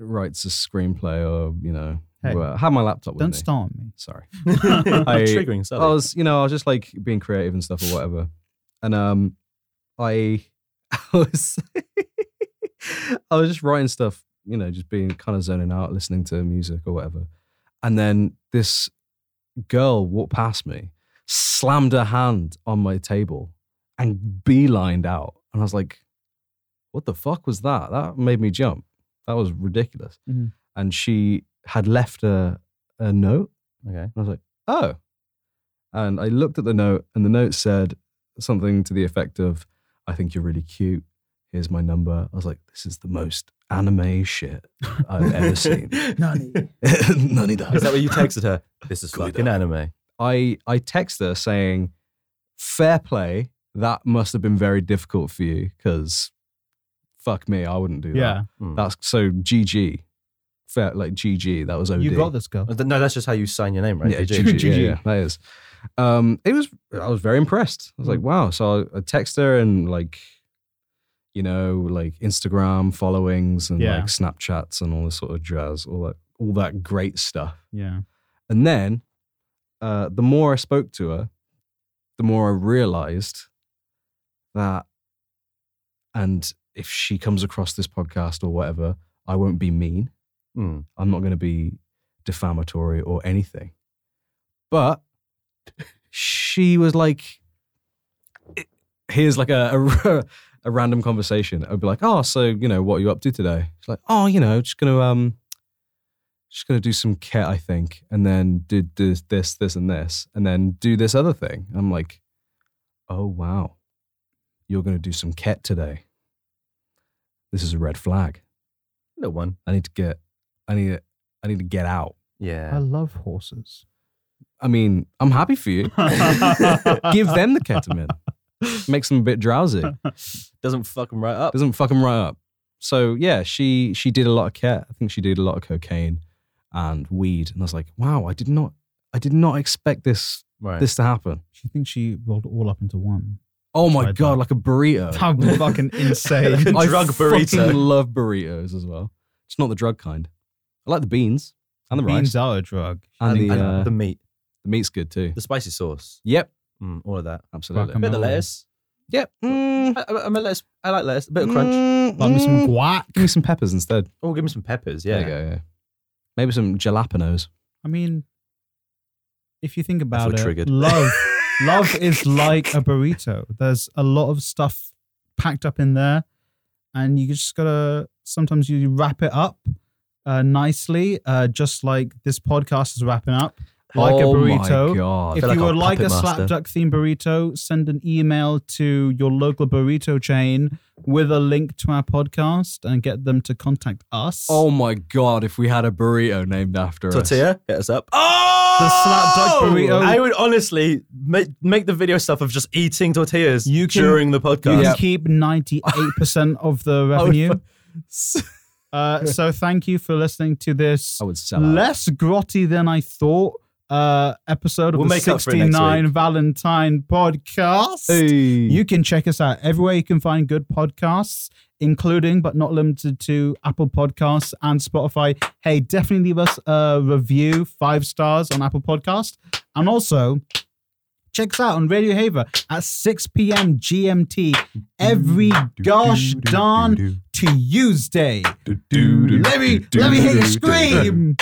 [SPEAKER 1] writes a screenplay or you know
[SPEAKER 2] Hey.
[SPEAKER 1] I had my laptop with
[SPEAKER 2] Don't
[SPEAKER 1] me.
[SPEAKER 2] start me.
[SPEAKER 1] Sorry.
[SPEAKER 3] I,
[SPEAKER 1] I-
[SPEAKER 3] triggering
[SPEAKER 1] I
[SPEAKER 3] Sully.
[SPEAKER 1] was, you know, I was just like being creative and stuff or whatever. And um, I, I was, I was just writing stuff, you know, just being kind of zoning out, listening to music or whatever. And then this girl walked past me, slammed her hand on my table, and beelined out. And I was like, "What the fuck was that? That made me jump. That was ridiculous."
[SPEAKER 2] Mhm.
[SPEAKER 1] And she had left a a note.
[SPEAKER 3] Okay.
[SPEAKER 1] And I was like, oh. And I looked at the note, and the note said something to the effect of, I think you're really cute. here's my number. I was like, this is the most anime shit I've ever seen. Nani da.
[SPEAKER 3] Is that what you texted her? This is
[SPEAKER 1] Good.
[SPEAKER 3] fucking anime.
[SPEAKER 1] I I text her saying, "Fair play. That must have been very difficult for you because, fuck me, I wouldn't do that.
[SPEAKER 2] Yeah.
[SPEAKER 3] Mm.
[SPEAKER 1] that's so GG. Fair, like GG. That was OD.
[SPEAKER 2] You got this girl.
[SPEAKER 3] Oh, No, that's just how you sign your name, right?
[SPEAKER 1] Yeah,
[SPEAKER 3] GG.
[SPEAKER 1] GG.
[SPEAKER 2] GG.
[SPEAKER 1] Yeah, yeah, that is. Um, it was. I was very impressed. I was like, wow. So I, I text her and like, you know, like Instagram followings and
[SPEAKER 2] Yeah.
[SPEAKER 1] like Snapchats and all this sort of jazz, all that, all that great stuff.
[SPEAKER 2] Yeah.
[SPEAKER 1] And then, uh, the more I spoke to her, the more I realized that, and if she comes across this podcast or whatever, I won't be mean.
[SPEAKER 3] Mm.
[SPEAKER 1] I'm not going to be defamatory or anything. But she was like, here's like a, a, a random conversation. I'd be like, oh, so, you know, what are you up to today? She's like, oh, you know, just going to, um, just going to do some kit, I think, and then do this, this, this, and this, and then do this other thing. I'm like, oh, wow, you're going to do some kit today. This is a red flag.
[SPEAKER 3] Little one.
[SPEAKER 1] I need to get, I need, I need to get out.
[SPEAKER 2] I
[SPEAKER 3] Yeah.
[SPEAKER 2] love horses.
[SPEAKER 1] I mean, I'm happy for you. Give them the ketamine. Makes them a bit drowsy.
[SPEAKER 3] Doesn't fuck them right up.
[SPEAKER 1] Doesn't fuck them right up. So yeah, she she did a lot of ket. I think she did a lot of cocaine and weed. And I was like, wow, I did not, I did not expect this
[SPEAKER 3] Right.
[SPEAKER 1] this to happen.
[SPEAKER 2] She thinks she rolled it all up into one.
[SPEAKER 1] Oh my
[SPEAKER 2] Tried
[SPEAKER 1] god,
[SPEAKER 2] that.
[SPEAKER 1] like a burrito.
[SPEAKER 2] How fucking insane.
[SPEAKER 3] Good
[SPEAKER 1] I
[SPEAKER 3] drug burrito.
[SPEAKER 1] fucking love burritos as well. It's not the drug kind. I like the beans and the rice
[SPEAKER 2] Beans are a drug.
[SPEAKER 1] and, the,
[SPEAKER 3] and
[SPEAKER 1] uh,
[SPEAKER 3] the
[SPEAKER 1] the
[SPEAKER 3] meat,
[SPEAKER 1] meat's good too.
[SPEAKER 3] the spicy sauce,
[SPEAKER 1] Yep,
[SPEAKER 3] mm, all of that.
[SPEAKER 1] absolutely.
[SPEAKER 3] A bit of the
[SPEAKER 2] Guacamole.
[SPEAKER 3] lettuce.
[SPEAKER 1] Yep. Mm,
[SPEAKER 3] I, I, I'm a lettuce. I like lettuce. A bit of crunch.
[SPEAKER 1] Mm,
[SPEAKER 2] Love me some
[SPEAKER 1] mm.
[SPEAKER 2] guac.
[SPEAKER 1] Give me some peppers instead.
[SPEAKER 3] Oh, give me some peppers. Yeah.
[SPEAKER 1] There you go. Yeah. Maybe some jalapenos.
[SPEAKER 2] I mean, if you think
[SPEAKER 3] That's
[SPEAKER 2] about
[SPEAKER 3] what
[SPEAKER 2] it,
[SPEAKER 3] triggered.
[SPEAKER 2] love, love is like a burrito. There's a lot of stuff packed up in there, and you just gotta. Sometimes you wrap it up uh, nicely, uh, just like this podcast is wrapping up, like a
[SPEAKER 1] oh
[SPEAKER 2] burrito.
[SPEAKER 1] My God.
[SPEAKER 2] If
[SPEAKER 3] feel like
[SPEAKER 2] you
[SPEAKER 3] I'm
[SPEAKER 2] would like a
[SPEAKER 3] Puppet Master.
[SPEAKER 2] slapduck themed burrito, send an email to your local burrito chain with a link to our podcast and get them to contact us.
[SPEAKER 1] oh my God. If we had a burrito named after us.
[SPEAKER 3] Tortilla, hit us up. Oh,
[SPEAKER 2] The slap duck burrito.
[SPEAKER 3] I would honestly make, make the video stuff of just eating tortillas
[SPEAKER 2] You can-
[SPEAKER 3] during the
[SPEAKER 2] you
[SPEAKER 3] podcast.
[SPEAKER 2] can keep 98% of the revenue. Uh, so thank you for listening to this
[SPEAKER 1] I would sell out.
[SPEAKER 2] less grotty than I thought uh, episode of
[SPEAKER 3] We'll
[SPEAKER 2] the
[SPEAKER 3] make up for it next
[SPEAKER 2] 69
[SPEAKER 3] week.
[SPEAKER 2] Valentine podcast.
[SPEAKER 1] Hmm.
[SPEAKER 2] You can check us out everywhere you can find good podcasts, including but not limited to Apple Podcasts and Spotify. Hey, definitely leave us a review, five stars on Apple Podcast, and also check us out on Radio Haver at 6 p.m. GMT every gosh darn Tuesday. Let me let me hear you scream.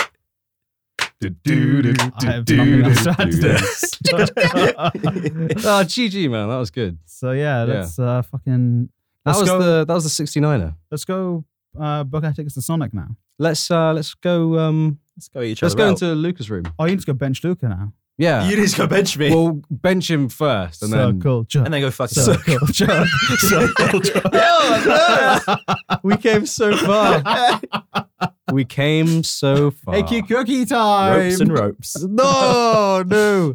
[SPEAKER 2] I have nothing else to add to this.
[SPEAKER 1] oh, GG, man. That was good.
[SPEAKER 2] so yeah, let's uh, fucking
[SPEAKER 1] That
[SPEAKER 2] let's
[SPEAKER 1] was
[SPEAKER 2] go.
[SPEAKER 1] the that was the 69er.
[SPEAKER 2] let's go uh, book our tickets to Sonic now.
[SPEAKER 1] Let's uh let's go um
[SPEAKER 3] Let's go eat each
[SPEAKER 1] let's
[SPEAKER 3] other
[SPEAKER 1] go
[SPEAKER 3] out.
[SPEAKER 1] into Luca's room.
[SPEAKER 2] Oh, you need to go bench Luca now.
[SPEAKER 1] Yeah.
[SPEAKER 3] You just go bench me.
[SPEAKER 1] Uh, we'll bench him first and then
[SPEAKER 2] Circle jerk.
[SPEAKER 3] and then go fuck yourself.
[SPEAKER 2] Circle jerk. Circle jerk.
[SPEAKER 1] we came so far. we came so far.
[SPEAKER 2] Hey, cookie time.
[SPEAKER 3] Ropes and ropes.
[SPEAKER 1] No, no.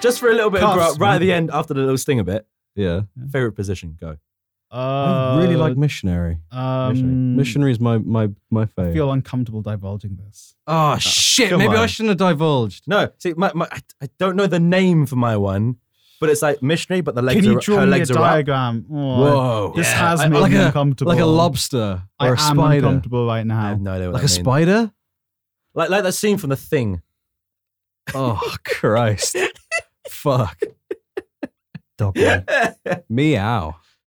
[SPEAKER 3] Just for a little bit of
[SPEAKER 2] Cuffs,
[SPEAKER 3] grub, right at
[SPEAKER 2] man.
[SPEAKER 3] the end after the little sting a bit.
[SPEAKER 1] Yeah.
[SPEAKER 3] Favorite position, go.
[SPEAKER 1] I really like missionary.
[SPEAKER 2] Uh, um,
[SPEAKER 1] Uh, Missionary is my my my
[SPEAKER 2] I
[SPEAKER 1] fave.
[SPEAKER 2] feel uncomfortable divulging this.
[SPEAKER 1] Oh shit!
[SPEAKER 3] come
[SPEAKER 1] Maybe I
[SPEAKER 3] on.
[SPEAKER 1] shouldn't have divulged.
[SPEAKER 3] No, see, my, my, I, I don't know the name for my one, but it's like missionary, but the legs
[SPEAKER 2] Can you
[SPEAKER 3] are
[SPEAKER 2] draw
[SPEAKER 3] her
[SPEAKER 2] me a
[SPEAKER 3] legs are up.
[SPEAKER 2] diagram? Oh,
[SPEAKER 1] Whoa!
[SPEAKER 2] This
[SPEAKER 3] Yeah,
[SPEAKER 2] has
[SPEAKER 3] I-
[SPEAKER 2] made
[SPEAKER 1] like
[SPEAKER 2] me
[SPEAKER 1] a-
[SPEAKER 2] uncomfortable.
[SPEAKER 1] Like a lobster
[SPEAKER 2] I
[SPEAKER 1] or a
[SPEAKER 2] am
[SPEAKER 1] spider.
[SPEAKER 2] uncomfortable right
[SPEAKER 3] I have
[SPEAKER 2] now.
[SPEAKER 3] no idea what
[SPEAKER 1] Like a
[SPEAKER 3] that means.
[SPEAKER 1] spider?
[SPEAKER 3] Like, like that scene from The Thing.
[SPEAKER 1] Oh Christ! Fuck! Dog. Meow.